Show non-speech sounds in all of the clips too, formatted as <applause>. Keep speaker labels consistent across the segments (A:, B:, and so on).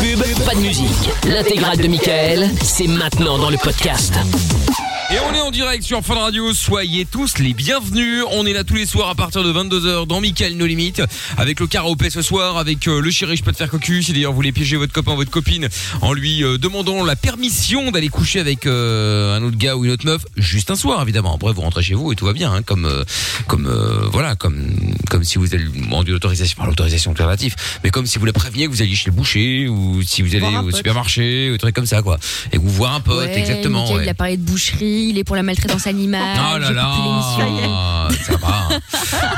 A: pub, pas de musique. L'intégrale de Michael, c'est maintenant dans le podcast.
B: Et on est en direct sur Fun Radio, soyez tous les bienvenus. On est là tous les soirs à partir de 22h dans Michael No Limites avec le karaopé ce soir, avec euh, le chéri je peux te faire cocu. Si d'ailleurs vous voulez piéger votre copain, votre copine en lui euh, demandant la permission d'aller coucher avec euh, un autre gars ou une autre meuf, juste un soir évidemment. Après vous rentrez chez vous et tout va bien, hein, comme euh, comme euh, voilà, comme comme si vous avez rendu l'autorisation par l'autorisation alternative, mais comme si vous la préveniez que vous alliez chez le boucher ou si vous allez
C: Voir un
B: au
C: pote.
B: supermarché ou truc comme ça quoi, et vous voir un pote
C: Ouais,
B: exactement.
C: Mickaël,
B: ouais.
C: Il a parlé de boucherie, il est pour la maltraitance animale.
D: Ah,
B: Oh là
C: j'écoute
B: là,
C: plus
B: <laughs>
C: l'émission.
B: ça va.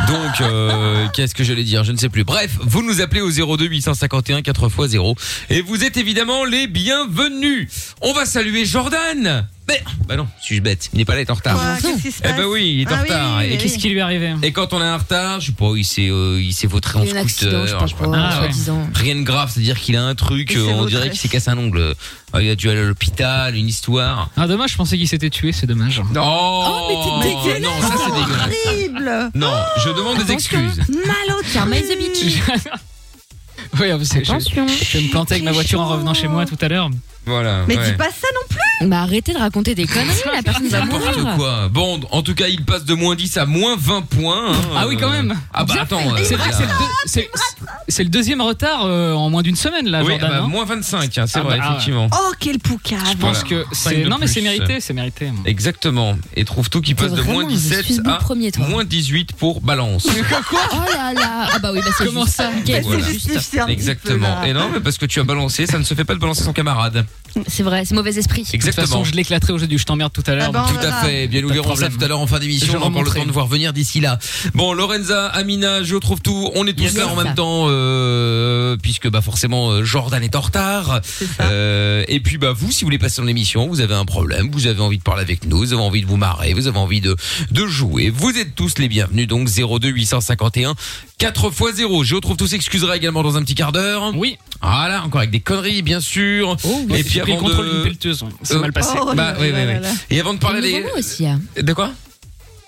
B: Donc, euh, qu'est-ce que j'allais dire Je ne sais plus. Bref, vous nous appelez au 02 851 4x0 et vous êtes évidemment les bienvenus. On va saluer Jordan. Mais, bah non, suis-je bête Il n'est pas là, il est en retard.
D: Quoi Qu'est-ce qui se
B: eh
D: passe
B: ben oui, il est en
D: Ah oui,
B: retard.
D: oui, oui. Qu'est-ce qui
B: lui est arrivé Et quand on est en retard, je sais pas, il s'est, euh, il s'est vautré en
D: Il y a eu un accident,
B: scooter.
D: je sais pas quoi,
B: Ah, ouais.
D: soi-disant.
B: Rien de grave, c'est-à-dire qu'il a un truc,
D: Il s'est
B: euh, on
D: vautré.
B: dirait qu'il s'est cassé un ongle. Ah, Il a dû aller à l'hôpital, une histoire.
E: Ah dommage, je pensais qu'il s'était tué, c'est dommage.
B: Non
E: Oh,
B: mais t'es dégueulasse. non, ça, c'est dégueulasse.
D: Horrible
B: Non, je demande des excuses.
D: Malo, tiens, mais the bitch
E: <laughs> Oui, ah, vous savez, je,
D: Attention.
E: je vais me planter avec ma voiture en revenant chez moi tout à l'heure.
B: Oh, Voilà. ouais.
D: ça non plus Bah arrêtez de raconter des conneries, la personne va
B: N'importe
E: Ah.
D: mourir
B: quoi. Bon, en tout cas, il passe de moins 10 à moins 20 points. hein.
E: Ah oui, quand même.
B: Ah bah
E: Bien
B: attends.
E: fait.
B: euh,
E: C'est vrai que c'est le,
B: là.
E: deux- c'est- c'est le deuxième retard euh, en moins d'une semaine là,
B: Oui,
E: Jordan,
B: ah bah,
E: hein.
B: moins 25, hein, c'est
E: Ah
B: vrai,
E: bah, ah ouais.
B: effectivement.
D: Oh quel poucave
E: Je pense
B: Voilà.
E: que
B: Cinq
E: c'est
B: de
E: non mais c'est
B: plus.
E: mérité, c'est mérité.
B: Exactement. Et trouve tout qui passe de
E: vraiment,
B: moins
E: je suis
B: 17
E: le
B: à
E: premier, toi.
B: moins 18 pour balance.
E: Quoi
D: Oh là là Ah bah oui, bah c'est
E: Comment
D: juste
E: ça
D: Mickaël,
B: Voilà.
D: c'est juste-
B: Exactement. Et non, mais parce que tu as balancé, ça ne se fait pas de balancer son camarade.
C: C'est vrai, c'est mauvais esprit.
E: De toute
B: Exactement.
E: façon, je l'éclaterai au jeu du je t'emmerde tout à l'heure. donc-
B: Tout à fait. Bien, nous
E: Pas de
B: verrons ça
E: problème.
B: tout à l'heure en fin
E: Je
B: d'émission. On a
E: vais
B: encore le
E: remontrer.
B: temps de voir venir d'ici là. Bon, Lorenza, Amina, je trouve tout. On est tous
E: Yes.
B: là en même temps, euh, puisque bah forcément euh, Jordan est en retard. Euh, et puis bah vous, si vous voulez passer dans l'émission, vous avez un problème, vous avez envie de parler avec nous, vous avez envie de vous marrer, vous avez envie de de jouer. Vous êtes tous les bienvenus. Donc 02 851 4 x 0. Je retrouve tous s'excusera également dans un petit quart d'heure.
E: Oui. Oh.
B: Voilà, encore avec des conneries, bien sûr.
E: oui,
B: et
E: j'ai
B: puis
E: pris le
B: avant
E: contrôle d'une
B: de
E: pelleteuse, ouais. C'est mal passé. Oh,
B: bah,
E: là,
B: oui, oui,
E: là,
B: oui.
E: là, là.
B: Et avant de parler
C: le
B: des
C: nouveau mot aussi. hein.
B: de quoi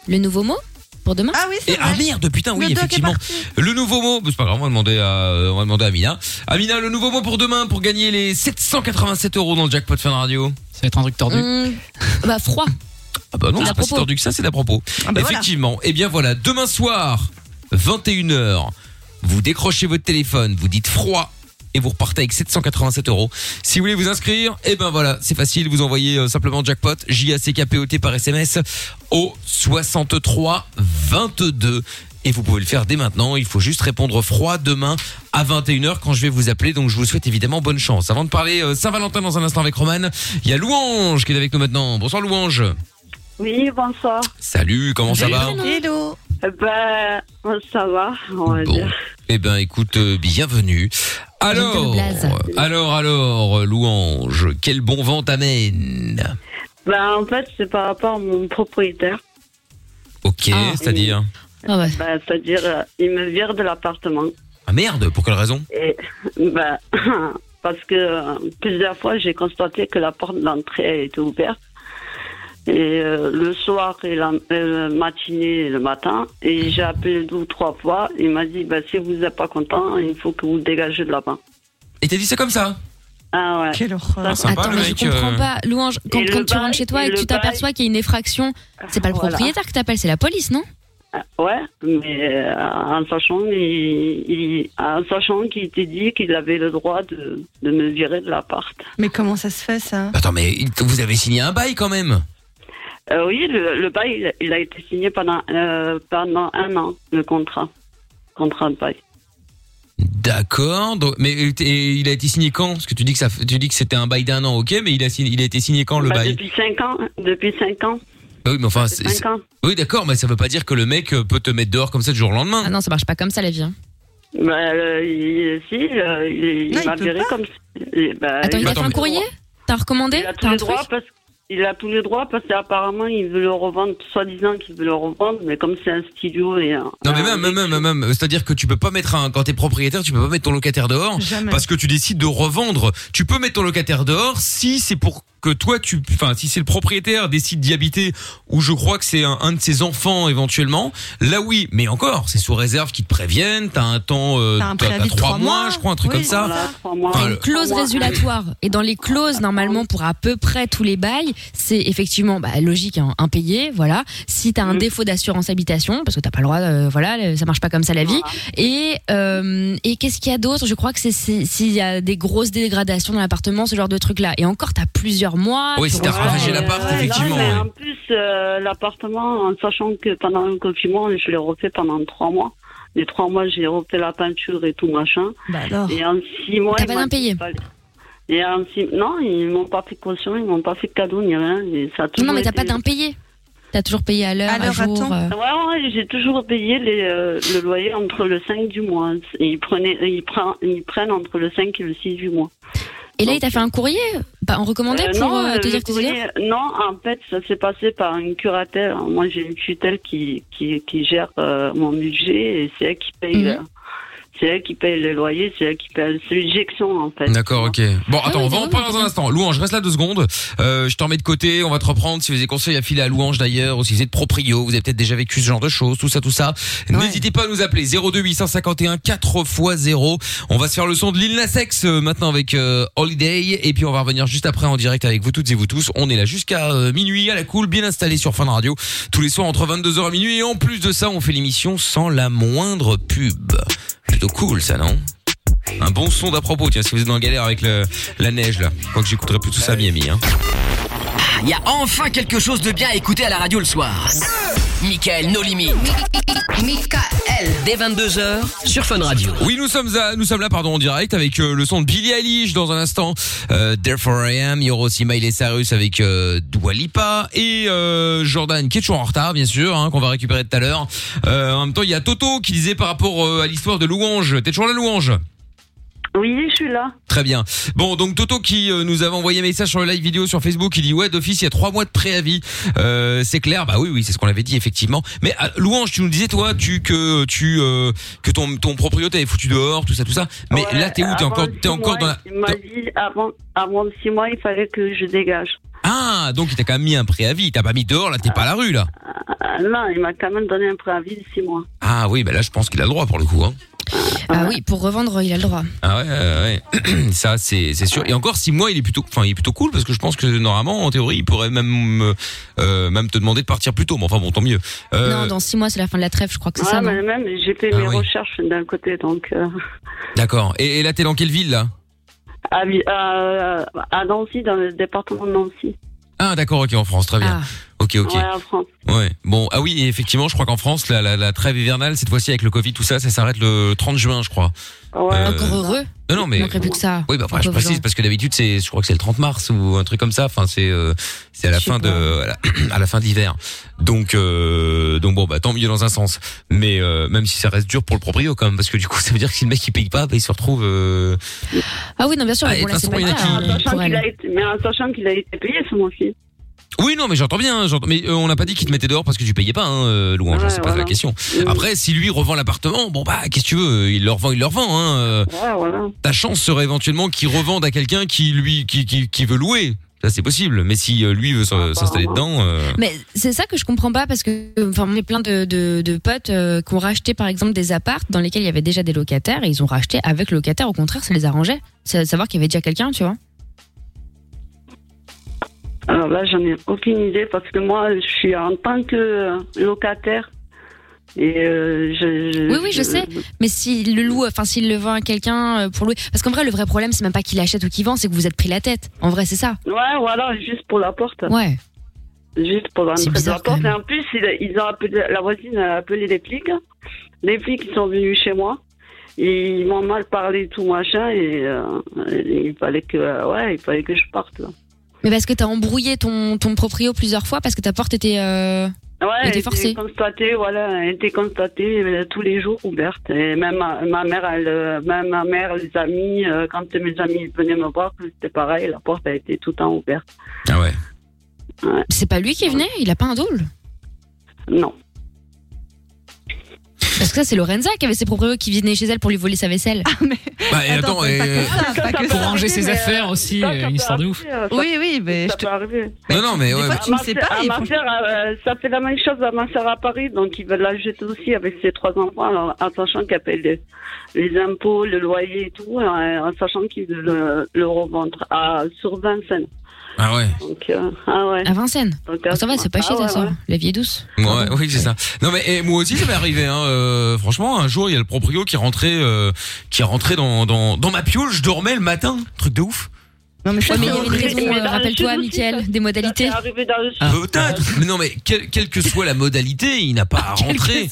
C: Le nouveau mot pour demain
D: Ah oui,
B: Et ah merde, putain, oui,
C: Le doc est
B: effectivement. Le nouveau mot, bah, c'est pas grave, on va demander à, euh, on va demander à Amina. Amina, le nouveau mot pour demain pour gagner les 787 euros dans le jackpot Fun Radio.
E: Ça va être un truc tordu.
C: Mmh, bah froid.
B: Ah bah non,
C: C'est
B: c'est
C: à
B: pas si
C: propos.
B: tordu que ça, c'est d'à propos.
C: Ah bah voilà.
B: effectivement. Et bien voilà, demain soir, 21h, vous décrochez votre téléphone, vous dites froid. Et vous repartez avec 787 euros. Si vous voulez vous inscrire, eh ben voilà, c'est facile. Vous envoyez euh, simplement jackpot J A C K P O T par SMS au 63 22 et vous pouvez le faire dès maintenant. Il faut juste répondre froid demain à 21h quand je vais vous appeler. Donc je vous souhaite évidemment bonne chance. Avant de parler euh, Saint-Valentin dans un instant avec Roman, il y a Louange qui est avec nous maintenant. Bonsoir Louange.
F: Oui, bonsoir.
B: Salut, comment ça va
F: Hello. Ben, ça va, on va dire.
B: Eh ben, écoute, euh, bienvenue. Alors, alors, alors, euh, louange, quel bon vent t'amène
F: Ben, en fait, c'est par rapport à mon propriétaire.
B: Ok,
C: Ah.
B: c'est-à-dire
F: Ben, c'est-à-dire, euh, il me vire de l'appartement.
B: Ah merde, pour quelle raison
F: Et, <laughs> ben, <coughs> parce que euh, plusieurs fois, j'ai constaté que la porte d'entrée était ouverte. Et euh, le soir et la euh, matinée et le matin. Et j'ai appelé deux ou trois fois. Il m'a dit, ben, si vous n'êtes pas content, il faut que vous dégagez de là-bas.
B: Et t'as dit ça comme ça
F: Ah ouais.
B: Quelle horreur. Ah, sympa,
C: Attends,
B: le
C: mais
B: mec,
C: je comprends
B: euh,
C: pas. Louange, quand,
F: Et le
C: quand tu
F: bail,
C: rentres chez toi
F: et
C: et que
F: le
C: tu t'aperçois qu'il y a une effraction, c'est pas le
F: Voilà.
C: propriétaire que t'appelles, c'est la police, non
F: Ah, Ouais, mais euh, en sachant, il- il- en sachant qu'il était dit qu'il avait le droit de, de me virer de l'appart.
D: Mais comment ça se fait ça
B: Attends, mais il- vous avez signé un bail quand même
F: Euh, oui, le, le bail, il a- il a été signé pendant, euh, pendant un an, le contrat. Contrat de bail.
B: D'accord, donc- mais euh, t- et il a été signé quand Parce que tu dis que ça, f- tu dis que c'était un bail d'un an, ok, mais il a, signé- il a été signé quand le
F: Bah,
B: bail
F: depuis 5 ans. Depuis 5 ans.
B: Bah Oui, mais enfin, c'est-
F: cinq
B: c'est-
F: ans.
B: oui, d'accord, mais ça veut pas dire que le mec euh, peut te mettre dehors comme ça du jour au lendemain.
C: Ah non, ça marche pas comme ça la vie. hein.
F: Bah, euh, il, si, euh, il, il
C: Non, il
F: m'a
C: peut
F: viré
C: pas.
F: comme si- bah,
C: Attends, il a
F: m'a
C: fait un
F: viré.
C: courrier T'as recommandé
F: Il a tous
C: T'as un
F: les
C: truc
F: droits parce il a tous les droits parce qu'apparemment il veut le revendre, soi-disant qu'il veut le revendre, mais comme c'est un studio et un-
B: Non mais
C: Ah,
B: même, même, même, même, même. c'est-à-dire que tu peux pas mettre un, quand t'es propriétaire, tu peux pas mettre ton locataire dehors,
F: Jamais.
B: parce que tu décides de revendre. Tu peux mettre ton locataire dehors si c'est pour que toi tu enfin si c'est le propriétaire décide d'y habiter ou je crois que c'est un, un de ses enfants éventuellement là oui mais encore c'est sous réserve qu'ils te préviennent t'as un temps euh,
C: T'as un
B: t'as
C: préavis
B: t'as
C: de
B: trois
C: trois
B: mois,
C: mois.
B: je crois un truc
C: Oui,
B: comme ça
C: voilà,
F: trois mois.
B: Enfin,
C: une
B: le-
C: clause résulatoire. Et dans les clauses, normalement, pour à peu près tous les bails, c'est effectivement bah, logique, hein, impayé, voilà. Si t'as un défaut d'assurance habitation, parce que t'as pas le droit, euh, voilà, le- ça marche pas comme ça la vie. Et, euh, et qu'est-ce qu'il y a d'autre Je crois que c'est si- s'il y a des grosses dégradations dans l'appartement, ce genre de truc-là. Et encore, t'as plusieurs mois.
B: Oui,
C: tu
B: si t'as
C: reçois-
B: ravagé l'appart,
F: Ah, Ouais,
B: effectivement.
F: non, mais
B: ouais.
F: En plus, euh, l'appartement, en sachant que pendant le confinement, je l'ai refait pendant trois mois. Les trois mois, j'ai refait la peinture et tout machin.
C: Bah alors.
F: Et en six mois,
C: T'as
F: ils
C: pas
F: m'ont
C: d'impayé.
F: dit qu'il fallait- Et en six... non, ils m'ont pas fait de caution, ils m'ont pas fait de cadeau ni rien. Et ça a toujours
C: Non, mais t'as pas
F: été-
C: d'impayé. T'as toujours payé à l'heure, à
G: Alors,
C: jour.
G: attends.
C: euh.
F: Ouais, ouais, j'ai toujours payé les, euh, le loyer entre le 5 du mois. Ils, prenaient, ils, prennent, ils prennent entre le 5 et le 6 du mois.
C: Et là, il t'a fait un courrier bah, On recommandait
F: Euh,
C: pour
F: non,
C: euh,
F: le
C: te dire que tu
F: courrier- Non, en fait, ça s'est passé par une curatelle. Moi, j'ai une tutelle qui, qui, qui gère euh, mon budget et c'est elle qui paye.
C: Mhm.
F: euh, c'est elle qui paye le loyer, c'est elle qui paye. C'est une gestion, en fait.
B: D'accord, ok. Bon, attends,
C: ouais,
B: on va
C: c'est
B: en
C: vrai,
B: parler
C: mais
B: dans un
C: c'est
B: instant. Louange, reste là deux secondes. Euh, je t'en mets de côté, on va te reprendre. Si vous avez des conseils à filer à Louange d'ailleurs, ou si vous êtes proprio, vous avez peut-être déjà vécu ce genre de choses, tout ça, tout ça. N'hésitez pas à nous appeler 02 851 4 x 0. On va se faire le son de l'île Nasex euh, maintenant avec euh, Holiday, et puis on va revenir juste après en direct avec vous toutes et vous tous. On est là jusqu'à euh, minuit à la cool, bien installé sur Fun Radio tous les soirs entre 22h et minuit. Et en plus de ça, on fait l'émission sans la moindre pub. Plutôt cool, ça, non un bon son d'à propos, tiens, si vous êtes dans la galère avec le- la neige là. Je crois que j'écouterai plus tout ça à Miami. Hein.
A: Il Ah, y a enfin quelque chose de bien à écouter à la radio le soir. Michael, nos limites. Michael. Dès 22h sur Fun Radio.
B: Oui, nous sommes, à, nous sommes là pardon, en direct avec euh, le son de Billie Eilish dans un instant. Euh, Therefore I Am, il y aura aussi Miley Cyrus avec euh, Dua Lipa et euh, Jordan qui est toujours en retard, bien sûr, hein, qu'on va récupérer tout à l'heure. Euh, en même temps, il y a Toto qui disait par rapport euh, à l'histoire de Louange. T'es toujours la Louange
F: Oui, je suis là.
B: Très bien. Bon, donc Toto qui euh, nous avait envoyé un message sur le live vidéo sur Facebook, il dit ouais d'office il y a trois mois de préavis. Euh, c'est clair, bah oui oui c'est ce qu'on avait dit effectivement. Mais ah, louange, tu nous disais toi tu que tu euh, que ton ton propriétaire est foutu dehors, tout ça tout ça. Mais
F: Ouais,
B: là t'es où t'es
F: avant
B: encore
F: six
B: t'es
F: mois,
B: encore dans la
F: Il m'a dit, avant, avant de six mois, il fallait que je dégage.
B: ah donc il t'a quand même mis un préavis, il t'a pas mis dehors là t'es pas à la rue là.
F: Ah, non, il m'a quand même donné un préavis de six mois.
B: Ah oui bah là je pense qu'il a le droit pour le coup hein.
C: Ah oui, pour revendre, il a le droit.
B: Ah ouais, ouais, ouais. <clears throat> ça c'est c'est sûr. Et encore six mois, il est plutôt, enfin il est plutôt cool parce que je pense que normalement en théorie il pourrait même euh, euh, même te demander de partir plus tôt. Mais enfin bon, tant mieux. Euh,
C: Non, dans six mois, c'est la fin de la trêve, je crois que c'est
F: Ouais,
C: ça. non
F: mais même, j'ai fait
B: Ah
F: mes
B: oui.
F: recherches d'un côté, donc euh,
B: D'accord. Et, et là t'es dans quelle ville là
F: à, Vi- à- à Nancy, dans le département de Nancy.
B: Ah d'accord, ok en France, très bien.
C: Ah.
B: Ok, ok.
F: Ouais, en France.
B: Ouais. Bon, ah oui, et effectivement, je crois qu'en France la, la, la trêve hivernale cette fois-ci avec le Covid tout ça, ça s'arrête le 30 juin, je crois.
F: Ouais.
B: Euh,
C: Encore heureux,
B: Non non
C: il
B: mais.
C: manquerait plus que ça.
B: Oui, bah, enfin, je
C: Pauvres
B: précise
C: gens.
B: parce que d'habitude c'est, je crois que c'est le 30 mars ou un truc comme ça. Enfin, c'est euh, c'est à la
C: Je sais
B: fin de à la, <clears throat> à la fin d'hiver. Donc euh, donc bon, bah tant mieux dans un sens. Mais euh, même si ça reste dur pour le proprio quand même, parce que du coup <laughs> ça veut dire que si le mec il paye pas, bah, il se retrouve. euh,
C: Ah oui, non, bien sûr,
B: Ah,
C: mais
B: et
C: bon,
B: de
C: là,
B: toute façon,
C: c'est pas
B: il y en a qui-
C: grave, euh,
F: Ah, Sachant
C: pour
F: qu'il
C: elle.
F: a été- mais en sachant qu'il a été payé ce mois-ci.
B: Oui, non, mais j'entends bien. hein, j'entends- Mais euh, on n'a pas dit qu'il te mettait dehors parce que tu payais pas, hein, euh, louange.
F: Ouais,
B: c'est pas
F: voilà.
B: la question. Après, si lui revend l'appartement, bon bah qu'est-ce que tu veux Il le revend, il le revend. Hein, euh,
C: Ah,
F: Ouais, voilà.
B: ta chance serait éventuellement qu'il revende à quelqu'un qui lui qui, qui, qui veut louer. Ça c'est possible. Mais si euh, lui veut
F: Ah,
B: s'en- s'installer dedans. euh,
C: Mais c'est ça que je comprends pas parce que enfin, on est plein de, de, de potes euh, qui ont racheté par exemple des appartes dans lesquels il y avait déjà des locataires et ils ont racheté avec le locataire. Au contraire, ça les arrangeait. C'est savoir qu'il y avait déjà quelqu'un, tu vois.
F: Alors là, j'en ai aucune idée parce que moi, je suis en tant que euh, locataire. Et euh, je,
C: Oui, oui, je sais. Mais s'il le loue, enfin s'il le vend à quelqu'un euh, pour louer. Parce qu'en vrai, le vrai problème, c'est même pas qu'il achète ou qu'il vend, c'est que vous êtes pris la tête. En vrai, c'est ça.
F: Ouais, voilà, juste pour la porte.
C: Ouais.
F: Juste pour l'entrée
C: C'est
F: de
C: bizarre,
F: la porte.
C: quand
F: Et
C: même.
F: en plus, ils, ils ont appelé, la voisine a appelé les flics. Les flics, ils sont venus chez moi. Ils m'ont mal parlé, tout machin. Et, euh, et il, fallait que, euh, ouais, il fallait que je parte. là.
C: Mais parce que t'as embrouillé ton, ton proprio plusieurs fois parce que ta porte était. euh,
F: Ouais,
C: Elle était
F: elle
C: forcée.
F: était constatée, voilà, elle était constatée euh, tous les jours ouverte. Et même ma, ma mère, elle, euh, même ma mère, les amis, euh, quand mes amis venaient me voir, c'était pareil, la porte a été tout le temps ouverte.
B: Ah ouais.
C: C'est pas lui qui venait, il a pas un double.
F: Non.
C: Parce que ça, c'est Lorenza qui avait ses proprios qui venaient chez elle pour lui voler sa vaisselle.
F: Ah,
B: Bah, et attends, et-
E: Pour ranger ses affaires aussi,
F: ça, ça
E: euh,
F: peut
E: une histoire de ouf.
F: arriver, euh, ça-
G: Oui, oui, mais
F: ça
G: je te-
F: peut arriver.
B: Non, non, mais ouais.
G: fois,
B: bah,
G: tu ne
F: Ah, Ma
G: sais
F: sœur-
G: pas, il
F: ma
G: faut-
F: sœur, euh, ça fait la même chose à ma soeur à Paris, donc ils veulent la jeter aussi avec ses trois enfants, alors, en sachant qu'elle paye les, les impôts, le loyer et tout, euh, en sachant qu'ils veulent le, le revendre à, sur Vincennes.
B: Ah ouais.
F: Donc, euh, ah ouais.
C: À Vincennes.
F: Donc,
C: Bon, ça va, c'est pas chier,
F: ah ouais,
C: ta soeur.
F: ouais.
C: La vie est douce.
B: Ouais, oui, c'est ça. Non mais et moi aussi ça m'est arrivé. Hein, euh, franchement, un jour il y a le proprio qui rentrait, euh, qui rentrait dans, dans dans ma pioule. Je dormais le matin, truc de ouf.
G: Non, mais ça,
C: Ouais, mais il y
G: c'est
C: avait une
G: horrible.
C: raison,
F: Mais
C: euh,
F: dans le
C: rappelle-toi,
F: sud aussi,
C: Mickaël, des
F: Ça
C: modalités.
F: fait arriver dans le <laughs>
E: Ah.
B: Peut-être. Mais non mais quel- quelle que soit la modalité, il n'a pas à rentrer.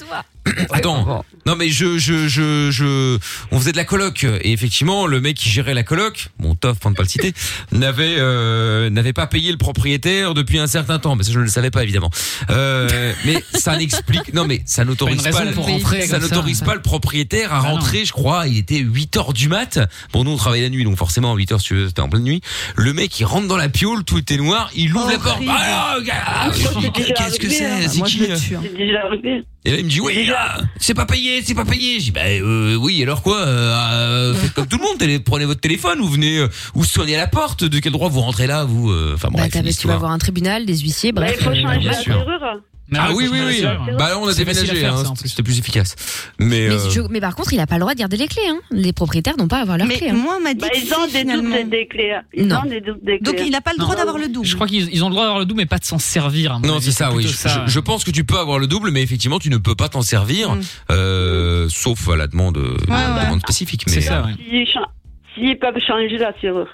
B: Attends. Non mais je je je je. On faisait de la coloc et effectivement le mec qui gérait la coloc, mon tof pour ne pas le citer, <laughs> n'avait euh, n'avait pas payé le propriétaire depuis un certain temps. Mais ça je ne le savais pas évidemment. Euh, mais ça n'explique. Non mais ça n'autorise
E: Pas une raison
B: pas. le-
E: pour rentrer
B: ça
E: comme ça.
B: n'autorise pas le propriétaire à
E: Ah non.
B: rentrer. Je crois il était 8 heures du mat. Bon nous on travaillait la nuit donc forcément à 8 heures si tu veux, c'était en pleine nuit. Le mec il rentre dans la pioule, tout était noir, il
E: Oh,
B: ouvre la porte.
G: Horrible.
B: Ah, là, ah, Qu'est-ce que c'est C'est
G: Moi, je
B: qui
G: le
E: euh,
G: tue. hein.
F: C'est déjà arrivé.
B: et là, il me dit, oui, là, c'est pas payé, c'est pas payé. J'ai dit, bah, euh, oui, alors quoi, euh, euh, faites comme tout le monde, télé- prenez votre téléphone, ou venez, euh, ou sonnez à la porte, de quel droit vous rentrez là, vous, euh, enfin,
C: Bah,
B: bref,
C: t'avais-
B: une
C: tu vas
B: histoire.
C: avoir un tribunal, des huissiers,
F: Bah,
C: bref.
F: il faut
B: euh,
F: changer
B: bien
F: la
B: sûr.
F: serrure.
E: Mais
B: Ah
E: ouais,
B: oui, oui,
E: franchement,
B: oui.
E: c'est vrai.
B: Bah, là, on a
E: C'est facile à
B: déménagé,
E: faire,
B: hein,
E: ça, en plus.
B: c'était plus efficace. Mais,
C: Mais,
B: euh,
C: je- mais par contre, il a pas le droit de garder les clés. Hein. Les propriétaires n'ont pas à avoir leurs clés.
G: Mais
C: hein.
G: moi, on m'a dit
F: Bah,
G: que
F: ils ont
G: si,
F: des
G: finalement.
F: doubles des clés. hein. Ils
C: Non.
F: ont des doubles des
G: Donc,
F: clés.
G: il n'a pas le droit
F: Non.
G: d'avoir le double.
E: Je crois qu'ils ils ont le droit d'avoir le double, mais pas de s'en servir. à mon
B: Non,
E: avis.
B: c'est ça, oui.
E: plutôt
B: Je, je- je pense que tu peux avoir le double, mais effectivement, tu ne peux pas t'en
C: Mm.
B: servir, euh, sauf à la demande, euh, la
G: ouais.
B: demande spécifique. Mais, euh,
E: C'est ça, ouais.
F: S'ils cha- s'ils peuvent changer la serrure.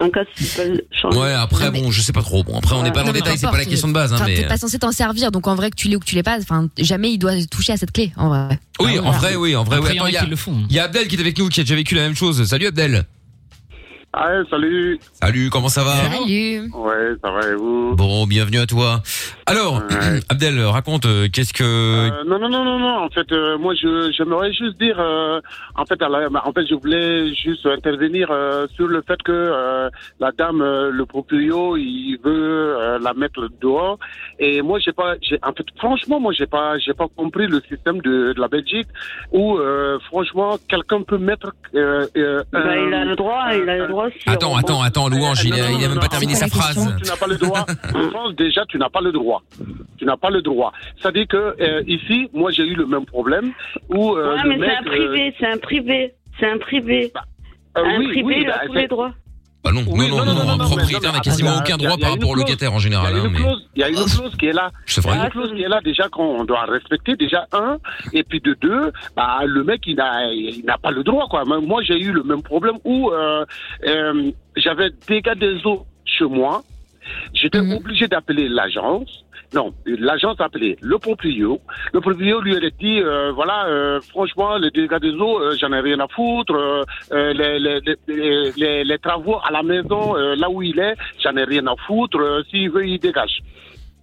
F: En cas, s'ils peuvent changer.
B: Ouais, après,
C: Non, mais-
B: bon, je sais pas trop. Bon, après, on n'est pas
C: Non,
B: dans le
C: mais
B: détail, c'est pas la
C: importe,
B: question de base, hein,
C: Enfin,
B: mais.
C: t'es pas censé t'en servir, donc en vrai que tu l'aies ou que tu l'aies pas, enfin jamais il doit toucher à cette clé. En vrai.
B: Oui, en vrai, oui, en vrai,
E: Après,
B: oui.
E: il y en
B: Attends,
E: a
B: il y a-
E: qui le font.
B: il y a Abdel qui est avec nous, qui a déjà vécu la même chose. Salut Abdel.
H: Ah, salut
B: Salut, comment ça va
C: Salut.
H: Ouais, ça va et vous
B: Bon, bienvenue à toi. Alors,
H: Ouais.
B: <clears throat> Abdel, raconte, euh, qu'est-ce que...
H: Euh, Non, non, non, non, non, en fait, euh, moi, je j'aimerais juste dire, euh, en, fait, à la- en fait, je voulais juste intervenir euh, sur le fait que euh, la dame, euh, le proprio, il veut euh, la mettre dehors. Et moi, j'ai pas, j'ai- en fait, franchement, moi, j'ai pas, j'ai pas compris le système de, de la Belgique où, euh, franchement, quelqu'un peut mettre... euh, euh,
F: Bah,
H: un-
F: il a le droit, il a le droit. si
B: Attends,
F: on-
B: attends, attends, Louange, il
H: Eh, Non,
B: a,
H: non,
B: il
H: non,
B: a même pas
H: non.
B: terminé sa
C: C'est pas la
B: phrase.
C: question.
H: tu n'as pas le
B: <laughs>
H: droit. En France, déjà, tu n'as pas le droit. Tu n'as pas le droit. C'est-à-dire que euh, ici, moi, j'ai eu le même problème où euh,
F: Ouais,
H: le
F: mais c'est
H: mec,
F: un privé, c'est un privé, c'est un privé.
H: euh, euh,
F: un
H: oui,
F: privé,
H: oui,
F: il a
H: bah,
F: tous
H: c'est-
F: les droits.
B: Bah non, non,
H: Oui,
B: non, non, non, un
H: mais-
B: propriétaire n'a
H: ah,
B: quasiment
H: bah, y
B: aucun
H: a-
B: droit
H: y a
B: par
H: une
B: rapport au
H: clause.
B: locataire en
H: il y
B: général.
H: a
B: hein,
H: une
B: mais
H: clause, il y a une clause qui est là.
B: je
H: Il
B: te
H: y
B: ferai.
H: a une clause qui est là déjà qu'on doit respecter déjà un et puis de deux, bah le mec il n'a il n'a pas le droit quoi. Moi j'ai eu le même problème où euh, euh, j'avais des gars des eaux chez moi. J'étais
C: Mhm.
H: obligé d'appeler l'agence. Non, l'agence a appelé le proprio. Le proprio lui aurait dit, euh, voilà, euh, franchement, les dégâts des eaux, euh, j'en ai rien à foutre. euh, euh, les, les, les, les- les travaux à la maison, euh, là où il est, j'en ai rien à foutre. euh, S'il veut, il dégage.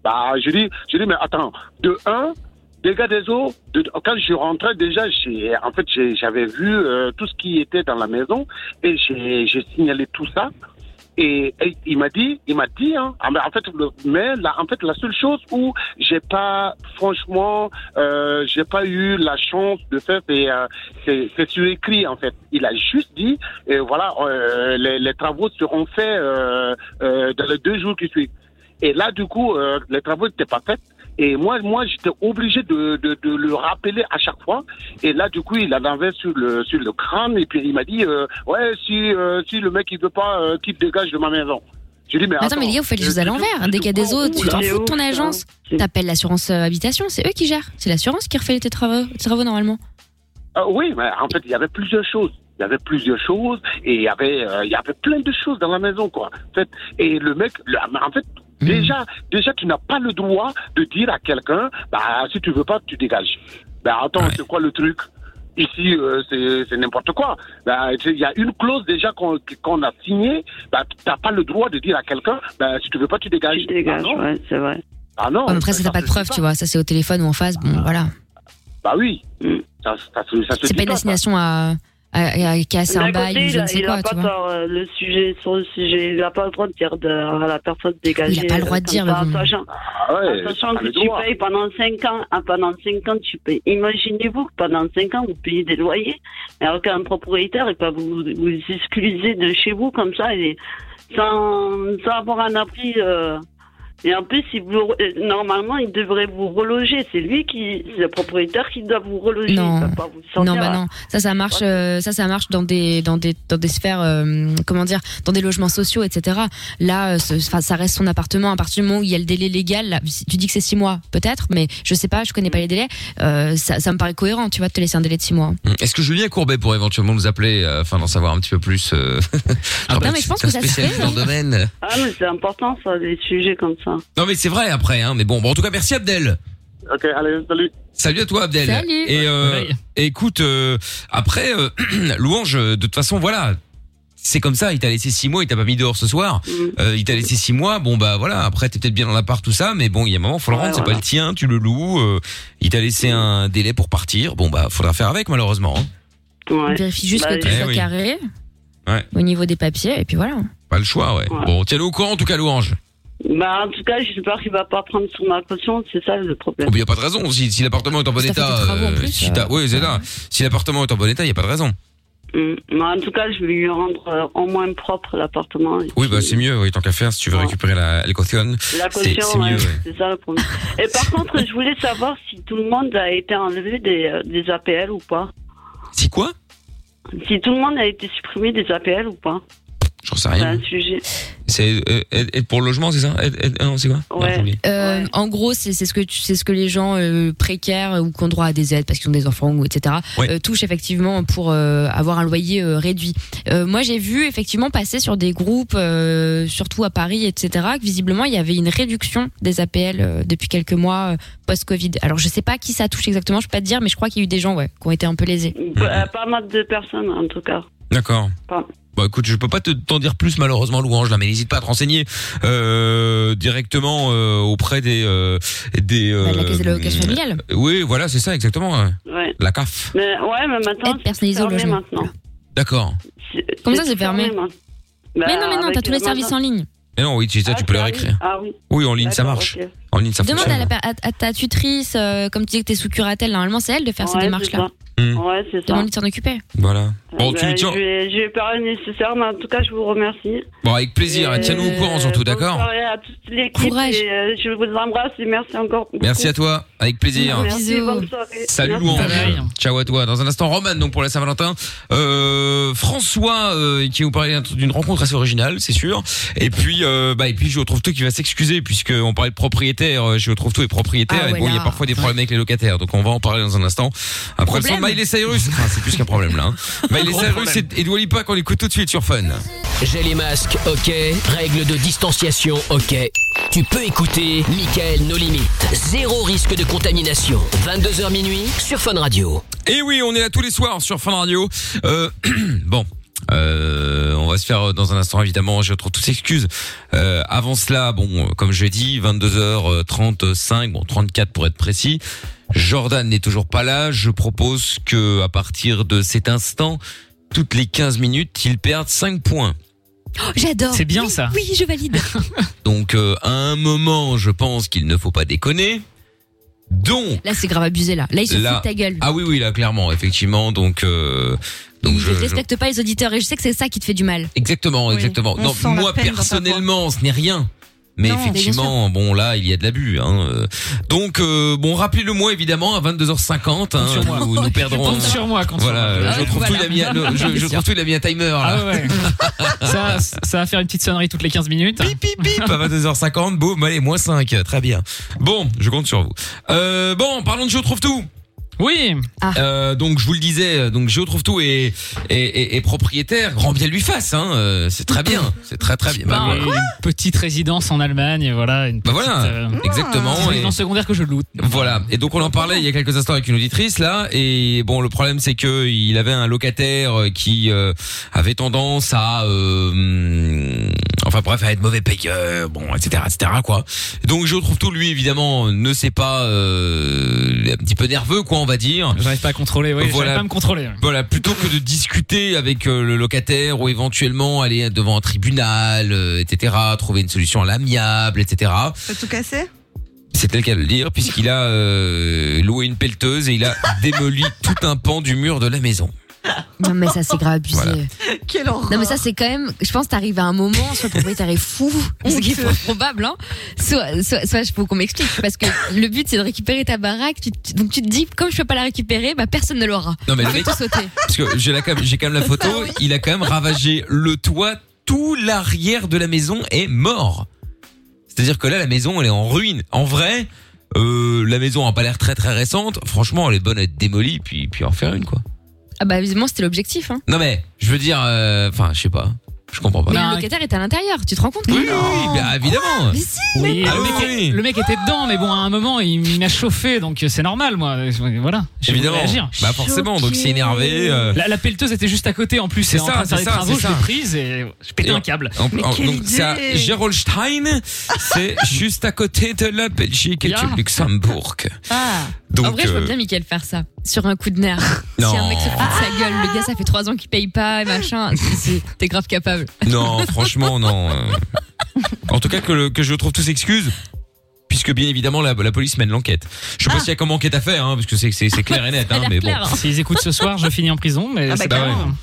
H: Bah, je dis, je dis, mais attends, de un, dégâts des eaux, de, quand je rentrais déjà, j'ai, en fait, j'ai- j'avais vu euh, tout ce qui était dans la maison et j'ai j'ai signalé tout ça. Et, et il m'a dit, il m'a dit, hein, ah, mais en fait, le, mais la, en fait, la seule chose où j'ai pas, franchement, euh, j'ai pas eu la chance de faire, c'est, euh, c'est, c'est sur écrit en fait. Il a juste dit, et voilà, euh, les, les travaux seront faits euh, euh, dans les deux jours qui suivent. Et là, du coup, euh, les travaux n'étaient pas faits. Et moi, moi, j'étais obligé de, de, de le rappeler à chaque fois. Et là, du coup, il en avait sur le sur le crâne. Et puis il m'a dit, euh, ouais, si euh, si le mec il veut pas, euh, qu'il dégage de ma maison. J'ai dit, mais
C: Attends, mais les gars, vous faites les choses à l'envers. Dès qu'il y a des autres, tu t'en
F: C'est
C: fous de
F: ouf,
C: ton
F: ça.
C: agence. T'appelles l'assurance euh, habitation, c'est eux qui gèrent. C'est l'assurance qui refait tes travaux, tes travaux normalement.
H: Euh, oui, mais en fait, il y avait plusieurs choses. Il y avait plusieurs choses et il y avait, euh, il y avait plein de choses dans la maison, quoi. En fait, et le mec, le- en fait,
C: Hmm.
H: déjà, déjà, tu n'as pas le droit de dire à quelqu'un, bah, si tu veux pas, tu dégages. Bah, attends,
B: Ouais.
H: c'est quoi le truc Ici, euh, c'est c'est n'importe quoi. Bah, tu sais, Il y a une clause déjà qu'on qu'on a signée. Bah, tu n'as pas le droit de dire à quelqu'un, bah, si tu veux pas, tu dégages.
F: Tu dégages,
H: ah non,
F: ouais, c'est vrai.
H: ah non.
C: Ouais, mais après, ça t'as pas de preuve,
H: se dit
C: tu vois. Ça, c'est au téléphone ou en face. Bon, voilà.
H: Bah oui.
F: Mm.
H: Ça, ça, se- ça se
C: C'est
H: dit
C: pas une
H: ça.
C: assignation à, à, à casser
F: D'un
C: un bail
F: côté,
C: ou je
F: il
C: ne
F: a-
C: sais
F: il a
C: quoi,
F: pas
C: tu vois.
F: tort, euh, le sujet sur le sujet, il n'a pas le droit de dire de, à la personne dégagée. euh,
C: Il a pas le droit de
F: comme
C: dire,
F: ça,
C: le
F: en
C: bon.
F: sachant,
H: Ah ouais,
F: en sachant
H: t'as
F: que
H: le
F: tu
H: droit.
F: payes pendant 5 ans. Ah, pendant 5 ans, tu payes. Imaginez-vous que pendant 5 ans, vous payez des loyers, mais aucun propriétaire ne peut vous, vous excluser de chez vous comme ça, et sans, sans avoir un appris. euh, et en plus, il vous, euh, normalement, il devrait vous reloger. C'est lui qui, c'est le propriétaire qui doit vous reloger.
C: Non.
F: Il peut pas vous
C: Non,
F: sortir.
C: bah non. Ça, ça marche. euh, ça, ça marche dans des, dans des, dans des sphères, euh, comment dire, dans des logements sociaux, etc. Là, euh, ce- enfin, ça reste son appartement. À partir du moment où il y a le délai légal, là, si- tu dis que c'est six mois, peut-être, mais je sais pas, je connais pas les délais. euh, ça, ça me paraît cohérent, tu vois, de te laisser un délai de six mois.
H: Euh.
B: Est-ce que Julien Courbet pourrait éventuellement nous appeler euh, afin d'en savoir un petit peu plus euh, <laughs>
C: non, Ah, mais je pense que ça se
B: spécialiste
C: fait,
B: dans le domaine.
F: Ah, mais c'est important, ça, des sujets comme ça.
B: Non mais c'est vrai après hein, mais bon, bon en tout cas merci Abdel.
H: Ok, allez, salut.
B: Salut à toi Abdel.
C: Salut.
B: Et euh, et écoute euh, après euh, <clears throat> louange euh, de toute façon voilà. C'est comme ça, il t'a laissé six mois, il t'a pas mis dehors ce soir. Euh, il t'a laissé six mois, bon bah voilà. Après t'es peut-être bien dans l'appart tout ça, mais bon il y a un moment faut le
F: Ouais,
B: rendre, c'est
F: voilà.
B: pas le tien, tu le loues. euh, il t'a laissé un délai pour partir, bon bah faudra faire avec malheureusement. hein.
C: On
F: Ouais.
C: vérifie juste
F: Bah,
C: que tout
B: oui. Eh
C: soit
B: oui.
C: carré
B: Ouais.
C: au niveau des papiers, et puis voilà.
B: Pas le choix ouais.
F: Ouais.
B: Bon tiens-le au courant en tout cas louange.
F: Bah, en tout cas, j'espère qu'il va pas prendre sur ma caution, c'est ça le problème.
B: Oh, mais y a pas de raison. Si, si l'appartement est en bon
C: Parce que t'as
B: état, euh,
C: fait tes travaux en plus,
B: si t'as- oui, c'est ça. Si l'appartement est en bon état, y a pas de raison.
F: Mm. Mais en tout cas, je vais lui rendre euh, au moins propre l'appartement. Et puis,
B: Oui, bah c'est mieux. Oui, tant qu'à faire, si tu veux
F: Ouais.
B: récupérer la, la caution,
F: La
B: c'est c'est
F: caution, ouais,
B: mieux. ouais.
F: c'est ça le problème. Et par contre, je voulais savoir si tout le monde a été enlevé des, euh, des APL ou pas.
B: C'est quoi
F: Si tout le monde a été supprimé des APL ou pas.
B: J'en sais
F: C'est
B: rien.
F: un sujet.
B: C'est euh, aide- aide pour le logement, c'est ça Aide- aide- ah Non, c'est quoi Non,
F: Ouais.
B: j'ai oublié.
C: Euh,
F: Ouais.
C: En gros, c'est c'est ce que tu- c'est ce que les gens euh, précaires ou qui ont droit à des aides parce qu'ils ont des enfants ou etc.
B: Ouais.
C: euh, touchent effectivement pour euh, avoir un loyer euh, réduit. Euh, moi, j'ai vu effectivement passer sur des groupes, euh, surtout à Paris, etc. Que visiblement, il y avait une réduction des APL euh, depuis quelques mois euh, post-Covid. Alors, je sais pas qui ça touche exactement, je peux pas te dire, mais je crois qu'il y a eu des gens ouais, qui ont été un peu lésés.
F: Euh, Pas mal de personnes, en tout cas.
B: D'accord.
F: Pardon.
B: Bah écoute, je peux pas te t'en dire plus malheureusement louange là, mais n'hésite pas à te renseigner euh, directement euh, auprès des euh, des
C: Bah, de la
B: euh,
C: caisse de location familiale.
B: Oui, voilà, c'est ça exactement. ouais.
F: Ouais.
B: La CAF.
F: Mais, ouais, mais maintenant,
C: Aide personnalisée au
F: fermé
C: logement.
F: maintenant.
B: D'accord.
F: C'est-
C: Comment ça, c'est fermé
F: maintenant.
C: Mais
F: Bah,
C: non, mais non,
F: avec
C: t'as tous les
F: Amazon.
C: services en ligne.
B: Mais non, oui, tu, ça,
F: Ah,
B: tu peux leur
F: ça arrive.
B: écrire.
F: Ah oui.
B: Oui, en ligne, ça
F: D'accord,
B: marche.
F: ok.
B: En ligne, ça
C: Demande à,
B: fonctionne.
C: la per- à, à ta tutrice, euh, comme tu disais que t'es sous curatelle, normalement c'est elle de faire ces
F: Ouais,
C: démarches-là.
F: c'est ça.
B: Hmm.
F: Ouais, c'est ça.
C: Demande-lui de s'en occuper.
B: Voilà. Bon,
F: Ben,
B: tu, tiens,
F: Je vais, je vais pas le nécessaire, mais en tout cas, je vous remercie.
B: bon, avec plaisir.
F: Et, euh,
B: Et Tiens-nous au courant surtout,
F: bonne
B: d'accord
F: soirée à toute l'équipe.
C: Courage.
F: et, euh, je vous embrasse et merci encore. beaucoup.
B: Merci à toi. Avec plaisir.
F: Merci,
C: Bisous.
F: bonne soirée.
B: Salut
F: Merci.
B: Louange.
E: Bye bye.
B: Ciao à toi. Dans un instant, Roman, donc pour la Saint-Valentin. Euh, François, euh, qui va vous parler d'une rencontre assez originale, c'est sûr. Et puis, euh, bah, et puis, je retrouve tout qui va s'excuser, puisqu'on parlait de propriétaire. Euh, Je retrouve tout est propriétaire.
C: Ah
B: et
C: ouais,
B: bon, il y a
C: là.
B: parfois des problèmes avec les locataires. Donc, on va en parler dans un instant. Après le son,
C: Problème.
B: Miley Cyrus. Enfin, c'est plus qu'un problème,
C: <laughs>
B: là. hein. Miley Cyrus et, et Dua Lipa qu'on écoute tout de suite sur Fun.
A: J'ai les masques, ok. Règles de distanciation, ok. Tu peux écouter Michael No Limites. Zéro risque de contamination. 22h minuit sur Fun Radio.
B: Et oui, on est là tous les soirs sur Fun Radio. Euh, <clears throat> bon. Euh, on va se faire euh, dans un instant évidemment, je retrouve toutes excuses. Euh, avant cela, bon, euh, comme je l'ai dit, 22h35, bon 34 pour être précis. Jordan n'est toujours pas là, je propose que à partir de cet instant, toutes les 15 minutes, il perde 5 points.
C: Oh, J'adore.
E: C'est bien, ça.
C: Oui,
B: <laughs>
C: je valide.
B: Donc euh, à un moment, je pense qu'il ne faut pas déconner. Donc
C: Là, c'est grave abusé là. Là, ils se
B: Là.
C: foutent de ta gueule.
B: ah oui oui, là clairement, effectivement, donc euh, donc
C: ils
B: je,
C: ne
B: je-
C: respectent pas les auditeurs et je sais que c'est ça qui te fait du mal.
B: Exactement,
G: Oui,
B: exactement.
G: on
B: Non,
G: sent la
B: moi
G: peine dans ta
B: personnellement, ce n'est rien. Mais
C: Non, mais bien
B: effectivement, bon là, il y a de l'abus. Hein. Euh, Donc euh, bon, rappelez-le-moi évidemment à 22h50. Hein,
E: Compte sur moi.
B: nous, nous perdrons.
E: Compte sur moi quand
B: Voilà, euh, je
G: Ah,
C: Ouais,
B: trouve tout, il
C: voilà.
B: a
G: <laughs>
B: mis, un- le- je, je trouve tout, il a mis un timer. Là.
E: Ah
B: <laughs>
E: ouais. ça, ça va faire une petite sonnerie toutes les 15 minutes.
B: Bip, bip, bip, à 22h50, boum, allez, moins 5, très bien. Bon, je compte sur vous. Euh, bon, parlons de Je trouve tout.
E: Oui.
B: Euh, donc je vous le disais, donc je trouve tout et et, propriétaire, grand bien lui fasse, hein. euh, C'est très bien, c'est très très bien.
E: Ben,
B: Bah,
E: une petite résidence en Allemagne, voilà. Une petite,
B: bah, voilà,
E: euh, petite
B: exactement. et-
E: résidence secondaire que je loue.
B: Voilà. Et donc on en parlait il y a quelques instants avec une auditrice là. Et bon, le problème c'est que il avait un locataire euh, qui euh, avait tendance à euh, Enfin bref, à être mauvais payeur, bon, etc., etc. Quoi. Donc je retrouve tout. Lui, évidemment, ne sait pas, euh, un petit peu nerveux, quoi, on va dire.
E: J'arrive pas à contrôler. Oui, j'arrive pas à me contrôler.
B: Voilà, plutôt que de discuter avec euh, le locataire ou éventuellement aller devant un tribunal, euh, etc., trouver une solution à l'amiable, etc.
G: T'as tout cassé
B: C'est tel qu'à le dire, puisqu'il a euh, loué une pelleteuse et il
C: <laughs>
B: a démoli tout un pan du mur de la maison.
C: Non mais ça c'est grave <laughs> abusé.
B: Voilà.
G: Quelle horreur.
C: Non mais ça c'est quand même, je pense t'arrives à un moment, soit le propriétaire est <laughs> fou, ce qui est fort probable, hein, soit, soit, soit je faut qu'on m'explique, parce que le but c'est de récupérer ta baraque, tu- tu- donc tu te dis comme je peux pas la récupérer, bah personne ne l'aura.
B: Non, mais
C: Je
B: le
C: vais
B: mec-
C: tout sauter.
B: Parce que j'ai la quand même- j'ai quand même
C: <laughs>
B: la photo,
C: Bah
B: il a quand même ravagé le toit, tout l'arrière de la maison est mort. C'est-à-dire que là, la maison, elle est en ruine. En vrai, euh, la maison a pas l'air très très récente. Franchement, elle est bonne à être démolie, puis, puis en faire une, quoi.
C: Ah bah évidemment c'était l'objectif. Hein.
B: Non mais, je veux dire, euh, enfin, je sais pas. Je comprends pas.
C: Mais le locataire est à l'intérieur, tu te rends compte
B: bah. Oui,
C: quand
B: oui, oui, bah, évidemment.
C: Oh. Mais si
E: Oui,
B: Ah
E: le,
B: oui,
E: mec
B: oui.
E: est- le mec était dedans, mais bon, à un moment, il, il m'a chauffé, donc euh, c'est normal, moi. Euh, Voilà. J'ai voulu
B: Évidemment.
E: réagir.
B: Bah forcément, donc c'est énervé. euh,
E: La, la pelleteuse était juste à côté en plus,
B: C'est
E: c'est en
B: ça,
E: train de faire
B: c'est
E: des
B: ça,
E: travaux,
B: c'est
E: je
B: ça.
E: l'ai prise et je pétais
B: Et en-
E: un câble.
B: en- en-
G: quelle
B: donc c'est à
G: idée.
B: Gerolstein,
C: <laughs>
B: c'est juste à côté de la Belgique et
E: Ya.
B: du Luxembourg.
C: Ah.
B: Donc,
C: en vrai, je
B: euh,
C: vois bien Mickaël faire ça sur un coup
B: <laughs>
C: de nerf. Si un mec se fout de sa gueule, le gars ça fait trois ans qu'il paye pas et machin,
B: <laughs>
C: c'est- c'est- t'es grave capable. <laughs>
B: Non, franchement, non. euh. En tout cas, que, le- que je trouve tous excuses. Puisque bien évidemment la, la police mène l'enquête. Je sais pas s'il y a comme enquête à faire, hein, parce que c'est- c'est c'est clair et net.
C: Ah. Ça a
B: hein,
C: l'air
B: mais
C: clair. hein.
E: S'ils écoutent ce soir, je finis en prison, mais
G: Ah bah
E: c'est pas
G: carrément.
E: grave.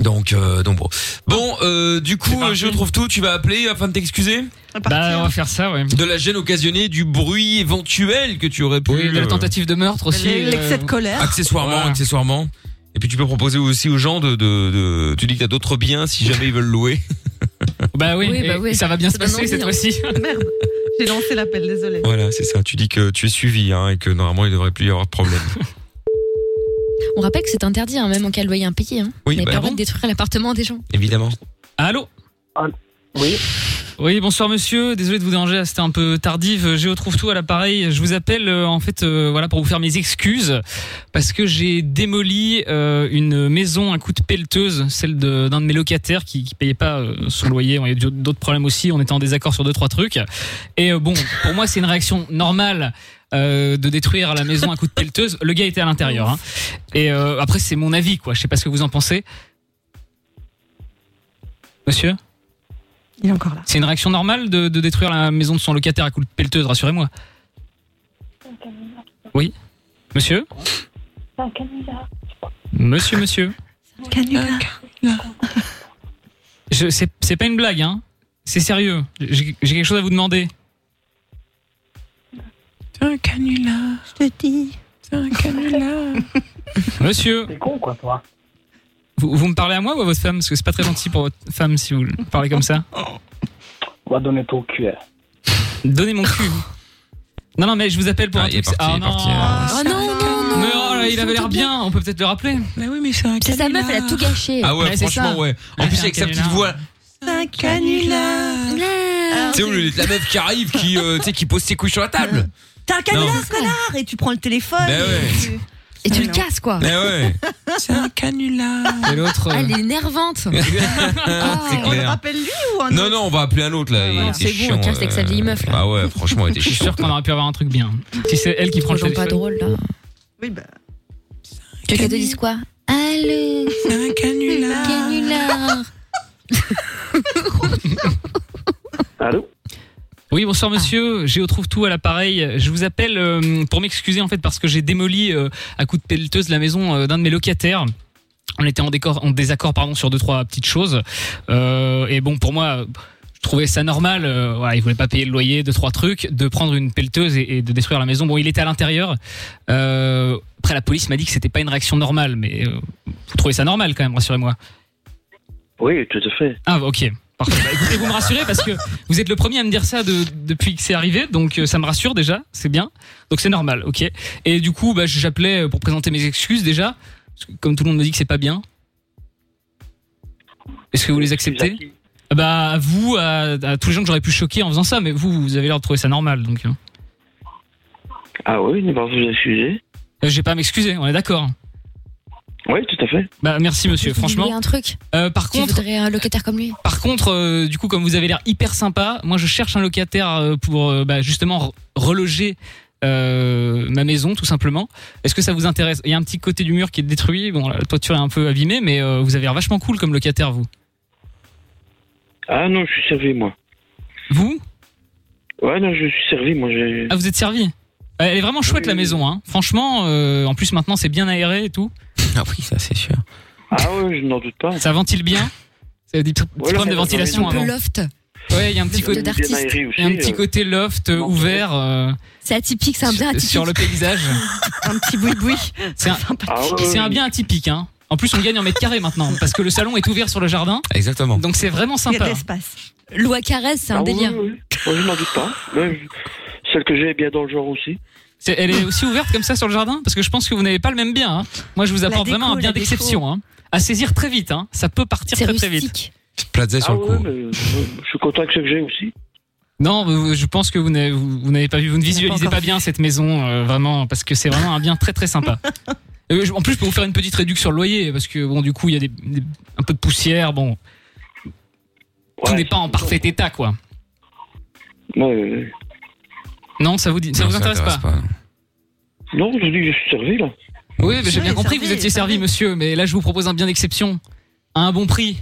B: bon, donc euh, donc bon. Bon, euh, du coup,
E: parti.
B: euh, je trouve tout. Tu vas appeler afin de t'excuser
E: Bah, on va faire ça, ouais.
B: de la gêne occasionnée, du bruit éventuel que tu aurais pu.
E: Oui, la
B: euh,
E: tentative de meurtre aussi. euh,
G: L'excès de colère.
B: Accessoirement,
E: Voilà.
B: accessoirement. Et puis tu peux proposer aussi aux gens de, de, de- tu dis que t'as d'autres biens si jamais ils veulent louer. <laughs>
E: Bah oui,
C: Oui, bah
E: et-
C: oui.
E: et ça va bien se
C: Ça donne
E: passer
C: envie,
E: cette
C: hein.
E: fois-ci.
G: Ah, Merde. J'ai lancé l'appel, désolé.
B: <laughs> Voilà, c'est ça. Tu dis que tu es suivi hein, et que normalement il devrait plus y avoir de problème.
C: On rappelle que c'est interdit, hein, même en cas de loyer impayé. Hein.
B: Oui,
C: On
B: bah,
C: est pas le droit
B: bon.
C: de détruire l'appartement des gens.
E: Oh,
B: Évidemment.
E: Allô
F: Oui.
E: Oui, bonsoir monsieur. Désolé de vous déranger, c'était un peu tardive. Je retrouve tout à l'appareil. Je vous appelle euh, en fait euh, voilà pour vous faire mes excuses parce que j'ai démoli euh, une maison à coup de pelleteuse, celle de- d'un de, mes locataires qui, qui payait pas euh, son loyer. Il y a eu d'autres problèmes aussi. On était en désaccord sur deux trois trucs. Et euh, bon, pour moi c'est une réaction normale. euh, de détruire la maison à coup de pelleteuse. Le gars était à l'intérieur. hein. Et euh, après, c'est mon avis, quoi. Je sais pas ce que vous en pensez. Monsieur
G: <laughs> Il est encore là.
E: c'est une réaction normale de, de détruire la maison de son locataire à coups de pelleteuse, rassurez-moi. Oui Monsieur Monsieur, monsieur.
G: Canular.
E: Je- C'est c'est pas une blague, hein C'est sérieux. J'ai j'ai quelque chose à vous demander.
G: Un canular. Je te dis. C'est un canular.
F: <laughs>
E: Monsieur,
F: T'es con, quoi, toi
E: vous, vous me parlez à moi ou à votre femme Parce que c'est pas très gentil pour votre femme si vous parlez comme ça.
F: On va donner ton cul.
E: Donnez mon cul. Non, non, mais je vous appelle pour
B: Ah,
E: un
B: il est
E: truc.
B: parti, il est
E: non.
B: parti, euh.
C: Oh non, non, non.
E: Mais oh là, il avait l'air bien, on peut peut-être le rappeler.
G: Mais oui, mais c'est un canular.
C: C'est sa meuf, elle a tout gâché.
B: Ah ouais,
E: Ouais, c'est
B: franchement,
E: ça.
B: ouais. En
E: Ouais,
B: plus,
E: c'est
B: avec
E: un
B: sa petite
E: canular.
B: voix.
G: C'est un canular.
C: Ah.
B: Tu sais, au lieu d'être la meuf qui arrive, qui, euh, tu sais, qui pose ses couilles sur la table.
G: T'as un
B: Non.
G: canular, connard Et tu prends le téléphone.
B: Ben ouais.
G: et tu- Ah,
C: Et tu le
G: Non.
C: casses, quoi.
B: Mais
E: Ben
B: ouais.
G: <laughs> C'est un canular.
E: Et l'autre.
C: Ah, elle est énervante. Ah.
B: C'est
G: On le
B: clair.
G: rappelle lui ou un
B: Non,
G: autre
B: non, on va appeler un autre, là.
G: Ouais,
B: il
G: voilà.
B: était
C: C'est bon,
B: chiant,
C: on casse avec sa vieille meuf, là.
B: Ah ouais, franchement, il était
E: Je suis
B: chiant.
E: sûr qu'on aurait pu avoir un truc bien. Si c'est elle qui prend le
C: Franchement, pas
E: téléphone.
C: drôle, là.
G: Oui, bah.
C: Tu veux qu'elle te dise quoi Allô,
G: C'est un canular.
C: canular.
F: Allô
E: Oui, bonsoir
C: Ah.
E: monsieur, j'ai retrouve tout à l'appareil. Je vous appelle euh, pour m'excuser en fait parce que j'ai démoli euh, à coup de pelleteuse la maison euh, d'un de mes locataires. On était en, décor- en désaccord pardon, sur deux trois petites choses. Euh, et bon, pour moi, je trouvais ça normal. Euh, voilà, il voulait pas payer le loyer, deux trois trucs, de prendre une pelleteuse et, et de détruire la maison. Bon, il était à l'intérieur. Euh, après, la police m'a dit que c'était pas une réaction normale, mais euh, vous trouvez ça normal quand même, rassurez-moi.
F: Oui, tout à fait.
E: Ah, ok. Parfait. Bah, écoutez, vous me rassurez parce que vous êtes le premier à me dire ça de- depuis que c'est arrivé, donc euh, ça me rassure déjà, c'est bien. Donc c'est normal, ok. Et du coup, bah, j'appelais pour présenter mes excuses déjà, parce que comme tout le monde me dit que c'est pas bien. Est-ce que vous les acceptez Ah Bah, à vous, à, à tous les gens que j'aurais pu choquer en faisant ça, mais vous, vous avez l'air de trouver ça normal, donc. euh.
F: Ah oui, ne pas vous excuser.
E: Euh, J'ai pas à m'excuser, on est d'accord.
I: Oui, tout à fait.
E: Bah merci monsieur, franchement.
D: Il un truc.
E: Euh, par
D: Tu
E: contre,
D: voudrais un locataire comme lui
E: par contre, euh, du coup, comme vous avez l'air hyper sympa, moi je cherche un locataire euh, pour euh, bah, justement re- reloger euh, ma maison, tout simplement. Est-ce que ça vous intéresse Il y a un petit côté du mur qui est détruit. Bon, la toiture est un peu abîmée, mais euh, vous avez l'air vachement cool comme locataire, vous.
I: Ah non, je suis servi, moi.
E: Vous
I: Ouais, non, je suis servi, moi. j'ai-
E: Ah, vous êtes servi Elle est vraiment chouette la maison, hein. Franchement, euh, en plus maintenant c'est bien aéré et tout.
B: <laughs> Ah oui, ça c'est sûr.
I: Ah ouais, je n'en doute pas.
E: Ça ventile bien. Ça a des petits petits
I: Voilà,
E: problèmes de
I: ça va, ça va,
E: ventilation
D: Un peu
E: avant.
D: loft.
E: Ouais, il y a un petit
D: de-
E: côté,
D: d'artiste.
I: Bien aéré
E: il y a un
I: aussi,
E: petit
I: euh,
E: côté loft euh,
I: non,
E: ouvert euh,
D: C'est atypique, c'est un bien
E: sur,
D: atypique.
E: sur le <laughs>
C: <laughs>
E: paysage.
D: Un petit boui-boui.
E: C'est un,
I: ah ouais,
E: c'est un
I: ouais.
E: bien atypique, hein. En plus, on gagne en mètre carré maintenant parce que le salon est ouvert sur le jardin,
B: Exactement.
E: donc c'est vraiment
G: Il y a de
E: sympa. <laughs>
G: l'espace.
D: Loi Carrez, c'est un
I: Ah ouais,
D: délire.
I: ouais, ouais. Ouais, je n'en doute pas. Ouais, je- Celle que j'ai est bien dans le genre aussi.
E: C'est- Elle est aussi ouverte comme ça sur le jardin parce que je pense que vous n'avez pas le même bien. hein. Moi, je vous apporte
G: déco,
E: vraiment un bien
G: la déco.
E: d'exception, hein. À saisir très vite, hein. Ça peut partir
D: C'est
E: très très vite.
D: rustique.
B: Plaza
I: Ah
B: sur le
I: ouais,
B: coup.
I: mais, euh, je suis content avec ce que j'ai aussi.
E: Non, vous- vous- je pense que vous n'avez vous- vous n'avez pas vu, vous ne
G: n'a pas
E: visualisez
G: encore
E: pas bien cette maison, euh, vraiment, parce que c'est vraiment un bien très
D: <laughs>
E: très sympa. Euh, je- en plus, je peux vous faire une petite réduction sur le loyer, parce que bon, du coup, il y a des, des- un peu de poussière, bon, tout
I: Ouais,
E: n'est pas en parfait état, quoi.
I: ouais, ouais.
E: Non, ça vous dit, ça
B: Non,
E: vous intéresse pas.
B: non.
I: Non, je dis, je suis servi, là.
E: Oui, mais j'ai
G: Ouais,
D: Ah
E: bien
G: servi,
E: compris que vous étiez servi,
G: servi.
E: monsieur, mais là, je vous propose un bien d'exception, à un bon prix.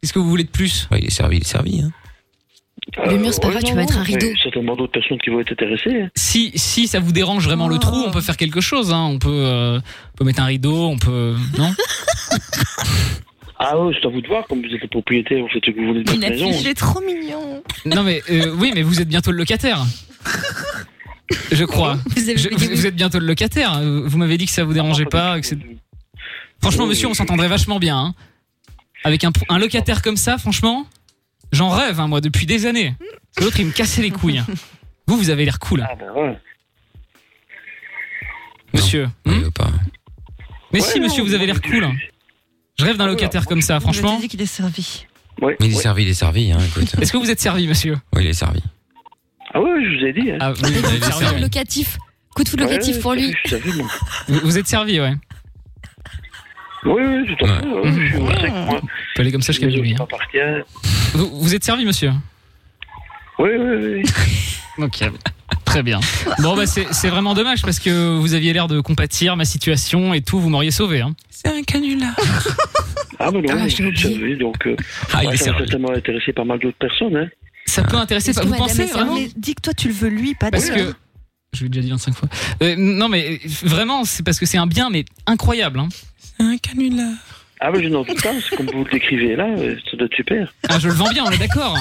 E: Qu'est-ce que vous voulez de plus
B: Ouais, il est servi, il est servi. Hein.
I: Euh,
D: Le mur, c'est pas grave, tu vas être un rideau.
I: Il y a certainement d'autres personnes qui vont être intéressées. hein.
E: si, si ça vous dérange vraiment le
G: Oh.
E: trou, on peut faire quelque chose. Hein. On peut, euh, on peut mettre un rideau, on peut, non
I: Ah ouais, c'est à vous de voir, comme vous êtes le propriétaire, vous faites ce que vous voulez de
D: Une
I: votre maison.
G: Il est trop mignon.
E: Non mais euh, oui, mais vous êtes bientôt le locataire. Je crois.
D: Vous avez
E: Je-
D: dit
E: vous,
D: oui.
E: vous êtes bientôt le locataire. Vous m'avez dit que ça vous dérangeait pas. que c'est- franchement, monsieur, on s'entendrait vachement bien. hein. Avec un, un locataire comme ça, franchement, j'en rêve, hein, moi, depuis des années. Parce que L'autre, il me cassait les couilles. Vous, vous avez l'air cool,
I: Ah ben ouais.
E: monsieur.
B: Oui,
E: Hmm
B: ou pas.
E: mais
I: Ouais,
E: si,
I: non, Ah,
E: monsieur, vous avez l'air cool. hein. Je rêve d'un locataire comme ça,
G: Je
E: franchement.
G: te dis qu'il est servi.
I: Ouais,
B: Mais il est
I: ouais.
B: servi, il est servi. Hein, écoute.
E: Est-ce que vous êtes servi, monsieur
B: Oui, il est servi.
I: Ah ouais, je vous ai dit. Hein.
E: Ah, oui, vous êtes
D: Coup de foudre
E: servi. ouais.
D: locatif. Coup de foudre
I: Ouais,
D: locatif pour
I: tout à
D: lui.
I: fait, Je suis servi, moi.
E: Vous- vous êtes servi, ouais.
I: Oui, oui, tout à fait. ouais, Je suis au sec, moi.
E: On peut aller comme ça jusqu'à
I: Les autres
E: minuit. hein.
I: m'appartiennent.
E: Vous, vous êtes servi, monsieur
I: Oui, oui, oui.
E: Ok. Très bien. Bon, bah, c'est c'est vraiment dommage parce que vous aviez l'air de compatir ma situation et tout, vous m'auriez sauvé. Hein.
G: C'est un canular.
I: Ah mais non,
D: <laughs> Ah,
I: je
D: j'ai
I: suis
D: oublié.
I: servi, donc euh,
B: Ah, il
I: ouais,
B: est
I: ça va
B: servi.
I: certainement intéresser pas mal d'autres personnes. Hein.
E: Ça peut intéresser,
D: Est-ce
E: pas-
D: que
E: vous
D: madame
E: pensez
D: est
E: vraiment
G: Mais dis que toi, tu le veux lui, pas
E: Parce
G: toi.
E: que. Je l'ai déjà dit 25 fois. Euh, non, mais vraiment, c'est parce que c'est un bien, mais incroyable. hein.
G: C'est un canular.
I: Ah mais je n'en doute pas, c'est comme vous le décrivez là, euh, ça doit être super.
E: Ah, je le vends bien, on est d'accord.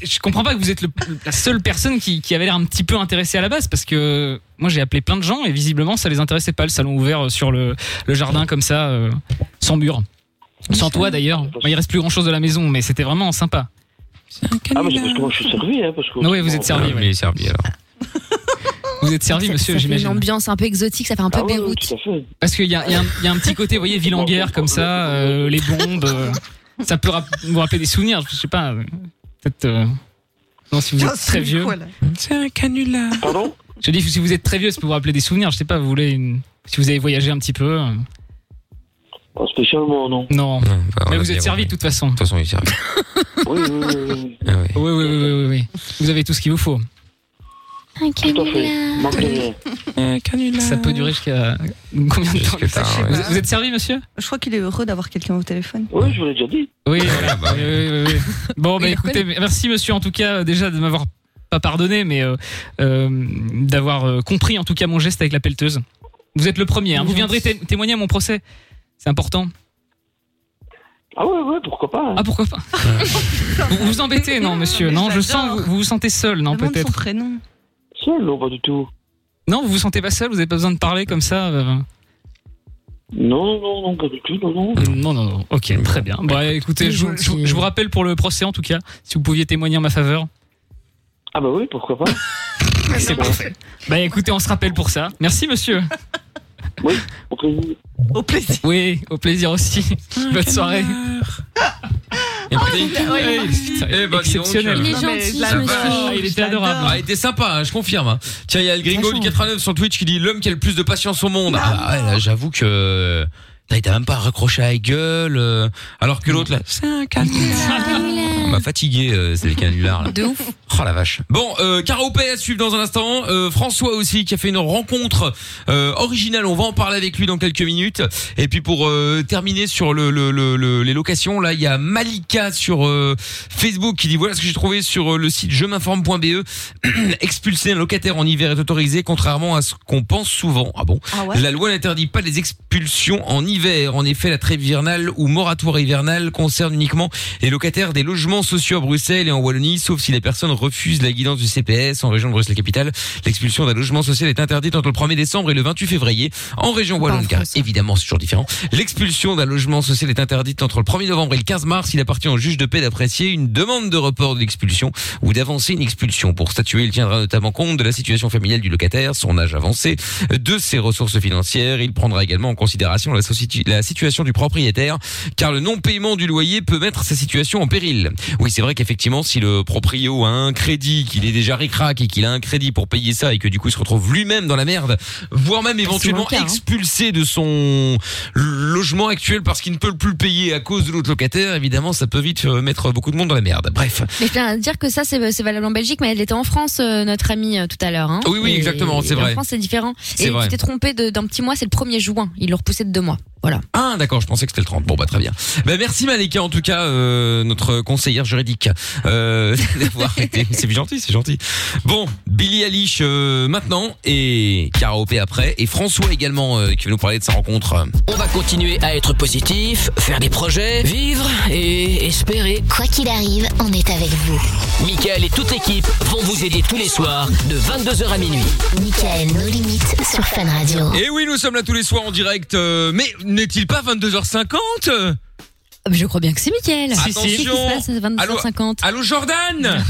E: Je comprends pas que vous êtes le- la seule personne qui, qui avait l'air un petit peu intéressée à la base parce que moi j'ai appelé plein de gens et visiblement ça les intéressait pas le salon ouvert sur le, le jardin comme ça, euh, sans mur. Sans toit d'ailleurs. Bon, Il reste plus grand chose de la maison, mais c'était vraiment sympa.
G: C'est un
I: Ah mais c'est
G: canular.
I: parce que moi je suis servi, hein, parce que...
E: Non, ouais, vous êtes
B: Ah,
E: servi,
B: mais il est servi alors.
E: Vous êtes servi,
D: Ça-
E: monsieur,
D: ça fait Une
E: j'imagine.
D: ambiance un peu exotique, ça fait un peu
I: Ah ouais, ouais,
D: Beyrouth.
I: tout à fait.
E: Parce qu'il y, a- il y a un- il y a un petit côté, vous voyez, ville en guerre, comme ça, euh, les bombes. euh, ça peut rap- vous rappeler des souvenirs, je sais pas. euh, Peut-être. euh, non, si vous
G: Tiens,
E: êtes très
G: c'est
E: vieux.
G: quoi, là C'est un canular.
I: Pardon
E: Je dis, si vous êtes très vieux, ça peut vous rappeler des souvenirs, je sais pas, vous voulez. une- Si vous avez voyagé un petit peu. euh,
I: Pas spécialement, non.
E: non.
B: Non, bah, on
E: Mais
B: l'a
E: vous
B: bien
E: êtes servi
B: compris.
E: de toute façon.
B: De toute façon, il est servi.
G: Ah
I: Oui, oui, oui,
B: Ah, ouais.
E: Oui, oui, oui, oui, oui, oui. Vous avez tout ce qu'il vous faut.
I: oui. tout à fait. Manque de rien.
G: Un canular.
E: Ça peut durer jusqu'à. Combien de temps
B: Jusque tard, ouais.
E: vous, vous êtes servi, monsieur
G: Je crois qu'il est heureux d'avoir quelqu'un au téléphone.
I: Oui, je vous l'ai déjà dit.
E: Oui, voilà.
B: bah
E: Oui, oui, oui, oui. Bon, bah,
D: Il
E: écoutez, merci monsieur en tout cas euh, déjà de m'avoir pas pardonné, mais euh, euh, d'avoir euh, compris en tout cas mon geste avec la pelleteuse. Vous êtes le premier, hein. vous viendrez té- témoigner à mon procès. C'est important.
I: Ah ouais, ouais, pourquoi pas. hein.
E: Ah, pourquoi <laughs> pas Vous vous embêtez, non, monsieur Non, je sens que vous, vous vous sentez seul, non,
G: Demande son
E: peut-être
G: prénom.
I: Seul, non, pas du tout.
E: Non, vous vous sentez pas seul, vous n'avez pas besoin de parler comme ça euh,
I: Non, non, non, pas du tout, non, non.
E: Non, non, non. Ok,
B: Mmh.
E: très bien. Bon, écoutez, je, vous- je vous- je vous rappelle pour le procès en tout cas, si vous pouviez témoigner en ma faveur.
I: Ah bah oui, pourquoi pas.
E: <laughs> C'est parfait. Bah écoutez, on se rappelle pour ça. Merci, monsieur.
I: Au plaisir.
G: Au plaisir.
E: Oui, au plaisir aussi.
G: Un
E: Bonne soirée.
G: canular.
B: Et puis-
E: Ouais, putain,
B: Eh ben, dis donc,
E: exceptionnel.
D: Il est
G: Non, mais
D: gentil,
G: la
D: ce
E: Ah,
G: vache.
D: monsieur.
E: il était
G: je l'adore.
E: adorable.
B: Ah, il était sympa, hein, je confirme. hein. Tiens, il y a le gringo du
D: change.
B: 89 sur Twitch qui dit l'homme qui a le plus de patience au monde. Ah, ouais, là, j'avoue que Putain, Il t'a même pas raccroché à la gueule, euh, alors que l'autre là, c'est un <laughs> On m'a fatigué, euh, c'est les canulars là.
C: De ouf.
B: <laughs> Oh la vache. Bon, euh, Caropé à suivre dans un instant. Euh, François aussi qui a fait une rencontre euh, originale. On va en parler avec lui dans quelques minutes. Et puis pour euh, terminer sur le, le- le- le- les locations, là il y a Malika sur euh, Facebook qui dit voilà ce que j'ai trouvé sur euh, le site je <clears throat> m'informe.be. Expulser E. un locataire en hiver est autorisé contrairement à ce qu'on pense souvent. Ah bon
J: Ah ouais
B: La loi n'interdit pas les expulsions en hiver. En effet, la trêve hivernale ou moratoire hivernale concerne uniquement les locataires des logements sociaux à Bruxelles et en Wallonie, sauf si les personnes refusent la guidance du CPS en région de Bruxelles-Capitale. L'expulsion d'un logement social est interdite entre le 1er décembre et le 28 février. En
J: Bah
B: région Wallonne, car évidemment c'est toujours différent, l'expulsion d'un logement social est interdite entre le 1er novembre et le 15 mars. Il appartient au juge de paix d'apprécier une demande de report de l'expulsion ou d'avancer une expulsion. Pour statuer, il tiendra notamment compte de la situation familiale du locataire, son âge avancé, de ses ressources financières. Il prendra également en considération la, société- la situation du propriétaire, car le non-paiement du loyer peut mettre sa situation en péril. Oui, c'est vrai qu'effectivement, si le proprio a un crédit, qu'il est déjà ricrac et qu'il a un crédit pour payer ça et que du coup il se retrouve lui-même dans la merde, voire même éventuellement
K: cas, hein.
B: expulsé de son logement actuel parce qu'il ne peut plus le payer à cause de l'autre locataire, évidemment, ça peut vite euh, mettre beaucoup de monde dans la merde. Bref.
C: Mais je viens à dire que ça, c'est c'est valable en Belgique, mais elle était en France, euh, notre amie, euh, tout à l'heure. hein.
B: Oui, oui,
C: Et-
B: exactement, c'est
C: et
B: vrai.
C: En France, c'est différent.
B: C'est
C: Et
B: vrai.
C: tu t'es trompé de- d'un petit mois, c'est le 1er juin. Ils l'ont repoussé de deux mois. Voilà.
B: Ah d'accord, je pensais que c'était le 30. Bon bah très bien. Bah, merci Malika en tout cas, euh, notre conseillère juridique euh, <laughs> d'avoir été. C'est gentil, c'est gentil. Bon, Billy Eilish euh, maintenant et Karaopé après et François également euh, qui va nous parler de sa rencontre.
A: On va continuer à être positif, faire des projets, vivre et espérer.
L: Quoi qu'il arrive, on est avec vous.
A: Michael et toute l'équipe vont vous aider tous les soirs de 22h à minuit.
L: Michael, nos limites sur Fan Radio.
B: Et oui, nous sommes là tous les soirs en direct. euh, mais n'est-il pas 22h50
C: Ah, mais Je crois bien que c'est Mickaël.
B: Si,
C: Qu'est-ce qui
B: si.
C: se passe à
B: Allô,
C: 22h50
B: allô Jordan
C: <laughs>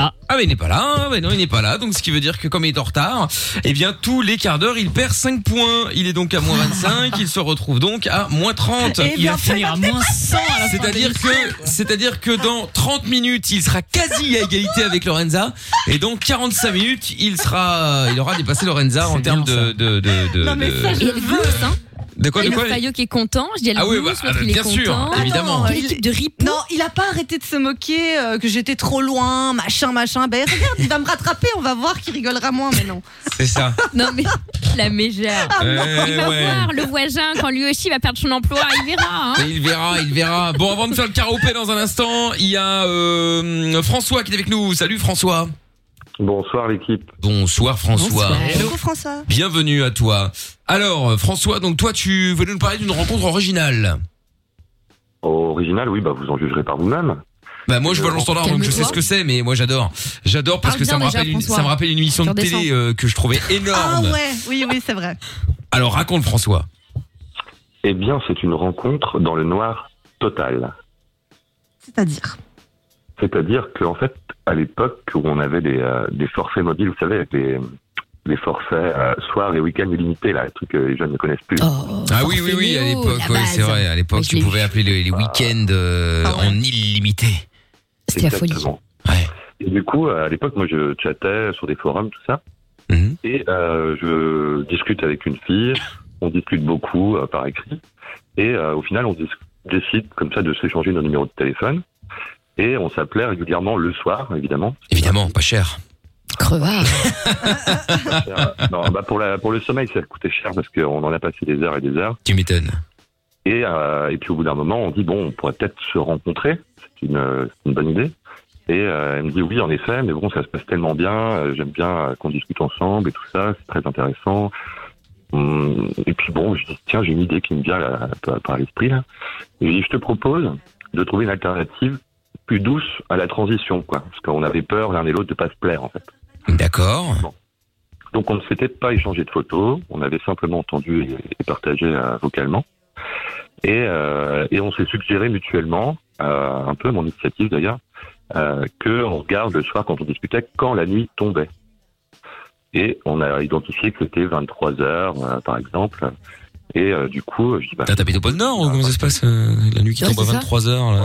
B: Ah. mais il n'est pas là, hein, mais non il n'est pas là, donc ce qui veut dire que comme il est en retard, eh bien tous les quarts d'heure il perd 5 points, il est donc à moins 25, il se retrouve donc à moins 30.
E: Eh Il bien, va c'est finir la à moins dépression. 100 à la fin
B: C'est-à-dire
E: de
B: que, c'est-à-dire que dans 30 minutes il sera quasi à égalité avec Lorenza, et dans 45 minutes il sera, il aura dépassé Lorenza en termes de, de, de, de, de-
C: Et le glousse, hein.
B: de quoi,
C: Et
B: de
C: le
B: quoi
C: Fayot qui est content. Je dis, elle
B: Ah oui,
C: glousse,
B: bah,
C: l'autre, il est
B: bien sûr,
C: content.
B: évidemment.
C: Quelle équipe de rip
J: Non, il a pas arrêté de se moquer euh, que j'étais trop loin, machin, machin. Ben regarde, il va me rattraper, on va voir qui rigolera moins maintenant.
B: C'est ça.
C: Non mais la mégère.
B: Ah, non.
C: il va
B: Eh ouais.
C: voir le voisin quand lui aussi va perdre son emploi, il verra. Hein.
B: Et il verra, il verra. Bon, avant de faire le karaopé dans un instant, il y a euh, François qui est avec nous. Salut François.
M: Bonsoir l'équipe.
B: Bonsoir François.
J: Coucou, François.
B: Bienvenue à toi. Alors François, donc toi tu veux nous parler d'une rencontre originale.
M: original, oui, bah vous en jugerez par vous-même.
B: Bah moi je vois le standard donc je sais ce que c'est mais moi j'adore. J'adore parce
M: Euh, Parle
B: que ça
M: bien
B: me
M: déjà,
B: rappelle une,
M: François.
B: ça me rappelle une émission de
M: Redescends.
B: télé euh, que je trouvais
J: Ah
B: énorme.
J: ouais, oui, oui, c'est vrai.
B: Alors raconte François.
M: Eh bien, c'est une rencontre dans le noir total.
J: C'est-à-dire
B: <laughs>
M: C'est-à-dire qu'en fait, à l'époque où on avait des, euh, des forfaits mobiles, vous savez, avec les, les forfaits euh, soir et week-end illimités, là, le truc que les jeunes ne connaissent plus.
C: Oh.
B: Ah oui oui oui à l'époque oui, c'est vrai à l'époque tu pouvais appeler les, les week-ends euh,
M: Ah
B: en illimité.
M: C'était la folie. Et du coup, euh, à l'époque, moi, je chattais sur des forums, tout ça. Et euh, je discute avec une fille. On discute beaucoup euh, par écrit. Et euh, au final, on dis- décide comme ça de s'échanger nos numéros de téléphone. Et on s'appelait régulièrement le soir, évidemment.
B: Évidemment, pas cher.
C: Crevard.
M: <laughs> non, bah pour, la, pour le sommeil, ça coûtait cher parce qu'on en a passé des heures et des heures.
B: Tu m'étonnes.
M: Et, euh, et puis au bout d'un moment, on dit bon, on pourrait peut-être se rencontrer. C'est une, euh, c'est une bonne idée. Et euh, elle me dit oui, en effet, mais bon, ça se passe tellement bien. euh, J'aime bien euh, qu'on discute ensemble et tout ça. C'est très intéressant. Hum, Et puis bon, je dis tiens, j'ai une idée qui me vient là, par, par l'esprit là. Et je dis, je te propose de trouver une alternative plus douce à la transition, quoi. Parce qu'on avait peur l'un et l'autre de pas se plaire en fait.
B: D'accord.
M: Donc on ne s'était pas échangé de photos, on avait simplement entendu et, et partagé euh, vocalement. Et, euh, et on s'est suggéré mutuellement, euh, un peu à mon initiative d'ailleurs, euh, que on regarde le soir quand on discutait quand la nuit tombait. Et on a identifié que c'était 23 heures euh, par exemple. Et euh, du coup, je dis bah,
B: T'habites au pôle Nord ou comment ça se passe euh, la nuit qui
M: Ouais,
B: tombe à
M: c'est ça.
B: 23 heures là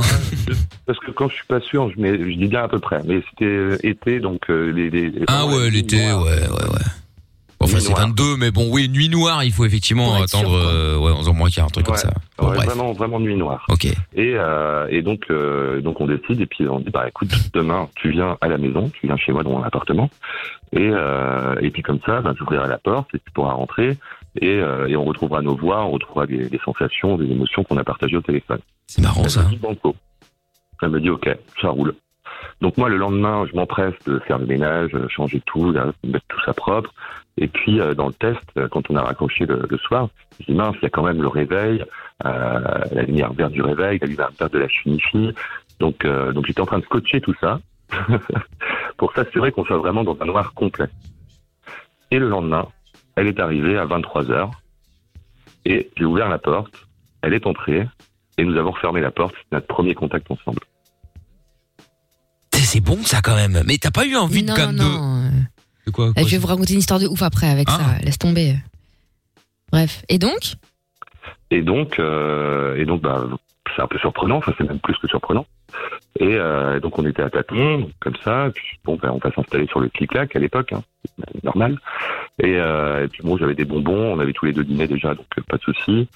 M: parce que quand je suis pas sûr, je, mets- je dis bien à peu près, mais c'était euh, été donc euh, les, les- les-
B: Ah ouais, l'été, ouais, ouais, ouais. Bon, Ah Enfin, c'est 22, mais bon, oui, nuit noire, il faut effectivement attendre euh, ouais, 11h moins quart, un truc comme ça. Bon,
M: Ouais,
B: bref.
M: vraiment, vraiment nuit noire.
B: Ok.
M: Et, euh, et donc, euh, donc on décide et puis on dit bah écoute, demain tu viens à la maison, tu viens chez moi dans mon appartement et euh, et puis comme ça, ben, j'ouvrirai la porte et tu pourras rentrer et, euh, et on retrouvera nos voix, on retrouvera des, des sensations, des émotions qu'on a partagées au téléphone.
B: C'est marrant ça.
M: Elle me dit ok, ça roule. Donc moi le lendemain, je m'empresse de faire le ménage, euh, changer tout, là, mettre tout ça propre. Et puis euh, dans le test, euh, quand on a raccroché le, le soir, je dis mince, il y a quand même le réveil, euh, la lumière verte du réveil, la lumière verte de la chimie. Donc euh, donc j'étais en train de coacher tout ça pour s'assurer qu'on soit vraiment dans un noir complet. Et le lendemain, elle est arrivée à 23 heures et j'ai ouvert la porte, elle est entrée et nous avons refermé la porte. C'est notre premier contact ensemble.
B: Putain, C'est bon ça quand même. Mais t'as pas eu envie
C: Non,
B: de quand même
C: non,
B: de. De quoi,
C: Eh,
B: quoi,
C: je vais vous raconter une histoire de ouf après avec
B: Ah.
C: ça. Laisse tomber. Bref. Et donc
M: Et donc, euh, et donc, bah, c'est un peu surprenant. Enfin, c'est même plus que surprenant. Et euh, donc, on était à tâtons, comme ça. Puis, bon, bah, on va s'installer sur le clic-clac à l'époque, hein, c'est normal. Et, euh, et puis, bon, j'avais des bonbons. On avait tous les deux dîné déjà, donc euh, pas de souci.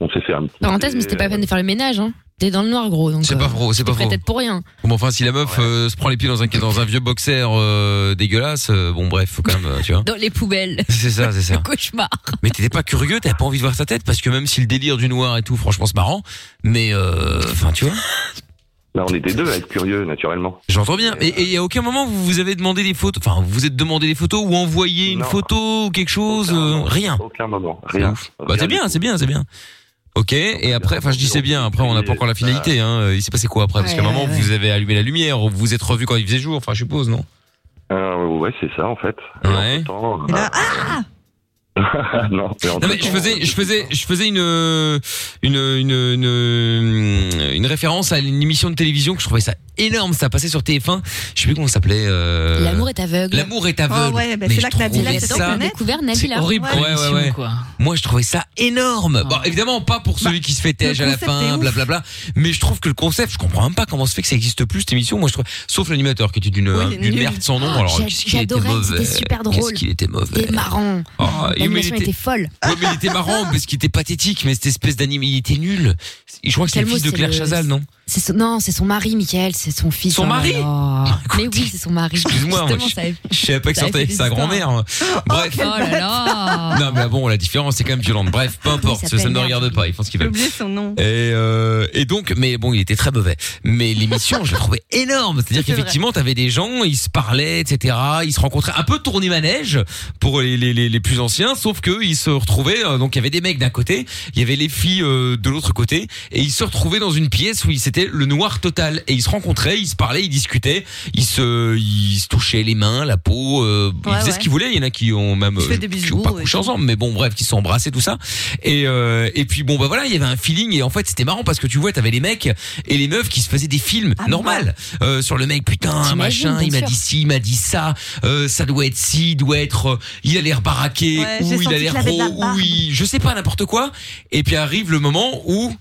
M: On s'est fait un petit. euh,
C: Parenthèse, mais c'était pas la peine de faire le ménage. Hein. T'es dans le noir, gros. Donc, euh,
B: C'est pas faux, c'est pas faux.
C: Peut-être pour rien.
B: Bon, enfin, si la meuf euh, se prend les pieds dans un, dans un vieux boxer euh, dégueulasse, euh, bon, bref, faut quand même, euh, tu vois.
C: Dans les poubelles. <laughs>
B: C'est ça, c'est ça.
C: Le cauchemar.
B: Mais t'étais pas curieux, t'avais pas envie de voir sa tête, parce que même si le délire du noir et tout, franchement, c'est marrant, mais euh, enfin, tu vois.
M: Là, on était deux à être curieux, naturellement.
B: <laughs> J'entends bien. Et et à aucun moment vous vous avez demandé des photos, enfin, vous vous êtes demandé des photos ou envoyé une photo ou quelque chose, euh, rien.
M: Aucun moment,
B: rien. Bah, c'est bien, c'est bien, c'est bien. Ok, et après, enfin, je dis c'est bien. Après, on n'a pas encore la finalité. Hein. Il s'est passé quoi après Parce qu'à un
M: Ouais,
B: moment,
M: ouais, ouais.
B: vous avez allumé la lumière, vous vous êtes revu quand il faisait jour. Enfin, je suppose, non
M: Euh, ouais, c'est ça, en fait. Et entre-temps,
C: ah
M: euh, <laughs> non, et
B: Non mais je
M: entre-temps,
B: faisais, je faisais, je faisais une euh, une une une, une référence à une émission de télévision que je trouvais ça énorme. Ça passait sur TF1. Je sais plus comment ça s'appelait. euh,
C: L'amour est aveugle.
B: L'amour est aveugle.
C: Ah ouais, bah,
B: Mais
C: c'est là
B: je
C: que Nabila
B: trouvais
C: s'est
B: ça
C: découvert Nabila.
B: horrible.
C: Ouais. Ah.
B: Ouais, ouais, ouais. Moi, je trouvais ça énorme. Bon, évidemment, pas pour celui qui se fait tège à la
C: Bah, concept est
B: fin,
C: ouf.
B: blablabla. Mais je trouve que le concept, je comprends même pas comment se fait que ça existe plus cette émission. Moi, je trouve, sauf l'animateur qui était d'une
C: il est
B: d'une
C: nul.
B: merde sans nom.
C: Oh,
B: Alors,
C: j'a-
B: qu'est-ce qu'il était
C: j'adorais,
B: mauvais
C: c'était super
B: Qu'est-ce
C: drôle.
B: qu'il était mauvais
C: Et marrant.
B: Oh, et mais il
C: L'animation
B: était-
C: était folle.
B: Ouais, mais il était marrant parce qu'il était pathétique, mais cette espèce d'anime, il était nul. Je crois que c'est le
C: Calmo,
B: fils de
C: c'est
B: Claire
C: le-
B: Chazal, non
C: C'est son- Non, c'est son mari, Michael, c'est son fils.
B: Son
C: Oh là
B: mari Ah,
C: là. Mais oui, c'est son mari.
B: Excuse-moi, moi,
C: Justement,
B: je-
C: ça avait-
B: Je savais pas que
C: ça
B: sortait
C: avait
B: avec
C: fait
B: sa
C: l'histoire.
B: grand-mère. Bref.
C: Oh là là.
B: Non, mais bon, la différence, c'est quand même violente. Bref, peu importe,
C: Ah. il
B: parce que ça ne me
C: s'appelle
B: regarde pas, ils font ce qu'ils
J: J'ai
B: veulent.
J: oublié son nom.
B: Et, euh, et donc, mais bon, il était très mauvais. Mais l'émission, je la trouvais énorme. C'est-à-dire
J: C'est vrai.
B: qu'effectivement, t'avais des gens, ils se parlaient, etc. Ils se rencontraient un peu tourné manège pour les, les, les, les plus anciens, sauf que ils se retrouvaient. euh, donc, il y avait des mecs d'un côté, il y avait les filles euh, de l'autre côté, et ils se retrouvaient dans une pièce où ils- c'était le noir total. Et ils se rencontraient, ils se parlaient, ils discutaient, ils se, ils se touchaient les mains, la peau, euh, ils
K: Ouais,
B: faisaient ce
K: ouais.
B: qu'ils voulaient. Il y en a qui ont même
K: se faisaient
B: euh,
K: des
B: qui
K: bisous,
B: ont pas
K: ouais.
B: couché ensemble, mais bon, bref, qui se sont embrassés tout ça. Et euh, et puis bon, bah voilà, il y avait un feeling et en fait c'était marrant parce que tu vois, t'avais les mecs et les meufs qui se faisaient des films normal euh, sur le mec. Putain,
K: Ah T'imagines,
B: machin,
K: bien
B: il m'a
K: sûr.
B: dit ci, il m'a dit ça. euh, ça doit être ci, il doit être. euh, il a l'air baraqué
K: Ouais, j'ai
B: ou il
K: senti
B: a l'air
K: qu'il avait de la
B: gros ou il, je sais pas n'importe quoi. Et puis arrive le moment où.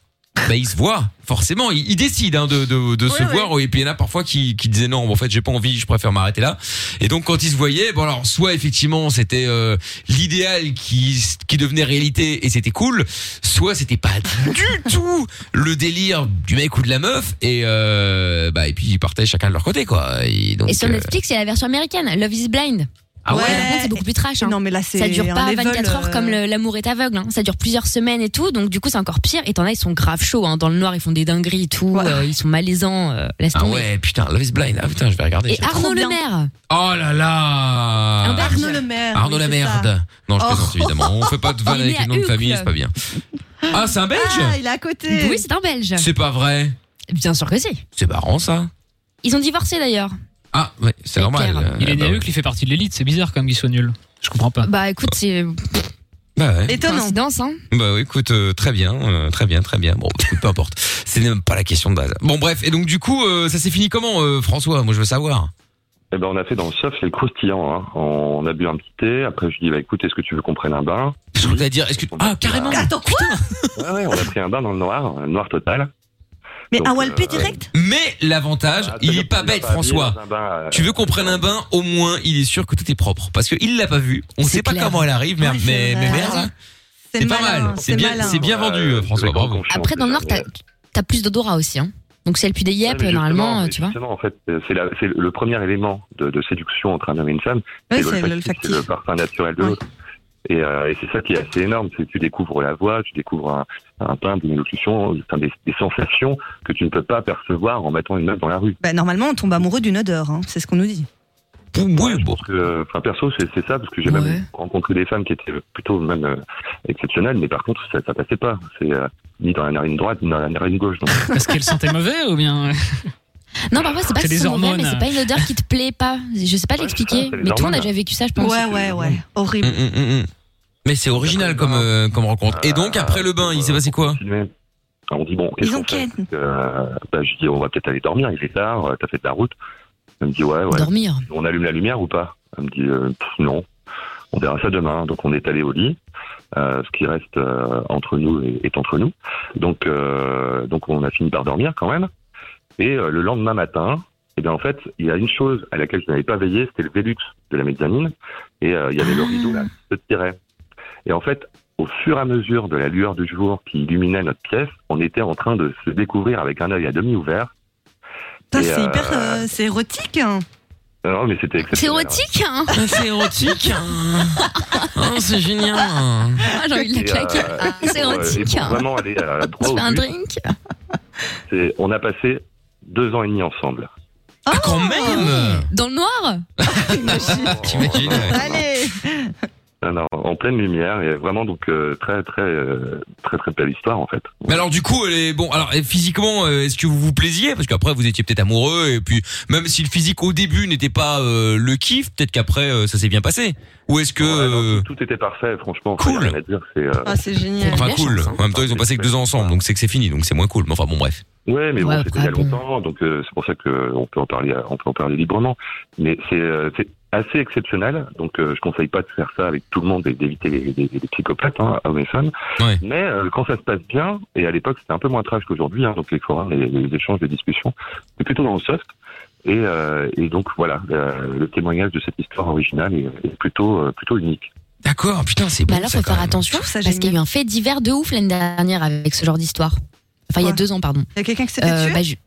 B: Bah, ils se voient, forcément, ils, ils décident hein, de, de, de se voir. Et puis il y en a parfois qui, qui disaient non, bon, en fait, j'ai pas envie, je préfère m'arrêter là. Et donc quand ils se voyaient, bon alors soit effectivement c'était euh, l'idéal qui qui devenait réalité et c'était cool, soit c'était pas <laughs> du tout le délire du mec ou de la meuf. Et euh, bah et puis ils partaient chacun de leur côté quoi. Et donc
C: Et sur
B: euh,
C: Netflix, il y a la version américaine, Love is Blind.
B: Ah ouais
C: par contre, c'est beaucoup plus trash. Non, mais là,
J: Ah, c'est
C: hein. Ça dure
J: un
C: pas
J: level,
C: 24 heures
J: euh,
C: comme le- l'amour est aveugle. hein. Ça dure plusieurs semaines et tout. Donc, du coup, c'est encore pire. Et t'en as, ils sont grave chauds. hein. Dans le noir, ils font des dingueries et tout. euh, ils sont malaisants. euh, laisse
B: ah
C: tomber.
B: ouais putain Love is Blind ah putain je vais regarder.
C: Et
B: ça.
C: Arnaud Le Maire.
B: Oh là là.
J: Arnaud Le Maire.
B: Arnaud
J: oui,
B: la
J: c'est
B: merde.
J: ça.
B: Non je
J: Oh.
B: plaisante évidemment. On fait pas de vanne
J: Il est
B: avec
J: à
B: les noms de
J: Uccle.
B: famille c'est pas bien. Ah c'est un belge.
J: Ah, il est à côté.
C: Oui, c'est un Belge.
B: C'est pas vrai.
C: Bien sûr que si.
B: C'est marrant ça.
C: Ils ont divorcé d'ailleurs.
B: Ah ouais c'est normal. euh,
E: Il est né
B: bah
E: à
B: ouais.
E: Uccle, il fait partie de l'élite. C'est bizarre quand même qu'il soit nul. Je comprends pas.
C: Bah écoute, c'est
B: Bah ouais.
C: Coïncidence, hein.
B: Bah oui, écoute, euh, très bien, euh, très bien, très bien. Bon, <laughs> bah, écoute, peu importe. C'est même pas la question de base. Bon, bref. Et donc, du coup, euh, ça s'est fini comment, euh, François Moi, je veux savoir.
M: Eh ben, on a fait dans le surf, c'est le croustillant. hein. On a bu un petit thé. Après, je lui dis, bah, écoute, est-ce que tu veux qu'on prenne un bain
B: Je voulais dire, est-ce que. Ah, carrément
M: Attends, quoi Ouais, ouais, on a pris un bain dans le noir, euh, noir total.
J: Mais
M: Donc,
J: à Walpé
M: euh,
J: direct
B: Mais l'avantage,
M: Ah,
B: il est pas bête, François.
M: euh,
B: Tu veux qu'on prenne un bain, au moins, il est sûr que tout est propre. Parce qu'il l'a pas vu. On sait pas comment elle arrive, mais, mais, mais merde. hein. C'est pas mal. C'est bien, c'est bien vendu, euh, François. Bravo.
C: Après, dans le Nord, t'as t'as plus d'odorat aussi. Hein. Donc, c'est le puits des yep, normalement, euh, tu vois.
M: Justement, en fait, euh, c'est la- c'est le premier élément de, de séduction entre un homme et une femme.
C: Oui,
M: c'est
C: c'est
M: l'olfactif,
C: l'olfactif.
M: c'est le parfum naturel de l'autre. Et, euh, et c'est ça qui est assez énorme, c'est que tu découvres la voix, tu découvres un, un timbre, une élocution, enfin, des, des sensations que tu ne peux pas percevoir en mettant une meuf dans la rue.
J: Bah, normalement, on tombe amoureux d'une odeur, hein, c'est ce qu'on nous dit.
M: Ouais, je pense que, enfin, perso, c'est c'est ça, parce que j'ai même rencontré des femmes qui étaient plutôt même euh, exceptionnelles, mais par contre, ça, ça passait pas. C'est euh, ni dans la narine droite, ni dans la narine gauche. Donc.
E: Parce qu'elle sentait mauvais ou bien euh,
C: Non, parfois,
B: Ah,
C: c'est pas
E: C'est
C: que
E: des
C: c'est mauvais,
E: hormones.
C: mais c'est pas une odeur qui te plaît pas. Je sais pas l'expliquer.
B: c'est les
C: Mais tout le monde a
B: hormones.
C: déjà vécu ça, je pense.
J: Ouais, ouais, ouais. Horrible.
B: Hum, hum, hum, hum. Mais c'est original comme, euh, comme rencontre. Et
M: Ah,
B: donc, après le bain, il s'est passé quoi
M: On dit bon, qu'est-ce qu'on fait Euh, bah, Je dis on va peut-être aller dormir, il est tard, euh, t'as fait de la route. Elle me dit ouais, ouais.
C: Dormir.
M: On allume la lumière ou pas Elle me dit euh, pff, non, on verra ça demain. Donc on est allé au lit. Euh, ce qui reste euh, entre nous est, est entre nous. Donc, euh, donc on a fini par dormir quand même. Et euh, le lendemain matin, eh bien en fait, il y a une chose à laquelle je n'avais pas veillé, c'était le Velux de la mezzanine. Et euh, il y avait le rideau là, qui se tirait. Et en fait, au fur et à mesure de la lueur du jour qui illuminait notre pièce, on était en train de se découvrir avec un œil à demi ouvert.
J: Putain,
M: Et,
J: c'est
M: euh,
J: hyper. euh, c'est érotique. hein.
M: Non, mais c'était
C: C'est
M: exceptionnel.
C: érotique, hein
B: C'est érotique. Oh, c'est génial.
C: Ah, J'ai envie de la
M: Et,
C: claquer.
M: euh,
C: Ah,
M: et
C: C'est
M: pour, euh, et
C: érotique,
M: pour
C: hein
M: vraiment aller à droit
C: Tu
M: au
C: fais un
M: but,
C: drink
J: Ah,
M: c'est- on a passé deux ans et demi ensemble.
C: Ah,
B: quand même
C: Dans le noir
B: T'imagines
J: Allez
M: Non, non, en pleine lumière et vraiment donc euh, très très euh, très très belle histoire en fait.
B: Mais alors du coup, elle est bon. Alors et physiquement, euh, est-ce que vous vous plaisiez Parce qu'après, vous étiez peut-être amoureux et puis même si le physique au début n'était pas euh, le kiff, peut-être qu'après euh, ça s'est bien passé. Ou est-ce que euh,
M: Tout était parfait franchement. Cool. Rien à dire, c'est, euh,
J: Ah, c'est génial.
B: enfin cool
C: hein.
B: En même temps, ils ont passé que deux ans ensemble, donc c'est que c'est fini, donc c'est moins cool. Mais enfin bon, bref.
M: Ouais, mais bon, c'était il y a longtemps, donc euh, c'est pour ça que on peut en parler, euh, on peut en parler librement. Mais c'est euh, c'est assez exceptionnel, donc euh, je conseille pas de faire ça avec tout le monde et d'éviter les, les- les psychopathes, hein, hommes et femmes. Mais euh, quand ça se passe bien, et à l'époque c'était un peu moins trash qu'aujourd'hui, hein, donc les forums, les, les échanges, les discussions, c'est plutôt dans le soft. Et, euh, et donc voilà, euh, le témoignage de cette histoire originale est, est plutôt euh, plutôt unique.
B: D'accord, putain, c'est
C: Bah là, faut faire attention, parce qu'il y a eu un fait divers de ouf l'année dernière avec ce genre d'histoire. Enfin, il y a deux ans, pardon. Euh, bah,
J: Il y a quelqu'un qui s'était tué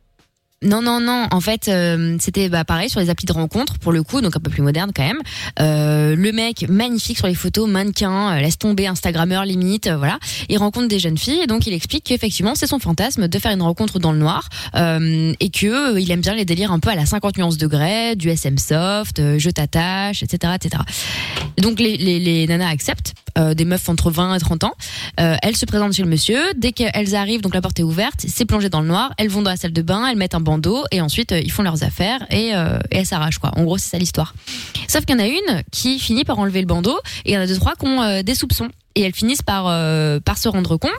C: Non, non, non. En fait, euh, c'était bah, pareil sur les applis de rencontre, pour le coup, donc un peu plus moderne quand même. Euh, le mec, magnifique sur les photos, mannequin, euh, laisse tomber, Instagrammeur limite, euh, voilà. Il rencontre des jeunes filles et donc il explique qu'effectivement, c'est son fantasme de faire une rencontre dans le noir euh, et que euh, il aime bien les délires un peu à la 50 nuances degrés, du SM soft, euh, je t'attache, etc., etc. Donc les, les, les nanas acceptent, euh, des meufs entre 20 et 30 ans. Euh, elles se présentent chez le monsieur. Dès qu'elles arrivent, donc la porte est ouverte, c'est plongé dans le noir. Elles vont dans la salle de bain, elles mettent un bandeau et ensuite euh, ils font leurs affaires et, euh, et elles s'arrachent quoi. En gros, c'est ça l'histoire. Sauf qu'il y en a une qui finit par enlever le bandeau et il y en a deux trois qui ont euh, des soupçons. Et elles finissent par, euh, par se rendre compte,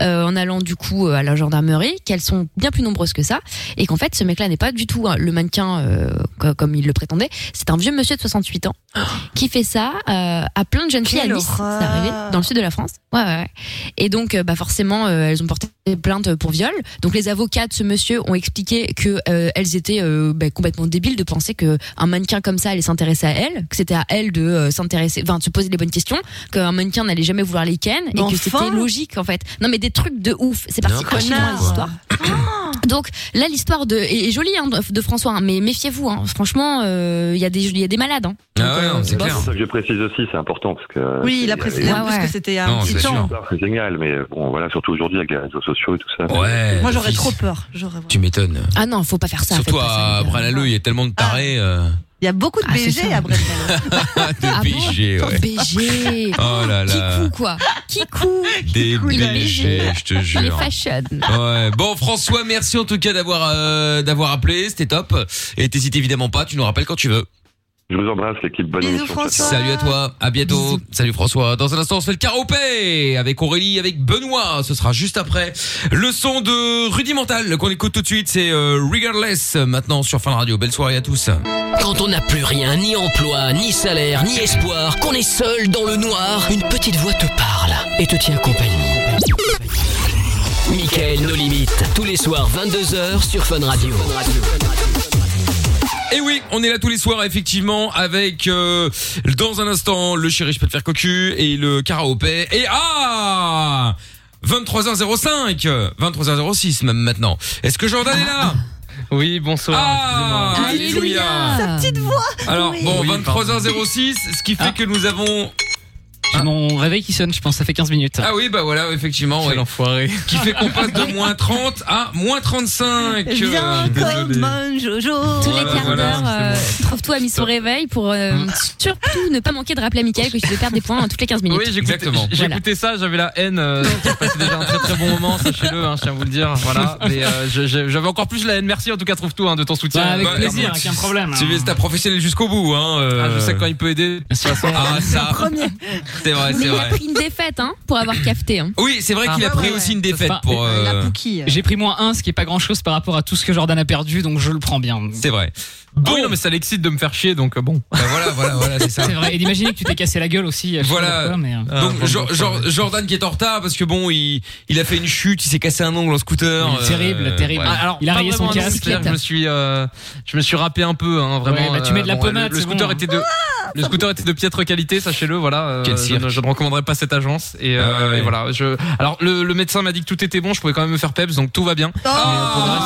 C: euh, en allant du coup euh, à la gendarmerie, qu'elles sont bien plus nombreuses que ça, et qu'en fait ce mec-là n'est pas du tout hein, le mannequin euh, co- comme il le prétendait, c'est un vieux monsieur de 68 ans qui fait ça euh, à plein de jeunes filles à
J: Oh Quelle
C: Nice, c'est
J: horreur.
C: arrivé, dans le sud de la France. Ouais, ouais, ouais. Et donc, euh, bah forcément, euh, elles ont porté plainte pour viol. Donc, les avocats de ce monsieur ont expliqué que euh, elles étaient euh, bah, complètement débiles de penser que un mannequin comme ça allait s'intéresser à elles, que c'était à elles de euh, s'intéresser, enfin, de se poser les bonnes questions, qu'un mannequin n'allait jamais vouloir les ken et
J: Mais
C: que
J: enfin
C: c'était logique en fait. Non, mais des trucs de ouf. C'est parti
J: N'importe
C: archi loin,
J: quoi.
C: l'histoire. Donc là, l'histoire de est est jolie hein, de- de François, hein, mais méfiez-vous. hein. Franchement, euh, il y a des il y a des malades. hein.
M: Ah
B: ouais, non, c'est clair.
M: pour ça que je précise aussi, c'est important parce que
C: Oui, il a précisé,
J: parce que c'était il y a un
M: Non,
J: petit
M: c'est
J: temps.
M: sûr. C'est génial, mais bon, voilà, surtout aujourd'hui avec les réseaux sociaux et tout ça.
B: Ouais.
J: Moi, j'aurais trop peur. J'aurais-
B: Tu m'étonnes.
C: Ah non, faut pas faire ça.
B: Euh,
C: Ah.
B: Surtout à Bralaleu, il y a tellement de tarés. euh,
J: Il y a beaucoup de BG
C: hein.
J: à
C: <laughs>
J: Brest.
C: Ah
B: <laughs> de BG,
J: <laughs>
B: ouais.
C: BG.
B: Oh là là.
C: Kikou quoi. Kikou.
B: Des
C: Kikou, il est
B: BG, je te
C: Les
B: jure.
C: fashion.
B: Ouais. Bon François, merci en tout cas d'avoir euh, d'avoir appelé, c'était top. Et t'hésites évidemment pas, tu nous rappelles quand tu veux.
M: Je vous embrasse l'équipe, bonne émission.
B: Salut à toi, à bientôt. Salut François. Dans un instant, on se fait le karaopé avec Aurélie, avec Benoît. Ce sera juste après le son de Rudimental qu'on écoute tout de suite. C'est euh, Regardless maintenant sur Fin Radio. Belle soirée à tous.
A: Quand on n'a plus rien, ni emploi, ni salaire, ni espoir, qu'on est seul dans le noir, une petite voix te parle et te tient compagnie. Michael, nos limites. Tous les soirs, 22h sur Fun Radio.
B: Et oui, on est là tous les soirs effectivement avec euh, dans un instant le chéri je peux te faire cocu et le karaopé et ah 23h05 23h06 même maintenant. Est-ce que Jordan est
K: Ah.
B: là
K: Oui, bonsoir.
B: Ah,
J: Alléluia. Sa petite voix.
B: Alors
J: Oui.
B: bon
K: Oui, pardon. Ah.
B: 23h06 ce qui fait que nous avons
E: J'ai mon réveil qui sonne, je pense, ça fait 15 minutes.
B: Ah oui, bah voilà, effectivement. ouais. Qui fait qu'on passe de moins 30 à moins 35.
J: Viens
B: Euh,
J: comme
B: désolé.
J: un Jojo.
C: Tous
B: Voilà,
C: les quarts
B: voilà,
C: d'heure, euh, trouve-toi à mis son réveil pour euh,
B: Mm.
C: surtout ne pas manquer de rappeler à Michael que tu peux perdre des points euh, toutes les 15 minutes.
K: Oui, j'ai écouté, j'ai
C: Voilà.
K: écouté ça, j'avais la haine. euh, J'ai passé déjà un très très bon moment, sachez-le, hein, je tiens à vous le dire. Voilà. Mais euh, je- je- j'avais encore plus la haine. Merci en tout cas, trouve tout hein, de ton soutien.
B: Bah, avec plaisir,
K: merci.
B: aucun problème, hein. Tu es un professionnel jusqu'au bout. Hein, euh.
K: Ah, je sais quand il peut aider.
B: Ah, ça.
C: Premier.
B: C'est vrai,
C: Mais
B: c'est
C: il a
B: vrai.
C: pris une défaite hein, pour avoir cafeté. Hein.
B: Oui, c'est vrai qu'il a pris aussi une défaite pour. euh,
E: J'ai pris moins 1, ce qui est pas grand chose par rapport à tout ce que Jordan a perdu, donc je le prends bien.
B: C'est vrai. Bah,
K: Bon, Ah non, mais ça l'excite de me faire chier, donc euh, bon.
B: voilà, voilà, voilà, c'est ça.
E: C'est vrai. Et d'imaginer que tu t'es cassé la gueule aussi. je sais pas
B: Voilà.
E: pourquoi, mais, euh,
B: Donc Jor- Jor- Jordan qui est en retard parce que bon, il, il a fait une chute, il s'est cassé un ongle en scooter. euh,
E: Oui, terrible, terrible. Ah, alors, Il a
K: Pas
E: rayé son
K: vraiment, non,
E: casque.
K: c'est-à-dire que Je me suis, euh, je me suis râpé un peu, hein, vraiment.
E: Ouais, bah, tu mets de la
B: euh,
K: bon, le-
E: pommade,
K: Le,
E: c'est
K: scooter
E: bon.
K: était de, le scooter était de piètre qualité, sachez-le. Voilà. euh,
B: Quel
K: je,
B: cirque.
K: ne, je ne recommanderais pas cette agence. Et, euh,
B: Ah ouais, ouais.
K: et voilà. Je, alors le, le médecin m'a dit que tout était bon. Je pouvais quand même me faire peps, donc tout va bien.
E: Oh,
B: Ah,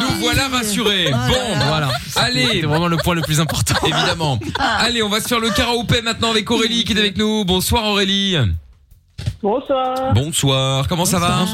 B: Nous voilà rassurés. Bon,
K: voilà.
B: Allez,
K: C'était vraiment le point le plus
E: <laughs>
K: important.
B: Évidemment. Allez, on va se faire le karaopé maintenant avec Aurélie qui est avec nous. Bonsoir Aurélie.
N: Bonsoir.
B: Bonsoir. Comment ça va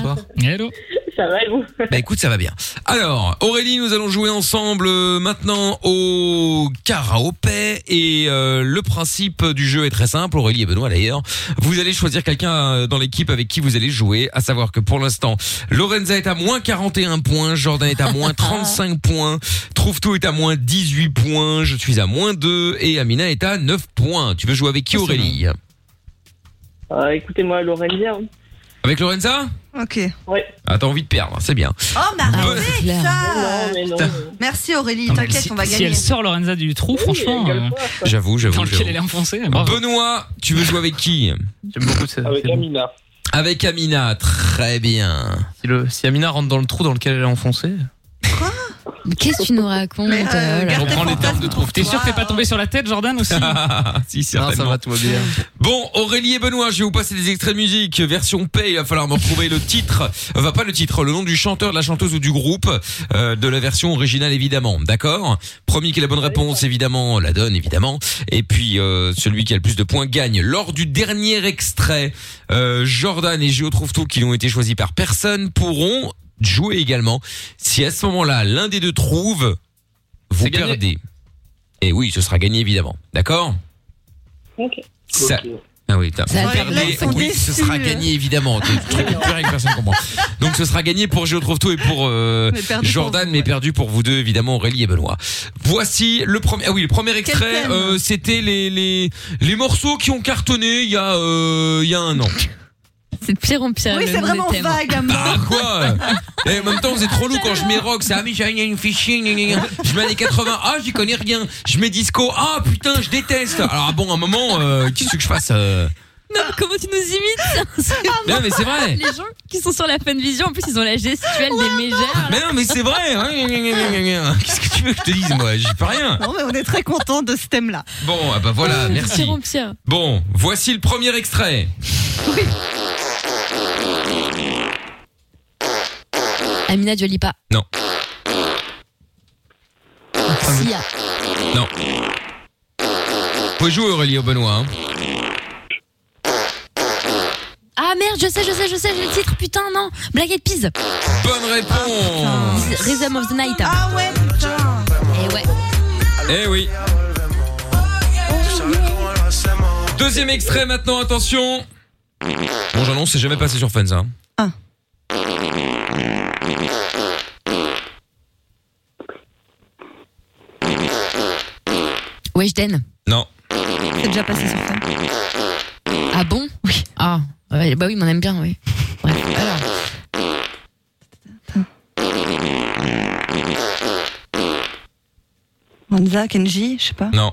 E: Hello.
N: Ça va et vous
B: Bah écoute, ça va bien. Alors, Aurélie, nous allons jouer ensemble euh, maintenant au karaopé et euh, le principe du jeu est très simple, Aurélie et Benoît d'ailleurs. Vous allez choisir quelqu'un euh, dans l'équipe avec qui vous allez jouer, à savoir que pour l'instant, Lorenza est à moins 41 points, Jordan est à moins 35 points, Trouve-tout est à moins 18 points, je suis à moins 2 et Amina est à 9 points. Tu veux jouer avec qui Aurélie
N: Euh, Écoutez-moi, Laurentien.
B: Avec Lorenza
J: Ok.
N: Ouais.
B: Ah, t'as envie de perdre, c'est bien.
J: Oh, mais
C: Ah,
J: arrêtez ça
B: Putain.
J: Merci Aurélie,
E: Non, mais
J: t'inquiète,
E: si,
J: on va
E: si
J: gagner.
E: elle sort Lorenza du trou, franchement. euh,
B: J'avoue, j'avoue.
E: Dans lequel
B: j'avoue.
E: elle est enfoncée. eh,
B: Benoît, tu veux jouer avec qui
K: J'aime beaucoup ça. Avec
I: Amina.
B: Avec Amina, très bien.
K: Si, le, si Amina rentre dans le trou dans lequel elle est enfoncée.
C: Qu'est-ce que tu nous racontes euh, là.
K: Je reprends les termes de trouve
E: T'es sûr que t'es pas tombé sur la tête, Jordan aussi
B: <laughs> si, certainement.
K: ça va, tout va bien.
B: Bon, Aurélie et Benoît, je vais vous passer des extraits de musique version P. Il va falloir me retrouver le titre, enfin pas le titre, le nom du chanteur, de la chanteuse ou du groupe euh, de la version originale évidemment. D'accord. Promis que la bonne réponse évidemment la donne évidemment. Et puis euh, celui qui a le plus de points gagne. Lors du dernier extrait, euh, Jordan et Géo Trouve tout qui n'ont été choisis par personne pourront jouer également. Si à ce moment-là l'un des deux trouve, vous
K: C'est gagné.
B: perdez. Et oui, ce sera gagné évidemment. D'accord.
N: Ok.
B: Ça... Ah oui, putain.
N: Ça
B: Vous
N: a l'air
B: perdez.
N: là, ils sont
B: Oui, ce
N: déçus.
B: sera gagné évidemment. Tu- tu truc que plus rien que personne comprend. Donc ce sera gagné pour Géo Trouve Tout et pour euh,
N: Mais perdu pour
B: Jordan, mais perdu pour vous deux évidemment, Aurélie et Benoît. Voici le premier. Ah oui, le premier extrait,
N: thème
B: euh, c'était les, les les morceaux qui ont cartonné il y a euh, il y a un
N: <laughs>
B: an.
C: C'est de pire en pire.
J: Oui,
C: le
J: c'est
C: nom des
J: vraiment
C: thèmes.
J: vague hein, à mort.
B: Ah quoi Et en même temps, vous êtes trop lourd quand je mets rock, c'est ami, j'ai une fichier, gna, gna, gna. je mets les 80, ah j'y connais rien. Je mets disco, ah putain, je déteste. Alors ah bon, à un moment, euh, qu'est-ce que je fasse euh,
C: Non, mais comment tu nous imites hein,
B: Non, mais c'est vrai.
C: Les gens qui sont sur la fin de vision, en plus, ils ont la gestuelle des mégères.
B: Mais non, mais c'est vrai. hein. Qu'est-ce que tu veux que je te dise, moi J'y peux rien.
J: Non, mais on est très contents de ce thème-là.
B: Bon, ah bah voilà,
J: Oui,
B: merci.
J: Pierre en pierre.
B: Bon, voici le premier extrait.
C: Amina Diolipa.
B: Non.
C: Sia.
B: Non. Vous pouvez jouer Aurélie au Benoît. hein.
C: Ah merde, je sais, je sais, je sais, j'ai le titre, putain, non. Black Eyed Peas.
B: Bonne réponse.
C: Rhythm of the Night. Ah ouais, putain. Et ouais. Ah,
B: Eh oui. Deuxième extrait maintenant, attention. Bon, j'annonce, c'est jamais passé sur hein. Fun, ça.
C: Weshden.
B: Non.
C: C'est déjà passé sur Fun. Ah bon Oui. Ah, ouais, bah oui, mais on aime bien, oui. Bref, alors.
J: Manza, Kenji, je sais pas.
B: Non.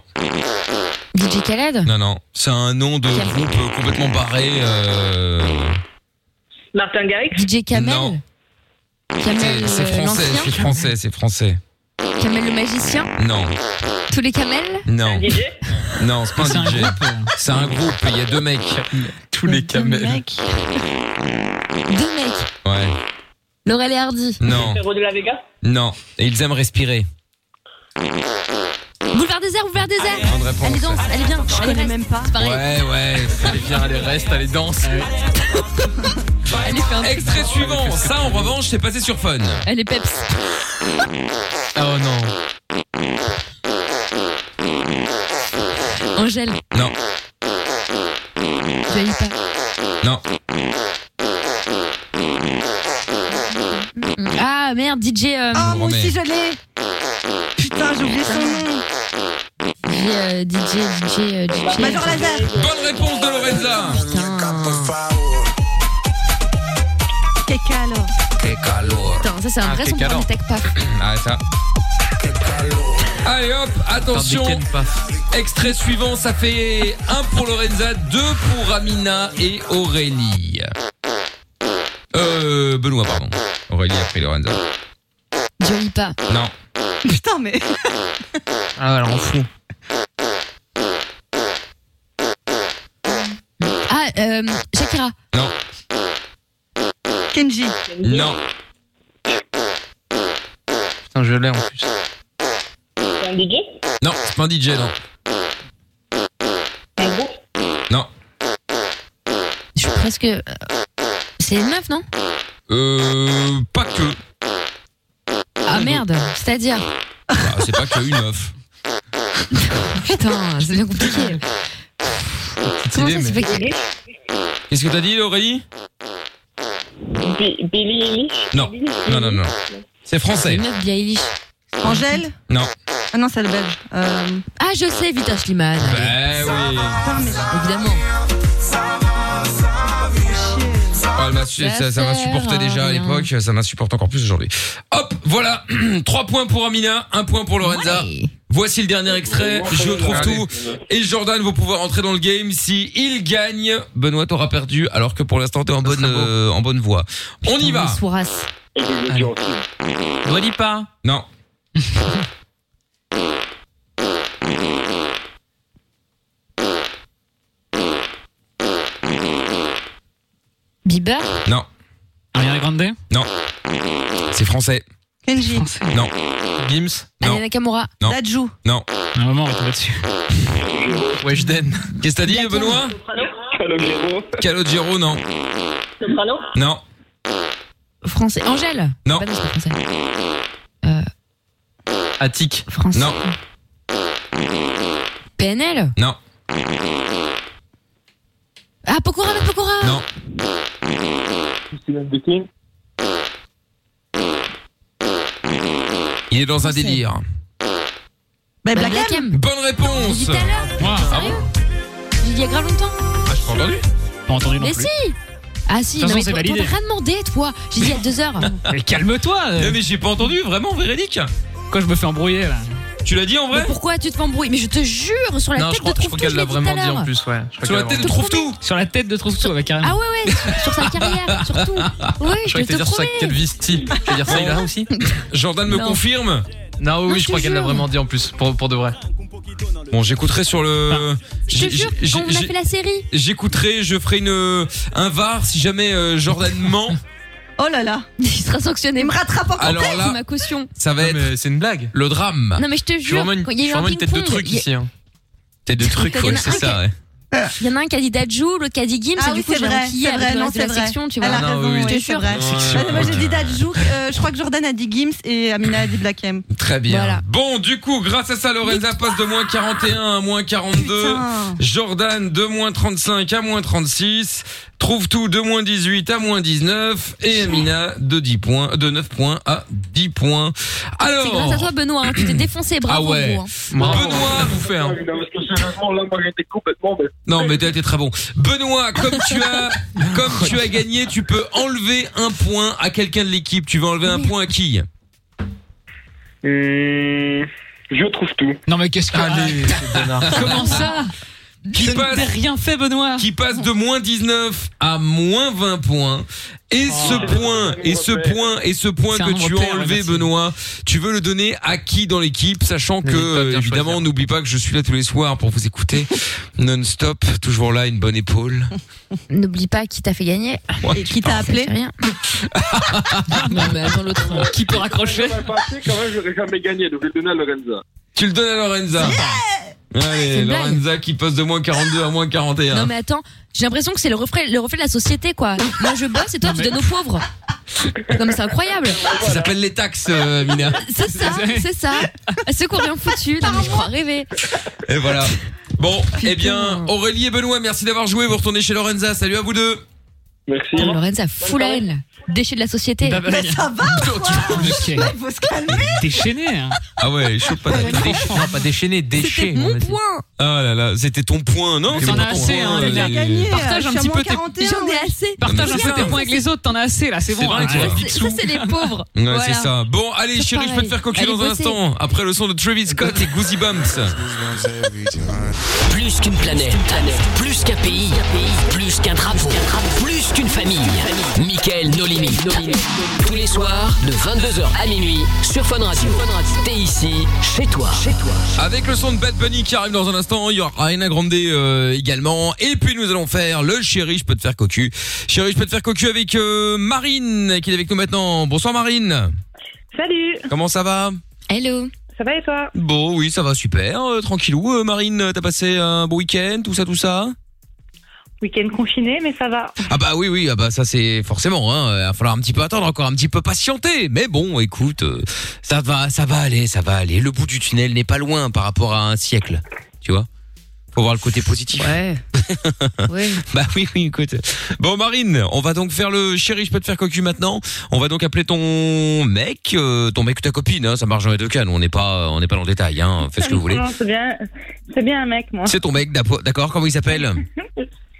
C: DJ Khaled
B: Non, non. C'est un nom de groupe euh, complètement barré. euh,
N: Martin Garrix
C: DJ Kamel
B: Non. C'est
C: Kamel,
B: c'est
C: euh,
B: français,
C: l'ancien
B: c'est français, c'est français.
C: Kamel le magicien
B: Non,
C: Tous les Kamels
B: non.
C: DJ
B: Non, c'est pas un DJ. C'est un groupe, il y a deux mecs. Tous les camels.
C: Deux mecs
B: Ouais.
C: Laurel et Hardy
B: Non.
N: Héros de la Vega
B: Non, et ils aiment respirer.
C: Boulevard désert, boulevard désert
B: Bonne réponse.
C: Allez danse, allez viens, je connais même pas C'est pareil
B: Ouais, ouais. Allez, viens, allez, reste, allez, danse.
C: <laughs>
B: Extrait suivant. Ça, en revanche, c'est passé sur Fun.
C: Elle est peps
B: Oh non.
C: Angèle
B: Non.
C: Jaïpa
B: Non.
C: Ah merde, DJ euh,
J: Ah, moi aussi, je l'ai. Putain, j'ai oublié son nom.
C: DJ, euh, DJ, DJ, euh, DJ
J: Major Laser.
B: Bonne réponse de Lorenza.
J: Quel calor.
B: Quel calor.
C: Putain, ça c'est un
B: Ah,
C: vrai
B: quel
C: son pour
B: calor.
C: une tech paf
B: Ah, ça. Allez hop, attention.
K: Attends, des Ken
B: Extrait suivant, ça fait un pour Lorenza, deux pour Amina et Aurélie. Euh, Benoît, pardon. Aurélie a pris Lorenza.
C: Jaïpa
B: Non.
J: Putain,
B: <laughs>
J: mais.
B: Ah, alors on fout.
C: Ah, euh, Shakira
B: Non.
J: Kenji.
B: Non. Putain, je l'ai en plus.
N: C'est un DJ
B: Non, c'est pas un DJ, non.
N: Un groupe
B: Non.
C: Je suis presque... euh, C'est une meuf, non
B: Euh, pas que.
C: Ah merde, c'est-à-dire
B: Ah, c'est pas que une meuf.
C: Putain, c'est bien compliqué Comment ça se fait que...
B: Qu'est-ce que t'as dit, Aurélie
N: Bi- Billy Eilish
B: Non. Non, non, non. C'est français.
C: Meuf Billie Eilish
J: Angèle
B: Non.
J: Ah non, c'est le belge. Euh...
C: Ah, je sais, Vita Slimane
B: Eh oui.
C: Évidemment
B: Ah, elle m'a su- ça ça m'insupportait déjà à l'époque, ça m'insupporte encore plus aujourd'hui. Hop, voilà. <clears throat> Trois points pour Amina, un point pour Lorenza. Voici le dernier extrait. Je trouve tout. Et Jordan va pouvoir entrer dans le game si il gagne. Benoît t'aura perdu alors que pour l'instant t'es en bonne euh, en bonne voie. On y va.
C: Souras
B: pas. Non.
C: Bieber
B: Non.
E: Ariana Grande
B: Non. C'est français.
J: Kenji.
B: Non. Gims. Non.
C: Aya Nakamura
B: Non.
J: Dadju.
B: Non.
E: Un moment, Ah, on va tomber dessus.
B: Weshden. Qu'est-ce que t'as dit, Benoît
N: Calogero.
B: Calogero, non.
N: Soprano
B: Non.
C: Français Angèle
B: Non.
C: Bah non, Ah, c'est pas français.
E: Euh,
B: Attic.
C: Français.
B: Non.
C: PNL
B: Non.
C: Ah, Pokora avec Pokora
B: Non. Il est dans un délire.
J: Bah,
C: Black, M.
B: Bonne réponse.
C: J'ai dit tout à l'heure.
B: Ah bon
C: Il y a grave longtemps
B: Ah, je pas entendu. Pas entendu
C: Mais si Ah si,
B: De toute
C: non,
B: façon,
C: mais
B: c'est
C: t'en
B: validé.
C: t'as rien demandé, toi J'ai dit il y a deux heures
B: Mais calme-toi.
E: euh.
B: Mais j'ai pas entendu, vraiment, véridique. Quand je me fais embrouiller là. Tu l'as dit <laughs> en vrai
C: Mais pourquoi tu te fais embrouiller Mais je te jure, sur la
B: Non,
C: tête
B: je crois-
C: de
B: je crois
C: trouve tout,
B: qu'elle
C: je
B: l'a
C: l'ai dit
B: vraiment
C: tout à
B: dit en
C: l'heure.
B: plus.
K: Ouais.
B: Sur la tête de trouve tout.
E: Sur la tête de Trouve-Tout, avec carrément.
C: Ah
B: <laughs>
C: ouais, ouais, sur sa carrière, surtout Ah Oui,
K: croyais
C: je
K: que t'allais
C: vais te
K: dire ça
C: prouver
K: Calvisti. Je vais dire ça, il a aussi.
B: Jordan me
K: Non.
B: confirme.
K: Non, oui,
B: Non,
K: oui,
B: je
K: je crois
B: te
K: qu'elle l'a
B: jure.
K: vraiment dit en plus, pour, pour de vrai.
B: Bon, j'écouterai sur le.
C: Je
B: j'ai-
C: te jure,
B: j'ai-
C: quand on a
B: j'ai-
C: fait la série
B: J'écouterai, je ferai une euh, un var si jamais euh, <laughs> Jordan ment.
J: Oh là là.
C: Il sera sanctionné
J: Il me rattrape encore
B: Alors
J: plus.
B: là-
C: ma caution
B: Ça va être. C'est une blague. Le drame.
C: Non mais je te
B: suis
C: jure,
B: vraiment une-
C: quand il y a
B: je
C: eu
B: suis
C: un
B: vraiment une tête de
C: ping-pong,
B: truc
C: il y a-
B: ici, hein. Tête de truc,
C: Il y en a
B: ouais,
C: un
B: c'est
C: qui-
B: ça, ouais.
C: Il y en a un qui a dit Dadju, l'autre qui a dit Gims,
J: Ah
C: et
J: oui,
C: du coup
J: c'est
C: j'ai
J: vrai,
C: enquillé
J: c'est
C: avec
J: vrai,
C: le
J: non,
C: reste de
J: c'est
C: la
J: vrai.
C: section, tu
J: Elle
C: vois.
J: a
B: Ah
K: raison, oui,
C: je
K: oui.
C: te jure.
K: Ouais, c'est
J: Ouais,
K: sûr.
J: moi j'ai dit Dadju, euh, je crois que Jordan a dit Gims et Amina a dit Black M.
B: Très bien.
J: Voilà.
B: Bon, du coup, grâce à ça, Lorenza passe de moins 41 à moins 42.
J: Putain.
B: Jordan de moins 35 à moins 36. Trouve tout de moins 18 à moins 19. Et Amina de 10 points, de 9 points à 10 points. Alors.
C: C'est grâce à toi Benoît, hein,
B: <clears throat>
C: tu t'es défoncé,
B: ah
C: bravo
B: ouais. <clears throat>
C: gros, hein.
B: Benoît, vous fait, hein. Non, mais t'as été très bon.
O: Ah,
B: Benoît, comme tu
C: <laughs>
B: as, comme tu as gagné, tu peux enlever un point à quelqu'un de l'équipe. Tu vas enlever un point à qui?
I: Je trouve tout.
E: Non mais qu'est-ce que... Ah,
B: Allez,
E: Comment ça Qui passe, rien fait, Benoît.
B: Qui passe de moins 19 à moins 20 points. Et ce point, et ce point, et ce point
E: C'est un
B: que
E: nombre
B: tu
E: pair,
B: as
E: ouais,
B: enlevé,
E: merci.
B: Benoît, tu veux le donner à qui dans l'équipe, sachant que, euh, évidemment, n'oublie pas que je suis là tous les soirs pour vous
C: <laughs>
B: écouter, non-stop, toujours là, une bonne épaule.
C: N'oublie pas qui t'a fait gagner.
B: Ouais,
C: qui t'a appelé
B: <laughs>
C: rien. non, mais attends l'autre.
E: Qui peut raccrocher
H: quand même, j'aurais jamais gagné, donc je vais le donner à Lorenza.
B: Tu le donnes à Lorenza.
C: C'est
B: Allez,
C: une blague.
B: Lorenza qui passe de moins 42 à moins 41.
C: Non, mais attends, j'ai l'impression que c'est le reflet, le reflet de la société, quoi. Moi, je bosse et toi,
B: Non,
C: tu
B: mais-
C: donnes aux pauvres. Non, mais c'est incroyable.
B: Ça s'appelle les taxes,
C: <laughs>
B: euh, Mina.
C: C'est ça, c'est ça. C'est qu'on rien foutu. Non, mais je crois rêver.
B: Et voilà. Bon, eh bien, Aurélie et Benoît, merci d'avoir joué. Vous retournez chez Lorenza. Salut à vous deux. Merci.
C: Putain, Lorenza, fou la haine. Déchet de la société. Ah
B: Bah, bah, Mais ça
C: va
B: <laughs> Il
C: faut se calmer.
B: Déchaîné, hein. Ah ouais, chaud pas déchaîné. pas déchaîné, déchaîné. mon
C: point.
B: Ah là là, c'était ton point, non
E: Mais t'en as assez, hein, les gars. Gagné, Partage euh, un je suis à petit moins peu tes- 41,
C: J'en ai assez.
E: Partage un peu tes points avec les autres, t'en as assez là, c'est
B: C'est
E: bon.
B: vrai,
E: arrête,
B: quoi.
E: vite
C: Ça, c'est les pauvres.
B: Ouais,
E: Voilà.
B: c'est ça. Bon, allez,
E: C'est
B: chérie, je peux te
E: pareil.
B: faire cocu
E: Allez,
B: dans un
E: bosser.
B: instant. Après le son de Travis Scott et Goosey Bumps.
A: Plus qu'une planète, plus qu'un pays, plus qu'un drapeau, plus qu'une famille. Michael No Limites. Tous les soirs, de 22h à minuit, sur Fun Radio. T'es ici, chez toi.
B: Avec le son de Bad Bunny qui arrive dans un instant, il y aura Ariana Grande euh, également. Et puis nous allons faire le chéri, je peux te faire cocu. Chéri, je peux te faire cocu avec euh, Marine qui est avec nous maintenant. Bonsoir Marine.
O: Salut.
B: Comment ça va
C: Hello.
O: Ça va et toi
B: Bon, oui, ça va super. Euh, tranquillou, euh, Marine, euh, t'as passé un bon week-end, tout ça, tout ça
O: Week-end confiné, mais ça va.
B: Ah bah oui, oui, ah bah ça c'est forcément. Hein, il va falloir un petit peu attendre, encore un petit peu patienter. Mais bon, écoute, euh, ça va, ça va aller, ça va aller. Le bout du tunnel n'est pas loin par rapport à un siècle, tu vois. Faut voir le côté positif. <laughs>
C: Ouais.
B: Bah oui, oui, écoute. Bon, Marine, on va donc faire le chéri, je peux te faire cocu maintenant. On va donc appeler ton mec, euh, ton mec ou ta copine. hein, ça marche dans les deux cas. Nous, on n'est pas, on n'est pas dans le détail. Hein, fais ce que
O: <laughs>
B: vous voulez.
O: Non, c'est bien, c'est bien un mec, moi.
B: C'est ton mec, d'apo- d'accord Comment il s'appelle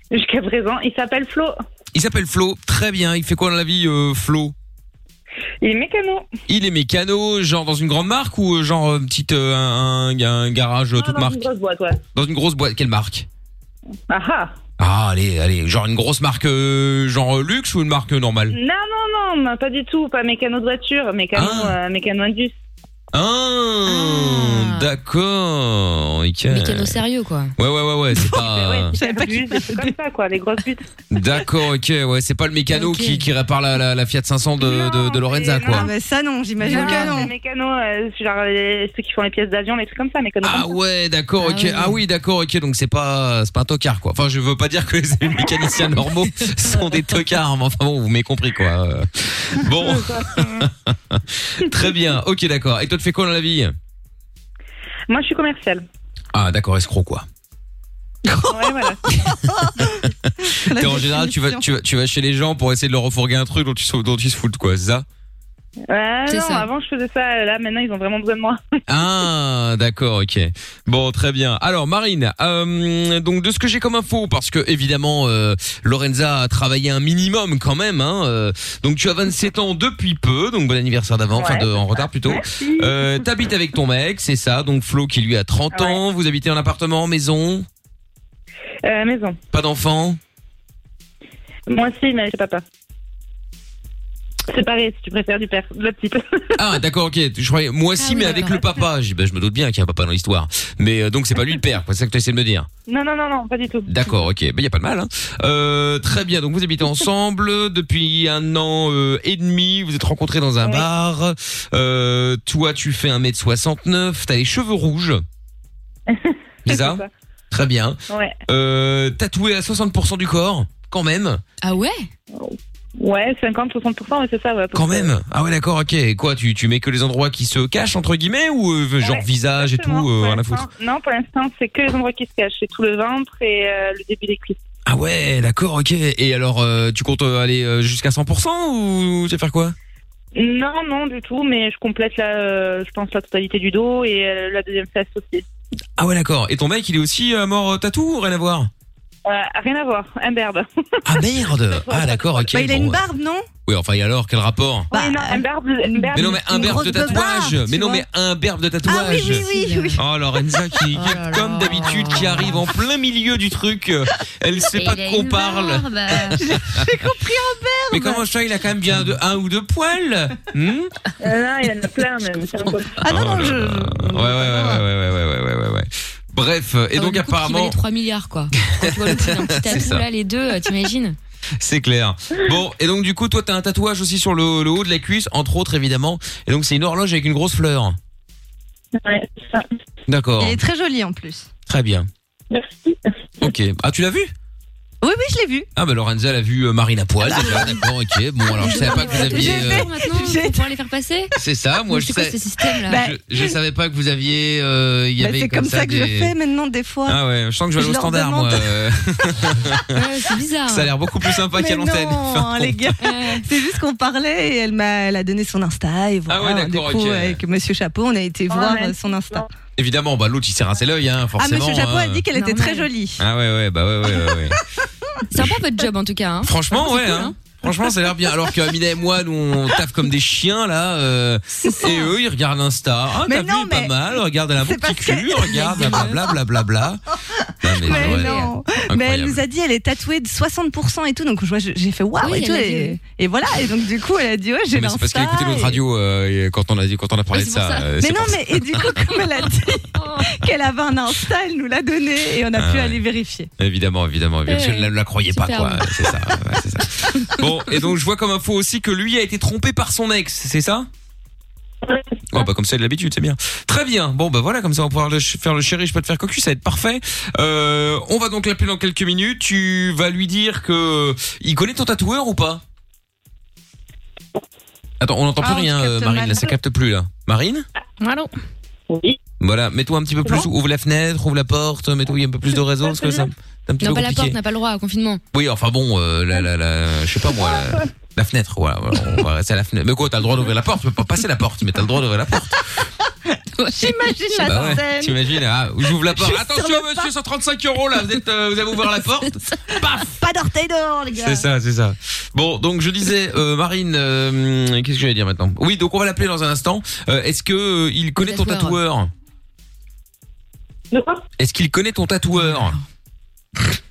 O: Jusqu'à présent, il s'appelle Flo.
B: Il s'appelle Flo. Très bien. Il fait quoi dans la vie, euh, Flo
O: Il est mécano.
B: Il est mécano, genre dans une grande marque ou euh, genre euh, petite euh, un, un- un garage euh, toute
O: Ah, dans
B: marque
O: une grosse boîte, ouais.
B: Dans une grosse boîte. Quelle marque
O: Ah ah.
B: Ah, allez, allez, genre une grosse marque euh, genre euh, luxe ou une marque euh, normale
O: Non, non, non, non, pas du tout. Pas mécano de voiture, mécano, euh, mécano Indus.
B: Ah, d'accord. ok.
C: Mécano sérieux, quoi.
B: Ouais, ouais, ouais,
O: <laughs>
B: ouais, c'est pas.
O: savais pas que c'est comme ça, quoi, les grosses buttes.
B: D'accord, ok, ouais, c'est pas le mécano
O: Ok.
B: qui, qui répare la, la, la Fiat 500 de, de, de Lorenza, quoi.
J: Ah, bah ça non, j'imagine
O: Non,
J: que non.
O: c'est Mécano, euh, c'est genre les- ceux qui font les pièces d'avion, les trucs comme ça, mécano.
B: Ah
O: comme ça.
B: ouais, d'accord, ok.
O: Ah oui.
B: Ah oui, d'accord, ok. Donc c'est pas, c'est pas un tocard, quoi. Enfin, je veux pas dire que <laughs> les mécaniciens normaux <laughs> sont des tocards, hein, mais enfin bon, vous m'avez compris, quoi. Euh,
O: <laughs>
B: Bon. Très bien. Ok, d'accord. Et toi, tu fais quoi dans la vie
O: Moi, je suis commerciale.
B: Ah, d'accord, escroc, quoi.
O: ouais, voilà.
B: T'es en général, tu vas, tu vas, tu vas chez les gens pour essayer de leur refourguer un truc dont ils, sont- dont ils se foutent, quoi. C'est ça
O: Ah,
C: C'est
O: non,
C: ça.
O: avant, je faisais ça. euh, Là, maintenant, ils ont vraiment besoin de moi.
B: Ah, d'accord, ok. Bon, très bien. Alors, Marine, euh, donc de ce que j'ai comme info, parce que évidemment, euh, Lorenza a travaillé un minimum quand même. Hein, euh, donc, tu as 27 ans depuis peu, donc bon anniversaire d'avant, enfin de- en retard plutôt. Euh, T'habites avec ton mec, c'est ça. Donc Flo qui lui a 30 ans. Vous habitez en appartement, maison,
O: Euh, maison.
B: pas d'enfant.
O: Moi aussi, mais chez papa. C'est pareil, si tu préfères du père, de la petite.
B: Ah, d'accord, ok. Je croyais
O: Ah
B: moi aussi, mais avec le papa. J'ai- ben, je me doute bien qu'il y a un papa dans l'histoire. Mais euh, donc c'est pas lui le père. quoi, C'est ça que tu essaies de me dire.
O: non, non, non, non, pas du tout.
B: D'accord, ok. Il y a pas de mal. Hein. Euh, très bien. Donc vous habitez ensemble <laughs> depuis un an euh, et demi. Vous êtes rencontrés dans un bar. Euh, toi, tu fais 1m69. T'as les cheveux rouges. C'est ça Très bien.
O: Ouais.
B: Euh, tatoué à 60% du corps, quand même.
C: Ah ouais
O: Ouais, 50-60%, mais c'est ça, ouais.
B: Quand même. Ah ouais, d'accord, ok. Et Quoi, tu, tu mets que les endroits qui se cachent, entre guillemets, ou euh, genre visage et tout,
O: Exactement,
B: euh,
O: pour
B: rien à
O: l'instant.
B: foutre
O: Non, pour l'instant, c'est que les endroits qui se cachent. C'est tout le ventre et euh, le début des cuisses.
B: Ah ouais, d'accord, ok. Et alors, euh, tu comptes euh, aller euh, jusqu'à 100% ou tu vas faire quoi
O: Non, non, du tout, mais je complète, la, euh, je pense, la totalité du dos et euh, la deuxième face aussi.
B: Ah ouais, d'accord. Et ton mec, il est aussi euh, mort euh, tatou ou rien à voir
O: rien à voir, un berbe.
B: Ah merde Ah d'accord, ok.
O: Bah, il a
B: bon,
O: une
B: ouais.
O: barbe,
J: non Bah,
B: Oui, enfin, et alors, quel rapport
O: Oui, non, un berbe, une berbe.
B: mais non mais un
O: une
B: berbe
O: grosse
B: de tatouage
O: beubare,
B: Mais
O: tu
B: non
O: vois.
B: mais un berbe de tatouage
O: Ah oui, oui, oui, oui.
B: Oh Lorenza
O: <laughs>
B: qui, comme d'habitude qui arrive en plein milieu du truc euh, Elle sait
O: Et
B: pas
O: il
B: de
O: a
B: quoi on
O: une
B: parle <laughs>
O: barbe.
B: J'ai compris
J: un berbe
B: Mais comment ça il a quand même bien de, un ou deux poils
O: <laughs>
B: hmm
O: Euh, non, il y en a plein, même.
B: Ah non, non, je... Ouais, ouais, ouais, ouais, ouais, ouais, ouais, ouais, ouais, ouais. Bref,
O: Ah,
B: et donc apparemment,
C: les 3
B: <laughs>
C: milliards, quoi. Quand tu vois le prix d'un petit
B: C'est
C: tatou,
B: ça.
C: là, les deux, euh, t'imagines
B: c'est clair. Bon, et donc du coup, toi, t'as un tatouage aussi sur le, le haut de la cuisse, entre autres, évidemment. Et donc, c'est une horloge avec une grosse fleur.
O: Ouais, ça.
B: D'accord.
J: Il est très joli en plus.
B: Très bien.
O: Merci.
B: Ok. Ah, tu l'as vu
J: Oui, oui, je l'ai vu.
B: Ah, bah Lorenza, elle a vu euh, Marina Poil,
J: Ah.
B: déjà. D'accord, ok. Bon, alors, je savais pas que vous aviez... euh,
J: <laughs>
C: maintenant pour pouvoir les faire passer
B: C'est ça, moi,
C: Mais
B: je
C: c'est quoi
B: sais-
C: ce système-là
B: euh, je, je savais pas que vous aviez... euh, Il y
J: Bah,
B: avait
J: c'est comme ça, que
B: des-
J: je fais maintenant des fois.
B: Ah ouais, je sens que je vais
J: Je
B: aller
J: leur
B: au standard, moi.
J: demande.
B: euh. <laughs>
J: Ouais, c'est bizarre.
B: ça a l'air beaucoup plus sympa
J: Mais
B: qu'à l'antenne.
J: non,
B: Enfin,
J: les gars, c'est juste qu'on parlait et elle m'a, elle a donné son Insta et voilà.
B: Ah ouais, d'accord,
J: du coup,
B: ok.
J: avec Monsieur Chapeau, on a été
C: Oh,
J: voir
O: ouais.
J: euh, son Insta.
B: Évidemment, bah l'autre il s'est rincé l'œil, hein,
J: ah,
B: forcément.
J: Monsieur Chapeau a
B: hein.
J: dit qu'elle était très jolie.
B: Ah ouais, ouais, bah ouais, ouais, ouais.
J: <laughs>
B: ouais.
C: C'est un peu votre job en tout cas. Hein.
B: Franchement,
C: C'est
B: ouais.
C: cool,
B: hein. Franchement, ça a l'air bien. Alors que Amina et moi, nous, on taffe comme des chiens là. euh, et eux, ils regardent Insta. Ah, t'as vu, pas mal. Regarde elle a un beau petit cul. Regarde, blablabla. Bla, bla, bla. Non,
J: Mais
B: mais, ouais.
J: non.
B: Incroyable.
J: Mais elle nous a dit, elle est tatouée de 60% et tout. Donc, je vois, j'ai fait waouh et
C: Oui, elle
J: tout.
C: l'a
J: Et, et voilà. Et donc, du coup, elle a dit, ouais, j'ai
B: Mais c'est parce qu'elle écoutait notre radio euh, et quand on a dit, quand on a parlé de ça. euh,
J: mais
B: c'est
J: non,
B: pour ça.
J: mais et du coup, comme elle a
C: <laughs>
J: dit
C: Oh.
J: qu'elle avait un Insta, elle nous l'a donné et on a
B: Ah
J: pu
B: ouais.
J: aller vérifier.
B: Évidemment, évidemment, évidemment. Parce que
J: Ouais.
B: je ne la croyais pas, quoi.
J: Superbe.
B: C'est ça, ouais, c'est ça. Bon, et donc je vois comme info aussi que lui a été trompé par son ex, c'est ça Ouais, bah comme ça de l'habitude, c'est bien. Très bien. Bon, bah voilà, comme ça on va pouvoir le ch- faire le chéri, je peux te faire cocu, ça va être parfait. Euh, on va donc l'appeler dans quelques minutes. Tu vas lui dire que il connaît ton tatoueur ou pas Attends, on n'entend plus
E: Ah, on
B: rien,
E: capte
B: euh, Marine.
E: mal.
B: Là, ça capte plus là. Marine
C: hein.
E: Allô
N: Oui.
B: Voilà, mets-toi un petit peu plus. Ouvre la fenêtre, ouvre la porte, mets-toi un peu plus de réseau parce que ça, c'est un petit
C: Non,
B: peu
C: pas la porte,
B: compliqué.
C: on n'a pas le droit au confinement.
B: Oui, enfin bon, euh, la, la, la, je sais pas moi,
C: <laughs>
B: la, la fenêtre, voilà, voilà, on va rester à la fenêtre. Mais quoi, t'as le droit d'ouvrir la porte, tu peux pas passer la porte, mais t'as le droit d'ouvrir la
C: <laughs>
B: porte.
J: J'imagine la
B: Bah ouais,
J: scène.
B: T'imagines, ah, j'ouvre la porte.
J: Je suis
B: Attention
J: sur le
B: monsieur, 135 euros là, vous, êtes, euh, vous avez ouvert la porte.
J: Pas d'orteil dehors, les gars.
B: C'est ça, c'est ça. Bon, donc je disais, euh, Marine, euh, hum, qu'est-ce que j'allais dire maintenant Oui, donc on va l'appeler dans un instant. Euh, Est-ce que euh, il connaît ton
O: tatoueur.
B: tatoueur Est-ce qu'il connaît ton tatoueur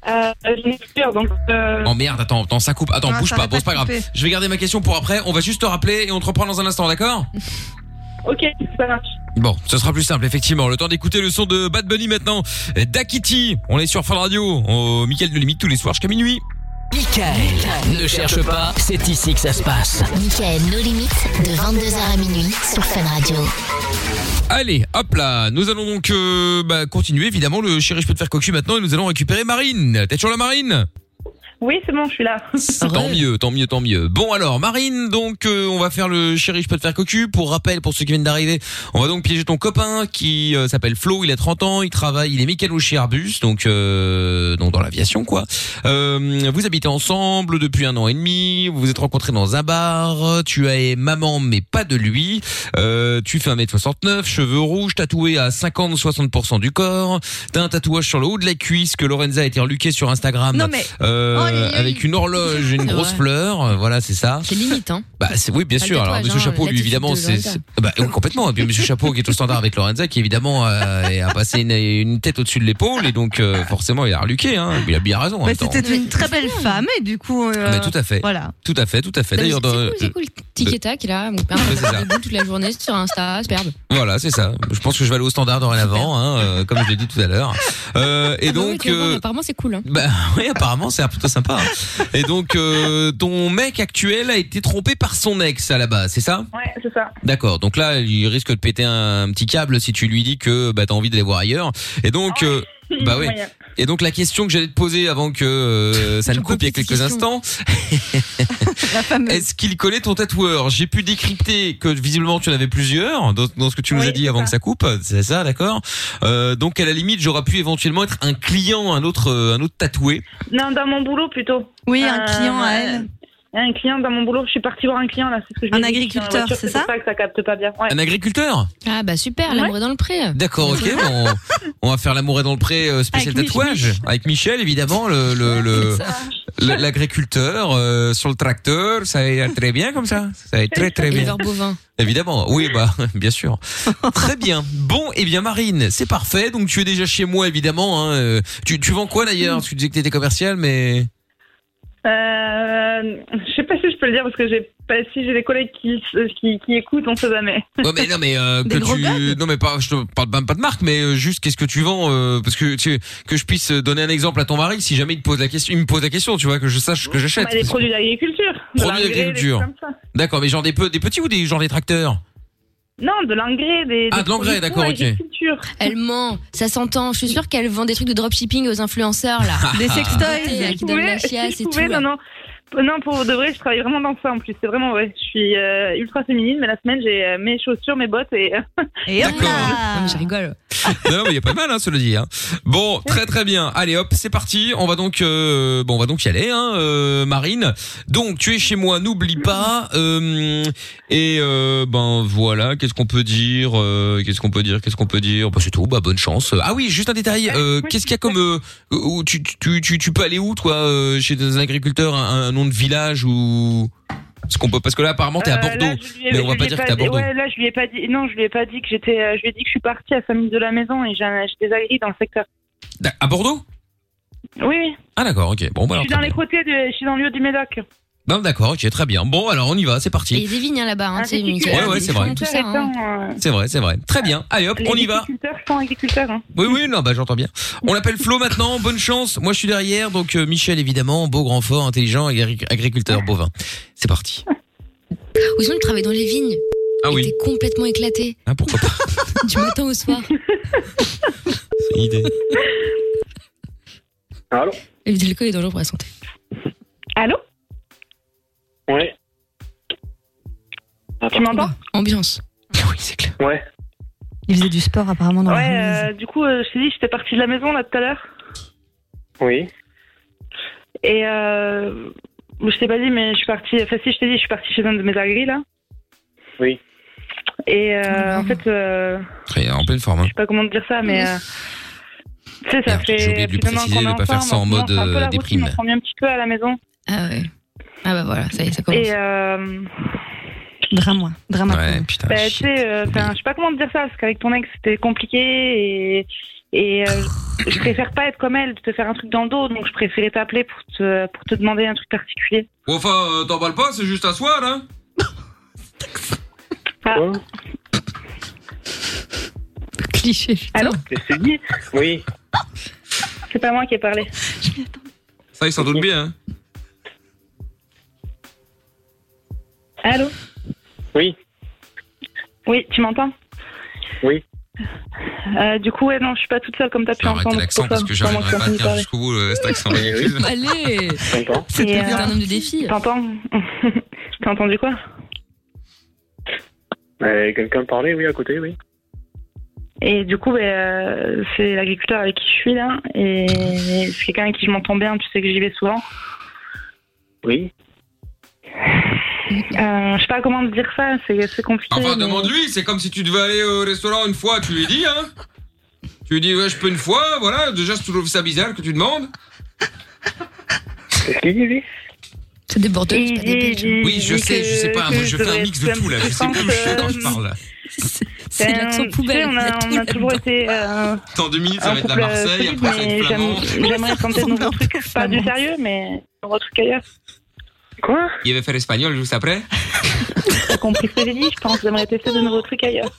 O: Euh, je suis sûre, donc. euh,
B: Oh merde, attends, attends, ça coupe. Attends,
O: Ah,
B: bouge
O: ça
B: pas,
O: va
B: bon,
O: pas
B: c'est pas grave.
O: couper.
B: Je vais garder ma question pour après. On va juste te rappeler et on te reprend dans un instant, d'accord
O: Ok, ça marche.
B: Bon, ce sera plus simple, effectivement. Le temps d'écouter le son de Bad Bunny maintenant. Dakiti, on est sur Fun Radio, au Michael de Limite tous les soirs jusqu'à minuit.
A: Michael, ne cherche pas, c'est ici que ça se passe.
L: Michael, nos limites, de 22h à minuit sur Fun Radio.
B: Allez, hop là, nous allons donc euh, bah, continuer, évidemment, le chéri, je peux te faire cocu maintenant et nous allons récupérer Marine. T'es toujours la Marine
O: Oui, c'est bon,
J: <laughs>
O: je suis là.
B: Tant mieux, tant mieux, tant mieux. Bon alors, Marine, donc euh, on va faire le chéri, je peux te faire cocu. Pour rappel, pour ceux qui viennent d'arriver, on va donc piéger ton copain qui euh, s'appelle Flo. Il a 30 ans, il travaille, il est mécano chez Airbus, donc euh, donc dans l'aviation quoi. Euh, vous habitez ensemble depuis un an et demi. Vous vous êtes rencontrés dans un bar. Tu as maman, mais pas de lui. Euh, tu fais 1m69, cheveux rouges, tatoué à 50-60% du corps. T'as un tatouage sur le haut de la cuisse que Lorenza a été reluqué sur Instagram.
C: Non, mais-
B: Euh, avec une horloge, et une
C: Ouais.
B: grosse fleur, euh, voilà, c'est ça.
C: C'est limite, hein.
B: Bah c'est- oui bien
C: Pas le
B: sûr. Alors
C: tatouage,
B: Monsieur
C: hein,
B: Chapeau lui
C: l'attitude
B: évidemment
C: de
B: c'est
C: Lorenza.
B: c'est- bah, oui, complètement et puis Monsieur Chapeau qui est au standard avec Lorenza qui évidemment euh, est- a passé une, une tête au-dessus de l'épaule et donc euh, forcément il a reluqué hein. Il a bien raison. en
J: Bah,
B: même temps.
J: C'était une très belle femme et du coup. euh,
B: Mais tout à fait.
J: Voilà.
B: Tout à fait, tout à fait.
C: Bah,
B: D'ailleurs
C: c'est-
B: dans- euh,
C: C'est cool, tic et tac, là. Mon père
B: Ouais, c'est ça.
C: me debout toute la journée sur Insta, superbe.
B: Voilà, c'est ça. Je pense que je vais aller au standard dorénavant, hein, euh, comme je l'ai dit tout à l'heure. Euh, et
C: Ah bah oui,
B: donc,
C: tu vas voir,
B: euh,
C: apparemment, c'est cool. Hein.
B: bah <laughs> oui, apparemment c'est plutôt sympa. hein. Et donc, euh, ton mec actuel a été trompé par son ex à la base, c'est ça
O: Ouais, c'est ça.
B: D'accord. Donc là, il risque de péter un, petit câble si tu lui dis que bah t'as envie d'aller voir ailleurs. Et donc, euh, bah oui.
O: Moyen.
B: Et donc la question que j'allais te poser avant que euh, ça ne coupe il y a
I: <laughs>
B: quelques instants, est-ce qu'il connaît ton tatoueur J'ai pu décrypter que visiblement tu en avais plusieurs dans, dans ce que tu nous as dit avant que ça coupe. C'est ça, d'accord Euh, Donc à la limite, j'aurais pu éventuellement être euh, un client, un autre, un autre tatoué.
O: Non, dans mon boulot plutôt.
J: Oui, un client à elle.
O: Il y a un client dans mon boulot, je suis partie voir un client là. c'est Ce que je
J: Un
O: lui ai dit,
J: agriculteur,
O: je suis dans la voiture,
J: c'est
O: pour ça que ça capte pas bien. Ouais.
B: Un agriculteur
C: Ah bah super, l'amour est dans le pré.
B: D'accord, ok. bon, on, on va faire l'amour est dans le pré euh, spécial
C: Avec Mich-
B: tatouage avec Michel, évidemment, le le- le- le- l'agriculteur euh, sur le tracteur. Ça va être très bien comme ça. Ça va être très très bien.
C: Éleveur bovin.
B: Évidemment, oui, bah <laughs> bien sûr. très bien. Bon, et bien Marine, c'est parfait. Donc tu es déjà chez moi, évidemment. hein. Euh, Tu, tu vends quoi d'ailleurs Tu disais que t'étais commercial, mais
O: Euh, je sais pas si je peux le dire parce que j'ai pas, si j'ai des collègues qui, qui, qui écoutent, on sait jamais.
B: Ouais, mais non, mais euh,
O: Des
B: que
O: gros
B: tu, non, mais pas, je te parle même pas de marque, mais euh, juste qu'est-ce que tu vends euh, Parce que tu, que je puisse donner un exemple à ton mari, si jamais il te pose la question, il me pose la question, tu vois, que je sache ce
O: <laughs>
B: que j'achète.
O: Bah, des produits d'agriculture. de
B: Produits
O: l'engrais, des
B: d'agriculture.
O: trucs comme ça.
B: D'accord, mais genre des, pe- des petits ou des genre des tracteurs
O: Non, de l'engrais, des.
B: Ah, de l'engrais, d'accord, ok.
C: Elle ment, ça s'entend. Je suis sûre qu'elle vend des trucs de dropshipping aux influenceurs là.
B: <laughs>
O: Des
C: sextoys.
O: Si
C: Qui
O: je
C: donnent
O: pouvais,
C: la
O: si
C: chiasse
O: Ah. je
C: et tout.
O: pouvais, Non, non. Non, pour de vrai, je travaille vraiment dans ça en plus. C'est vraiment vrai. Je suis euh, ultra féminine, mais la semaine, j'ai euh, mes chaussures, mes bottes et. <laughs>
C: et hop
B: Ah,
C: là Je rigole.
O: Ah.
B: <laughs> non, non, mais il y a pas de mal, hein, cela dit. Hein. Bon, très très bien. Allez, hop, c'est parti. On va donc, euh, bon, on va donc y aller, hein, euh, Marine. Donc, tu es chez moi, n'oublie pas. euh, et euh, ben voilà, qu'est-ce qu'on peut dire euh, Qu'est-ce qu'on peut dire Qu'est-ce qu'on peut dire Bah c'est tout. Bah bonne chance. Ah oui, juste un détail. euh, qu'est-ce qu'il y a comme euh, où tu, tu tu tu peux aller où toi euh, Chez des agriculteurs, un, un nom de village ou parce qu'on peut parce que là apparemment t'es à
O: Euh, là,
B: Bordeaux,
O: je lui ai-
B: mais on va
O: je lui
B: pas
O: ai
B: dire que t'es à
O: dit-
B: Bordeaux.
O: Ouais, là, je lui ai pas dit. Non, je lui ai pas dit que j'étais. euh, Je lui ai dit que je suis partie à famille de la maison et j'ai un- j'ai des agris dans le secteur.
B: D'ac- À Bordeaux
O: Oui.
B: Ah d'accord, ok. Bon,
O: je
B: bah alors.
O: suis dans les côtés. de- je suis dans le lieu du Médoc.
B: Non, d'accord, ok, très bien. Bon, alors on y va, c'est
C: Et il y
B: parti.
C: a des vignes hein, là-bas, hein, tu sais,
O: Ouais,
C: Michael,
B: ouais,
C: des
B: c'est vrai.
C: champs, Tout ça, hein.
B: C'est vrai, c'est vrai. Très bien. Allez hop, on y
O: Les
B: va.
O: agriculteurs sont agriculteurs. hein.
B: Oui, oui, non, bah j'entends bien. On l'appelle Flo maintenant. Bonne chance. Moi, je suis derrière, donc euh, Michel évidemment, beau, grand, fort, intelligent, et agri- agriculteur, bovin. C'est parti.
C: Ou sinon, tu travailles dans les vignes.
B: Ah
C: Et
B: oui.
C: T'es complètement éclaté.
B: Ah, pourquoi pas
C: <laughs> du matin au soir.
B: C'est une idée.
I: Allô
C: Et l'alcool est dangereux pour la santé.
O: Allô
I: Ouais.
O: Ah, Tu m'entends
C: Ah, Ambiance.
B: Oui, c'est clair.
I: Ouais.
J: Il faisait du sport apparemment dans
O: ouais,
J: la remise.
O: euh, du coup, euh, je t'ai dit, j'étais partie de la maison là tout à l'heure.
I: Oui.
O: Et euh, je t'ai pas dit, mais je suis partie. Enfin, si, je t'ai dit, je suis partie chez un de mes agris là.
I: Oui.
O: Et euh, en fait, euh,
B: Très en pleine forme. hein.
O: je sais pas comment te dire ça, mais. euh, tu sais, ça fait.
B: j'ai oublié de lui
O: plus d'un an
B: préciser
O: qu'on est
B: de pas faire
O: ensemble,
B: ça en
O: on
B: mode,
O: commence un peu la
B: euh, déprime.
O: routine, On prend bien un petit peu à la maison.
C: Ah ouais. Ah bah voilà, ça y est, ça commence.
O: Et. euh,
J: Drame, moi. Drame.
B: Ouais, putain.
O: Bah, tu sais, euh, enfin, je sais pas comment te dire ça, parce qu'avec ton ex, c'était compliqué et, et euh, je préfère pas être comme elle, de te faire un truc dans le dos, donc je préférais t'appeler pour te, pour te demander un truc particulier.
B: Bon, enfin, euh, t'emballes pas, c'est juste à soir, hein
O: Ah,
C: Cliché.
O: Allô
I: C'est dit Oui.
O: C'est pas moi qui ai parlé.
B: Ça, il s'en doute bien. hein.
O: Allô
I: Oui.
O: Oui, tu m'entends
I: Oui.
O: Euh, du coup, ouais, non, je suis pas toute seule comme t'as pu
B: Putain, arrêtez
O: entendre.
B: l'accent
O: c'est pour
B: parce
O: ça,
B: que
O: c'est moi
B: j'arriverai
O: qui ai entendu
B: pas à tenir
O: parler.
B: jusqu'au bout euh, cet accent.
C: Allez
O: <laughs>
I: T'entends
O: Et, euh,
C: C'est un homme de défi.
O: T'entends <laughs> T'as entendu quoi
I: Euh, Quelqu'un parlait, oui, à côté, oui.
O: Et du coup, ben, euh, c'est l'agriculteur avec qui je suis là. Et c'est quelqu'un avec qui je m'entends bien, tu sais que j'y vais souvent.
I: Oui.
O: Euh, je sais pas comment te dire ça, c'est c'est compliqué.
B: <laughs> Enfin,
O: mais-
B: demande-lui, c'est comme si tu devais aller au restaurant une fois, tu lui dis, hein Tu lui dis, ouais, je peux une fois, voilà, déjà, je trouve ça bizarre que tu demandes.
I: Qu'est-ce qu'il dit, lui
C: C'est des bordelais, c'est pas des belges. hein.
B: Oui, je sais, je sais pas, hein, moi, je fais un mix de tout, là, je sais plus quand je parle.
C: C'est l'accent
O: Ben,
C: poubelle.
O: tu sais, on a, on a toujours été. euh,
B: Dans deux minutes, ça
O: un
B: va être la
O: couple, euh,
B: Marseille,
O: solide,
B: après, ça va
O: mais
B: être flamand.
O: j'aime- J'aimerais tenter de nouveaux trucs. Pas du sérieux, mais un autre truc ailleurs. Quoi
B: Il va faire espagnol juste après.
O: T'as compris ce que j'ai dit Je pense que j'aimerais tester de nouveaux trucs ailleurs.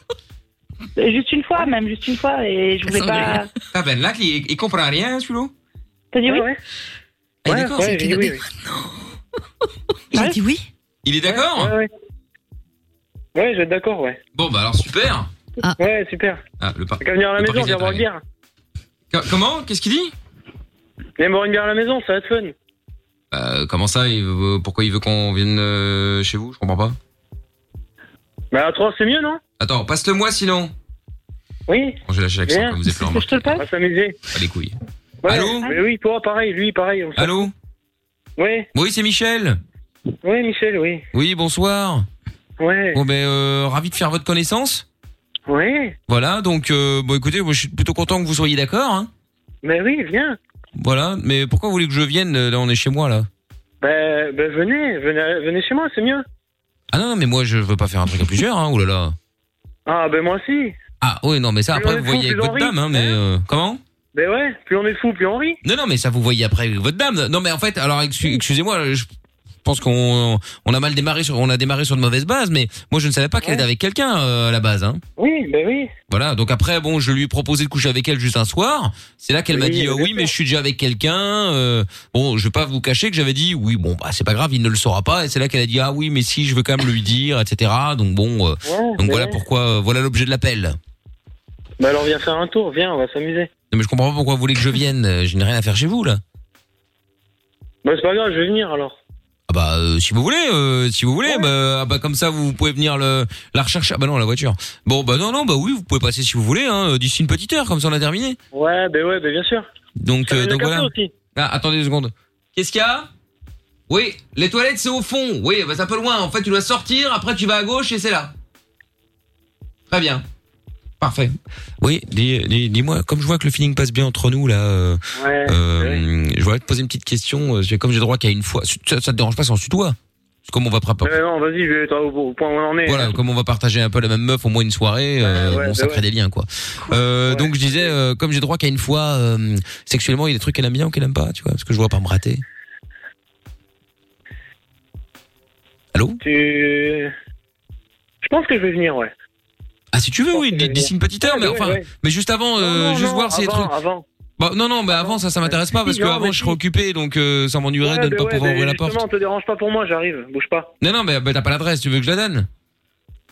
O: Euh, Juste une fois, même, juste une fois. Et je voulais pas.
B: Ah ben là, il, il comprend rien, celui-là.
O: T'as dit oui
B: Ah, il est
I: Ouais,
B: d'accord,
I: ouais,
B: c'est
I: j'ai dit
B: qu'il
I: oui,
B: a-
I: oui.
J: Il a dit oui.
B: Il est d'accord
I: Ouais, ouais. Ouais, je vais être d'accord, ouais.
B: Bon, bah alors, super.
I: Ouais, super.
B: Ah, le par-
I: Qu'à venir à la
B: le
I: maison,
B: Parisien
I: viens boire une
B: est arrivé.
I: bière.
B: Co- Comment Qu'est-ce qu'il dit
I: Viens boire une bière à la maison, ça va être fun.
B: euh, Comment ça il veut- Pourquoi il veut qu'on vienne euh, chez vous Je comprends pas.
I: Bah, à 3, c'est mieux, non
B: Attends, passe-le-moi sinon.
I: Oui.
B: Bon, J'ai lâché l'accent,
I: Viens.
B: comme vous avez pu
I: <laughs>
B: le remarquer.
O: te le
I: On va s'amuser.
B: Ah, les couilles.
I: Ouais. Ah,
B: Allô
I: Mais oui, toi, pareil, lui, pareil. on s'en-
B: Allô
I: Ouais.
B: Oui, c'est Michel.
I: Oui, Michel, oui.
B: Oui, bonsoir.
I: Ouais.
B: Bon ben euh, ravi de faire votre connaissance.
I: Oui.
B: Voilà, donc euh, bon écoutez, moi, je suis plutôt content que vous soyez d'accord. Hein.
I: Mais oui, viens.
B: Voilà, mais pourquoi vous voulez que je vienne euh, Là, on est chez moi là.
I: Ben, ben, venez, venez, venez chez moi, c'est mieux.
B: Ah non, non, mais moi je veux pas faire un truc à plusieurs. Hein. Oh là là.
I: Ah, ben moi aussi.
B: Ah oui, non, mais ça
I: Mais
B: après
I: on est
B: vous voyez
I: fous,
B: avec
I: plus
B: votre
I: on
B: dame,
I: rit.
B: hein, mais euh, comment
I: Ben ouais, plus on est fou, plus on rit.
B: Non, non, mais ça vous voyez après avec votre dame. Non, mais en fait, alors excu- excusez-moi, je pense qu'on on a mal démarré, sur, on a démarré sur de mauvaises bases, mais moi je ne savais pas qu'elle était avec quelqu'un euh, à la base. Hein.
I: Oui, ben oui.
B: Voilà, donc après, bon, je lui ai proposé de coucher avec elle juste un soir. C'est là qu'elle m'a
I: Oui,
B: dit, euh,
I: bien
B: oui, mais je suis déjà avec quelqu'un. euh, bon, je vais pas vous cacher que j'avais dit, oui, bon, bah, c'est pas grave, il ne le saura pas. Et c'est là qu'elle a dit, ah oui, mais si, je veux quand même lui dire, etc. Donc bon, euh, donc voilà pourquoi, euh, voilà l'objet de l'appel.
I: Ben alors viens faire un tour, viens, on va s'amuser.
B: Non, mais je comprends pas pourquoi vous voulez que je vienne. euh, Je n'ai rien à faire chez vous, là.
I: Ben c'est pas grave, je vais venir alors.
B: Ah bah, euh, si vous voulez, euh, si vous voulez, bah, ah bah, comme ça, vous pouvez venir le, la rechercher. Ah bah non, la voiture. Bon, bah non, non, bah oui, vous pouvez passer si vous voulez, hein, d'ici une petite heure, comme ça on a terminé.
I: Ouais, ben ouais, ben bien sûr.
B: Donc,
I: Ça
B: euh,
I: vient de
B: donc
I: café
B: voilà.
I: aussi.
B: Ah, attendez deux secondes. Qu'est-ce qu'il y a Oui, les toilettes c'est au fond. Oui, bah, c'est un peu loin. En fait, tu dois sortir, après tu vas à gauche et c'est là. Très bien. Parfait. Oui, dis- dis- dis-moi, comme je vois que le feeling passe bien entre nous là, euh,
I: Ouais,
B: euh, je voudrais te poser une petite question. euh, j'ai- Comme j'ai droit qu'à une fois, ça, ça te dérange pas sans tutoie Parce que Comme on va préparer.
I: Ben non, vas-y, je vais toi, au, au point où on en est.
B: Voilà, comme on va partager un peu la même meuf au moins une soirée, euh,
I: ouais,
B: bon,
I: bah
B: ça crée
I: ouais.
B: des liens quoi. Euh, Donc je disais, euh, comme j'ai droit qu'à une fois, euh, sexuellement, il y a des trucs qu'elle aime bien ou qu'elle aime pas, tu vois, parce que je vois pas me rater.
I: Tu... Je pense que je vais venir, ouais.
B: Ah si tu veux, oui, d'ici une petite heure, mais
I: ouais,
B: enfin,
I: ouais.
B: mais juste avant, euh,
I: non,
B: juste
I: non,
B: voir si les
I: avant,
B: trucs.
I: avant.
B: Bah, non, non, mais avant ça, ça m'intéresse pas parce
I: Si,
B: que
I: non,
B: avant
I: mais
B: je serai occupé, donc euh, ça m'ennuierait de ne
I: ben
B: pas pouvoir
I: ben
B: ouvrir la porte.
I: justement, te dérange pas pour moi, j'arrive, bouge pas.
B: Non, non, mais bah, t'as pas l'adresse, tu veux que je la donne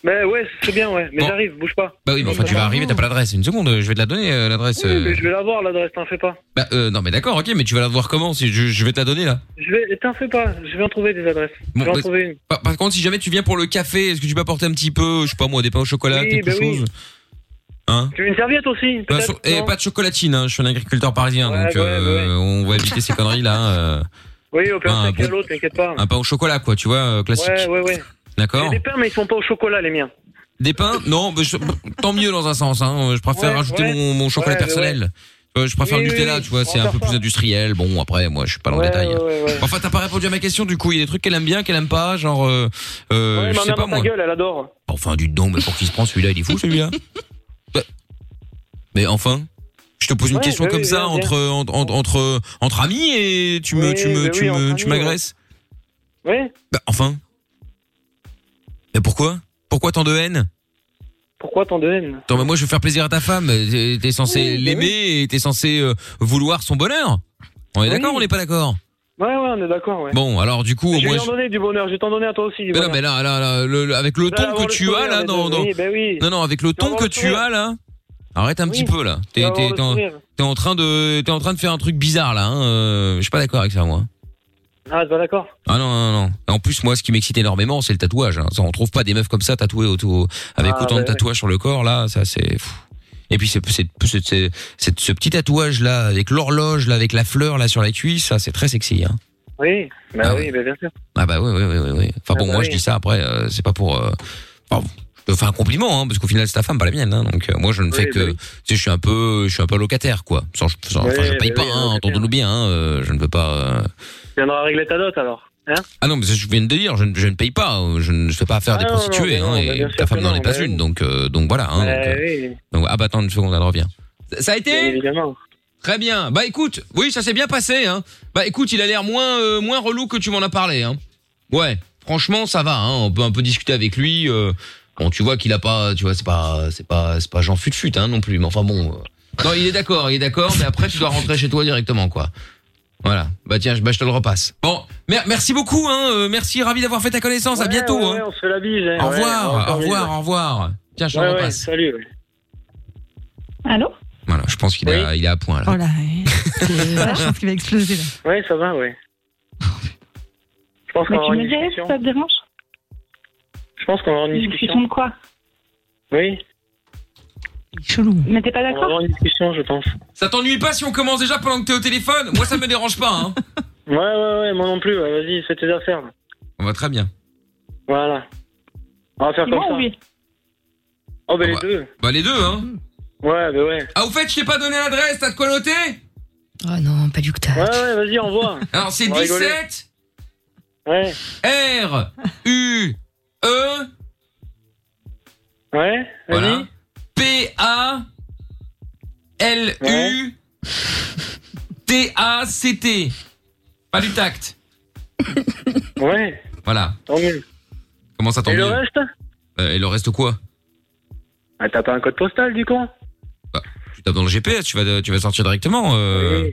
I: Ben ouais, c'est bien, ouais, mais j'arrive, bouge pas.
B: Bah oui, mais enfin, tu vas arriver, t'as pas l'adresse. Une seconde, je vais te la donner euh, l'adresse.
I: Oui,
B: euh.
I: mais je vais l'avoir l'adresse, t'en fais pas.
B: Bah euh, non, mais d'accord, ok, mais tu vas la voir comment si je, je vais te la donner là.
I: Je vais, t'en fais pas, je vais en trouver des adresses.
B: Bon,
I: je vais
B: bah,
I: en trouver une.
B: Par, par contre, si jamais tu viens pour le café, est-ce que tu peux apporter un petit peu, je sais pas moi, des pains au chocolat,
I: Oui,
B: quelque
I: bah oui.
B: chose Hein
I: Tu veux une serviette aussi
B: Bah,
I: peut-être,
B: sur- eh,
I: non
B: pas de chocolatine, hein, je suis un agriculteur parisien,
I: Ouais,
B: donc
I: ouais,
B: euh, on va éviter ces conneries là. euh.
I: Oui, au pire,
B: Ah,
I: c'est
B: bon.
I: qu'à l'autre, t'inquiète pas.
B: Un pain au chocolat, quoi, tu vois, euh, classique.
I: Ouais, ouais, ouais. J'ai
B: D'accord
I: des pains, mais ils sont pas au chocolat, les miens.
B: Des pains Non, mais je- tant mieux dans un sens. Hein. Je préfère
I: Ouais,
B: rajouter
I: ouais.
B: mon, mon chocolat
I: Ouais, ouais,
B: personnel. Euh, Je préfère
I: Oui,
B: le Nutella,
I: oui,
B: tu vois,
I: on
B: c'est un
I: va
B: peu
I: faire
B: plus industriel. Bon, après, moi, je suis pas dans le
I: Ouais,
B: détail. hein.
I: ouais, ouais.
B: Enfin, t'as pas répondu à ma question, du coup. Il y a des trucs qu'elle aime bien, qu'elle aime pas, genre, euh, euh,
I: Ouais,
B: je
I: ma
B: sais
I: mère
B: pas
I: dans
B: moi. Bah,
I: ta gueule, elle adore.
B: Enfin, du don, mais pour qui se prend celui-là,
I: <laughs>
B: il est fou, celui-là. Bah, Mais enfin, je te pose une
I: Ouais,
B: question
I: bah
B: comme
I: oui,
B: ça
I: bien,
B: entre,
I: bien.
B: entre entre entre entre amis et tu me
I: Oui,
B: tu me
I: bah
B: tu
I: oui,
B: me
I: entre
B: tu
I: amis,
B: m'agresses.
I: Oui
B: Bah enfin. Mais pourquoi Pourquoi tant de haine
I: Pourquoi tant de haine
B: Attends, mais moi je veux faire plaisir à ta femme. T'es t'es censé
I: bah
B: l'aimer et t'es censé euh, vouloir son bonheur. On est
I: Oui.
B: d'accord, on n'est pas d'accord.
I: Ouais, ouais, on est d'accord, ouais.
B: Bon, alors du coup,
I: je vais
B: moi.
I: lui en donner du bonheur, je vais t'en donner à toi aussi du
B: Mais non,
I: bonheur.
B: mais là, là, là, le- le- avec le
I: Vous allez
B: ton que
I: avoir Bah, le
B: tu as
I: sourire,
B: là,
I: les
B: non,
I: deux.
B: non.
I: Oui, bah oui.
B: Non, non, avec le ton
I: avoir
B: que
I: le
B: tu
I: sourire.
B: as là. Arrête un petit peu là. T'es
I: vas avoir
B: t'es-
I: le
B: t'es en,
I: sourire.
B: t'es en train de t'es en train de faire un truc bizarre là. Hein. euh, Je suis pas d'accord avec ça moi.
I: Ah, t'es pas d'accord
B: Ah non non non. En plus moi ce qui m'excite énormément c'est le tatouage. Hein. Ça, on trouve pas des meufs comme ça tatouées autour avec
I: Ah,
B: autant de
I: ouais, ouais.
B: tatouages sur le corps là. Ça c'est. fou. Et puis c'est c'est- c'est- c'est- c'est- ce petit tatouage là avec l'horloge là avec la fleur là sur la cuisse ça c'est très sexy. Hein.
I: Oui, bah
B: Ah
I: oui,
B: ouais.
I: bah bien sûr.
B: Ah bah oui oui oui oui. oui. Enfin bon
I: bah
B: moi je
I: oui.
B: dis ça après euh, c'est pas pour. euh, enfin, je te fais un compliment hein, parce qu'au final c'est ta femme pas la mienne hein, donc euh, moi je ne fais
I: Oui,
B: que
I: bah oui.
B: tu sais, je suis un peu je suis un peu locataire quoi sans, sans- enfin
I: Oui,
B: je paye
I: bah
B: pas
I: oui,
B: hein, entendons-nous bien hein, euh, je ne veux pas euh,
I: Tu viendras régler ta dot alors. Hein
B: Ah non, mais ça, je viens de te dire, je, ne- je ne paye pas, euh, je ne je fais pas affaire à des
I: Ah non, non,
B: prostituées,
I: mais non,
B: hein,
I: mais
B: et
I: bien sûr
B: ta femme
I: que
B: n'en
I: non,
B: est pas
I: mais
B: une, donc, euh, donc voilà. Hein, donc,
I: Bah
B: euh,
I: oui,
B: donc, ah bah attends une seconde, elle revient. Ça a été
I: évidemment.
B: Très bien, bah écoute, oui ça s'est bien passé, hein. bah écoute, il a l'air moins, euh, moins relou que tu m'en as parlé. Hein. Ouais, franchement ça va, hein, on peut un peu discuter avec lui, euh, bon tu vois qu'il a pas, tu vois c'est pas, c'est pas, c'est pas Jean Fut Fut hein, non plus, mais enfin bon... euh, Non il est d'accord, il est d'accord, mais après tu dois rentrer chez toi directement quoi. Voilà. Bah tiens, je- bah, je te le repasse. Bon, mer- merci beaucoup, hein. euh, merci, ravi d'avoir fait ta connaissance. à
I: Ouais,
B: bientôt.
I: ouais,
B: hein.
I: ouais, on se fait la bise. hein,
B: Au
I: ouais,
B: revoir,
I: on va
B: au
I: faire la
B: revoir,
I: bise.
B: au revoir. Tiens, je te
I: Ouais, ouais,
B: repasse.
G: <laughs>
I: salut. ouais.
N: Allô
B: Voilà, je pense qu'il est à- il est à point là.
G: Oh là, ouais. Ouais, je pense qu'il va exploser là.
I: Ouais, ça va, ouais. Je pense qu'on
N: Mais
I: va
N: tu
I: avoir une
N: me dis,
I: discussion.
N: ça te dérange
I: Je pense qu'on va avoir une
N: Une discussion
I: discussion.
N: de quoi
I: Oui,
G: Chelou.
N: Mais t'es pas
I: on va
N: d'accord
I: avoir une discussion, je pense.
B: Ça t'ennuie pas si on commence déjà pendant que t'es au téléphone Moi, ça me dérange pas. Hein.
I: Ouais, ouais, ouais, moi non plus, ouais, vas-y, fais tes affaires.
B: <laughs> On va très bien.
I: Voilà. On va faire comme
B: Simon
I: ça.
B: ou lui
I: Oh, bah,
B: Ah
I: les
B: bah.
I: deux.
B: Bah les deux, hein
I: Ouais, bah ouais.
B: Ah, au fait, je t'ai pas donné l'adresse, t'as de quoi noter
C: Oh non, pas du que t'as.
I: Ouais, ouais, vas-y, envoie.
B: Alors, c'est
I: On va
B: 17
I: Ouais.
B: R U E
I: Ouais,
B: voilà. P A L U T A C T. Pas du tact.
I: Ouais.
B: Voilà.
I: Tant mieux.
B: Comment ça tombe
I: Et le reste
B: Euh, Et le reste quoi
I: Ah, t'as pas un code postal, du con
B: Tu tapes dans le GPS, tu vas tu vas sortir directement. euh.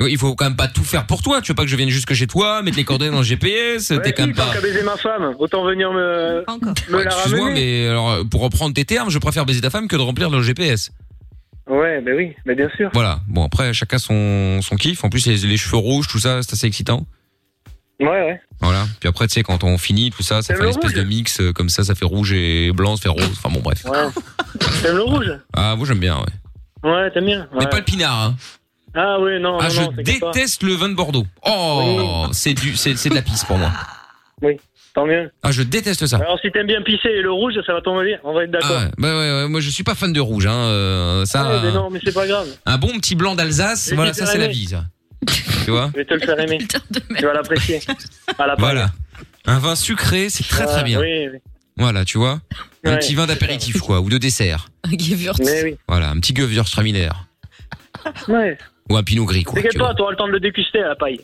B: Oui, Il faut quand même pas tout faire pour toi. Tu veux pas que je vienne jusque chez toi, mettre les coordonnées dans le GPS.
I: Ouais,
B: T'es quand
I: si,
B: même pas.
I: tant qu'à baiser ma femme, autant venir me, me la
B: Excuse-moi,
I: ramener.
B: mais alors euh, pour reprendre tes termes, je préfère baiser ta femme que de remplir le GPS.
I: Ouais, bah oui, mais bien sûr.
B: Voilà. Bon après, chacun son son kiff. En plus, les, les cheveux rouges, tout ça, c'est assez excitant.
I: Ouais, ouais.
B: Voilà. Puis après, tu sais, quand on finit tout ça, ça fait une espèce de mix euh, comme ça, ça fait rouge et blanc, ça fait rose. Enfin bon, bref.
I: Ouais. T'aimes le rouge
B: Ah, vous j'aime bien. Ouais.
I: Ouais, t'aimes bien.
B: Mais
I: Ouais.
B: pas le pinard. Hein.
I: Ah oui, non,
B: Ah,
I: non,
B: je
I: non, t'inquiète pas.
B: déteste le vin de Bordeaux. Oh, c'est du, c'est c'est de la pisse pour moi.
I: Oui, tant mieux.
B: Ah, je déteste ça.
I: Alors si t'aimes bien pisser et le rouge, ça va tomber bien, on va être d'accord.
B: Ah, ouais, bah ouais, ouais, moi je suis pas fan de rouge. Hein. euh, ça,
I: Ouais, mais non, mais c'est pas grave.
B: un bon petit blanc d'Alsace,
I: Mais
B: voilà,
I: tu
B: ça
I: t'es
B: c'est la
I: rêvé.
B: vie. Ça. tu vois
I: Je vais te le faire aimer. Tu vas l'apprécier. À la
B: Voilà. Un vin sucré, c'est très très
I: Ouais,
B: bien.
I: Ah, Oui, oui.
B: Voilà, tu vois Un
I: Ouais.
B: petit vin <laughs> d'apéritif, quoi, ou de dessert.
C: Un Gewürz.
I: Mais oui.
B: Voilà, un petit Gewürztraminer.
I: Ouais.
B: Ou un Pinot Gris, quoi.
I: T'inquiète pas, t'auras le temps de le déguster à la paille.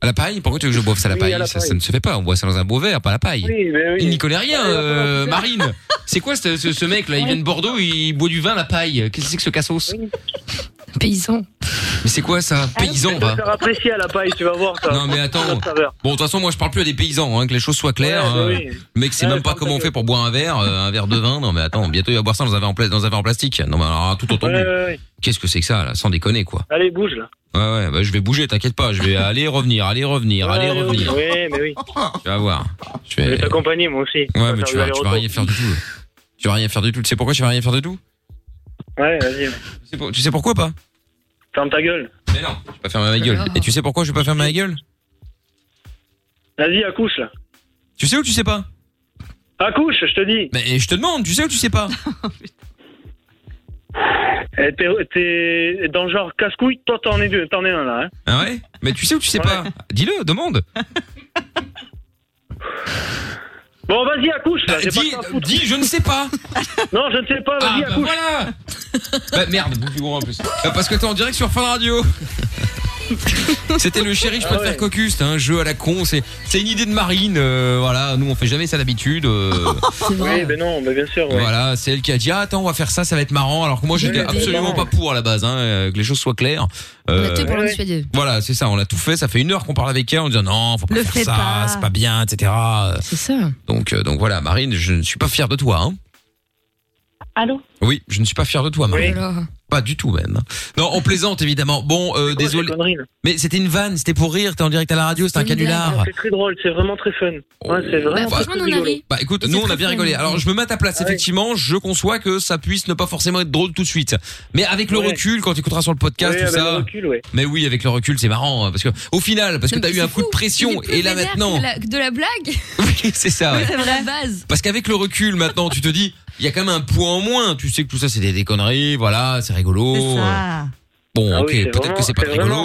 B: À la paille Pourquoi tu veux que je boive ça à la
I: Oui,
B: paille,
I: à la
B: ça,
I: paille.
B: ça ne se fait pas, on boit ça dans un beau verre, pas à la paille.
I: Oui, mais oui.
B: Il n'y connaît rien,
I: Ouais, ouais,
B: euh,
I: ouais.
B: Marine. C'est quoi ce, ce- ce mec là Il vient de Bordeaux, il boit du vin à la paille. Qu'est-ce que c'est que ce cassos
C: Paysan.
B: Mais c'est quoi ça Paysan,
I: Je vais
B: bah.
I: te faire apprécier à la paille, tu vas voir. Ça.
B: Non mais attends. Bon de toute façon moi je parle plus à des paysans, hein, que les choses soient claires.
I: Ouais, bah
B: hein.
I: oui.
B: Le Mec c'est
I: Ouais,
B: même pas
I: ferme ta
B: comment on
I: gueule.
B: fait pour boire un verre, euh, un verre de vin. Non mais attends, bientôt il va boire ça dans un verre en, pla- dans un verre en plastique. Non mais alors tout entendu.
I: Ouais, ouais, ouais.
B: Qu'est-ce que c'est que ça là Sans déconner quoi.
I: Allez, bouge là.
B: Ouais ouais, bah, je vais bouger, t'inquiète
I: <laughs>
B: pas, je vais aller revenir, aller revenir, aller
I: Ouais,
B: revenir.
I: Oui, mais oui.
B: Tu vas voir. Je vais-
I: Je vais t'accompagner moi aussi. On
B: Ouais
I: va faire
B: mais tu
I: du
B: vas, tu vas
I: aller-retour.
B: rien faire du tout. Tu vas rien faire du tout. Tu sais pourquoi tu vas rien faire du tout
I: Ouais, vas-y.
B: Tu sais pour- Tu sais pourquoi pas
I: Ferme ta gueule.
B: Mais non. Je vais pas fermer ma gueule. Et tu sais pourquoi je vais pas fermer ma gueule
I: Vas-y, accouche là.
B: Tu sais ou tu sais pas
I: Accouche, je te dis.
B: Mais je te demande, tu sais ou tu sais pas
I: Eh, T'es t'es dans le genre casse-couille, toi t'en es deux, t'en es un là. Hein.
B: Ah ouais Mais tu sais ou tu sais pas Dis-le, demande.
I: Bon, vas-y, accouche là. j'ai pas
B: Bah,
I: que
B: dis-
I: ça à foutre.
B: dis, je ne sais pas.
I: non, je ne sais pas, vas-y,
B: Ah, bah
I: accouche.
B: voilà Bah merde, vous plus gros en plus. Euh, Parce que t'es en direct sur Fun Radio. C'était le
I: Ah
B: chéri, je peux te faire cocu, c'était un jeu à la con, c'est c'est une idée de Marine, euh, voilà, nous on fait jamais ça d'habitude. euh,
I: Oui, ben non, ben bien sûr. ouais.
B: voilà, c'est elle qui a dit ah, attends on va faire ça, ça va être marrant, alors que moi j'étais
I: Oui,
B: absolument
I: évidemment.
B: pas pour à la base, hein, euh, que les choses soient claires. Euh,
C: Tout pour le dissuader.
B: Voilà, c'est ça, on a tout fait, ça fait une heure qu'on parle avec elle en disant non, faut pas
C: Le
B: faire
C: fais
B: ça,
C: pas.
B: c'est pas bien, etc.
C: C'est ça.
B: Donc, euh, donc voilà, Marine, je ne suis pas fier de toi. Hein.
N: Allô
B: Oui, je ne suis pas fier de toi, Marine. Pas du tout même. Non, on plaisante évidemment. Bon, euh, désolé. Mais c'était une vanne, c'était pour rire, t'es en direct à la radio, c'était un canular.
I: C'est Ah, très drôle, c'est vraiment très fun. Ouais, c'est vraiment
B: Bah,
I: très rigolo.
B: Bah écoute,
I: Et
B: nous
I: c'est
B: on a
I: très
B: bien
I: fun.
B: rigolé. Alors je me mets à ta place, effectivement, je conçois que ça puisse ne pas forcément être drôle tout de suite. Mais avec le
I: Ouais.
B: recul, quand tu écouteras sur le podcast,
I: Ouais,
B: tout
I: avec
B: ça.
I: le recul, ouais.
B: Mais oui, avec le recul, c'est marrant. hein, Parce que au final, parce que
C: Non,
B: t'as
C: mais
B: eu
C: c'est
B: un coup de
C: fou. Il est
B: pression,
C: plus
B: et là
C: vénère
B: maintenant.
C: que la- que De la blague
B: Oui, <laughs> c'est ça,
C: <laughs>
B: ouais.
C: vrai. base.
B: Parce qu'avec le recul maintenant, tu te dis, il y a quand même un point en moins. Tu sais que tout ça c'est des, des conneries, voilà, c'est rigolo. Euh, Bon,
I: Ah
B: ok,
I: oui, c'est
B: peut-être que c'est pas
I: vraiment-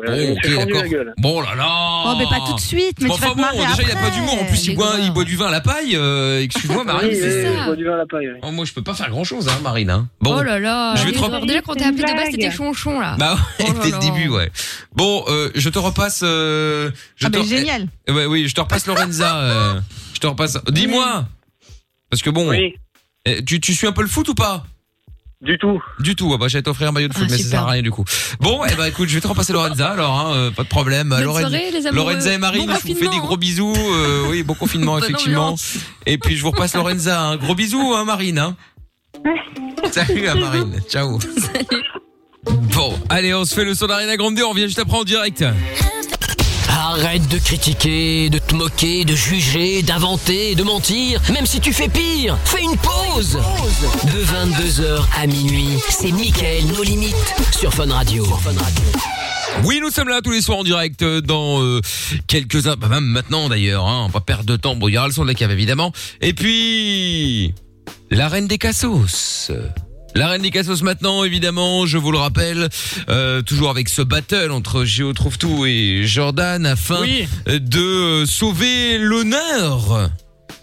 I: vraiment rigolo.
B: Bon,
I: Je me suis
B: ok,
I: fendu la
B: d'accord.
I: gueule.
B: Bon là là.
J: Oh, mais pas tout de suite, mais
B: Bon,
J: tu vas
B: enfin
J: te
B: bon,
J: marrer
B: déjà il a pas
J: après.
B: d'humour. En plus, il boit, il boit du vin à la paille. euh, Excuse-moi, Marine.
I: Oui,
B: c'est-
I: oui, je bois du vin à la paille. oui.
B: Oh, moi, je peux pas faire grand chose, hein, Marine. hein. Bon,
C: oh là là.
B: je vais te
C: les
B: rep-
C: horreurs. Déjà, quand t'es appelé de base, c'était chonchon, là.
B: Bah <laughs> ouais,
C: Oh là
B: dès le
C: là.
B: début, ouais. Bon, euh, je te repasse. euh, je
J: Ah,
B: te...
J: mais génial.
B: Eh, ouais, oui, je te repasse
C: <laughs>
B: Lorenza. euh, je te repasse. Dis-moi, parce que bon, eh, tu, tu suis un peu le foot ou pas
I: Du tout.
B: Du tout. Ah bah j'allais t'offrir un maillot de foot,
C: Ah,
B: mais ça
C: super.
B: sert à rien du coup. Bon, eh bah écoute, je vais te repasser Lorenza. Alors, hein, euh, pas de problème.
C: Bonne
B: Loren-
C: soirée, les amoureux.
B: Lorenza et Marine,
C: Bon
B: je vous fais des
C: confinement,
B: gros bisous. euh, oui, bon confinement
C: <laughs> Bonne
B: effectivement.
C: ambiance.
B: Et puis je vous repasse Lorenza. Un gros bisou, hein, Marine. Hein. <laughs> Salut hein, à Marine. Ciao. Bon, allez, on se fait le son d'Arena Grande. On revient juste après en direct.
A: Arrête de critiquer, de te moquer, de juger, d'inventer, de mentir. Même si tu fais pire, fais une pause. De 22h à minuit, c'est Mickaël nos limites sur Fun Radio.
B: Oui, nous sommes là tous les soirs en direct euh, dans euh, quelques bah, même maintenant d'ailleurs. Hein, on va perdre de temps. Bon, il y aura le son de la cave évidemment. Et puis la reine des cassos. La reine des cassos maintenant, évidemment, je vous le rappelle, euh, toujours avec ce battle entre Géo trouve tout et Jordan afin
E: Oui.
B: euh, de euh, sauver l'honneur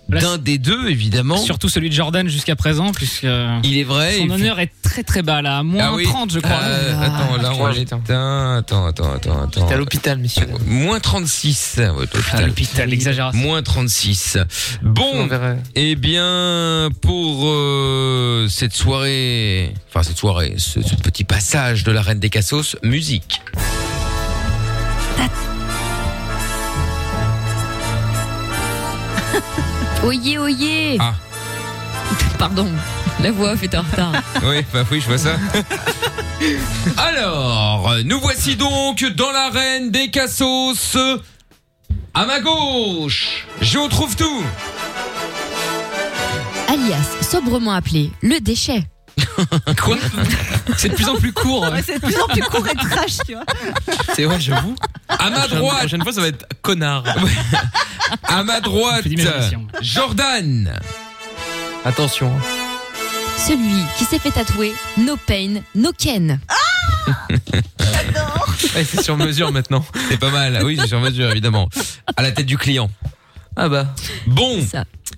B: d'un des deux, évidemment.
E: Surtout celui de Jordan jusqu'à présent, puisque
B: il est vrai.
E: son
B: il faut-
E: honneur est très très bas là, à moins
B: Ah oui.
E: 30 je crois.
B: Euh, attends, là, on est- Attends, Ah, attends, attends, attends. attends. à l'hôpital, monsieur. Moins 36. Ah ouais, t'es à l'hôpital.
E: l'hôpital, l'exagération.
B: Moins 36. Bon, eh bien, pour euh, cette soirée, enfin cette soirée, ce, ce petit passage de la Reine des Cassos,
J: <laughs>
B: musique.
C: Bah. Oyez, oyez
B: Ah.
C: <laughs> Pardon, la voix fait en
B: <laughs>
C: retard.
B: Oui, bah oui, je vois ça. Alors, nous voici donc dans l'arène des Cassos. À ma gauche, je
J: <laughs>
B: retrouve tout.
C: Alias, sobrement appelé le
B: <laughs>
C: déchet.
E: Quoi C'est de plus en plus court.
B: hein.
J: C'est de plus en plus court et trash, tu vois.
B: C'est vrai, j'avoue. À ma droite. La prochaine fois, ça va être <laughs> connard. à ma droite, Jordan. Attention.
C: Celui qui s'est fait tatouer No Pain, No Ken.
B: Ah, <laughs> c'est sur mesure maintenant. C'est pas mal. Ah Oui, c'est sur mesure, évidemment. À la tête du client. Ah bah. Bon.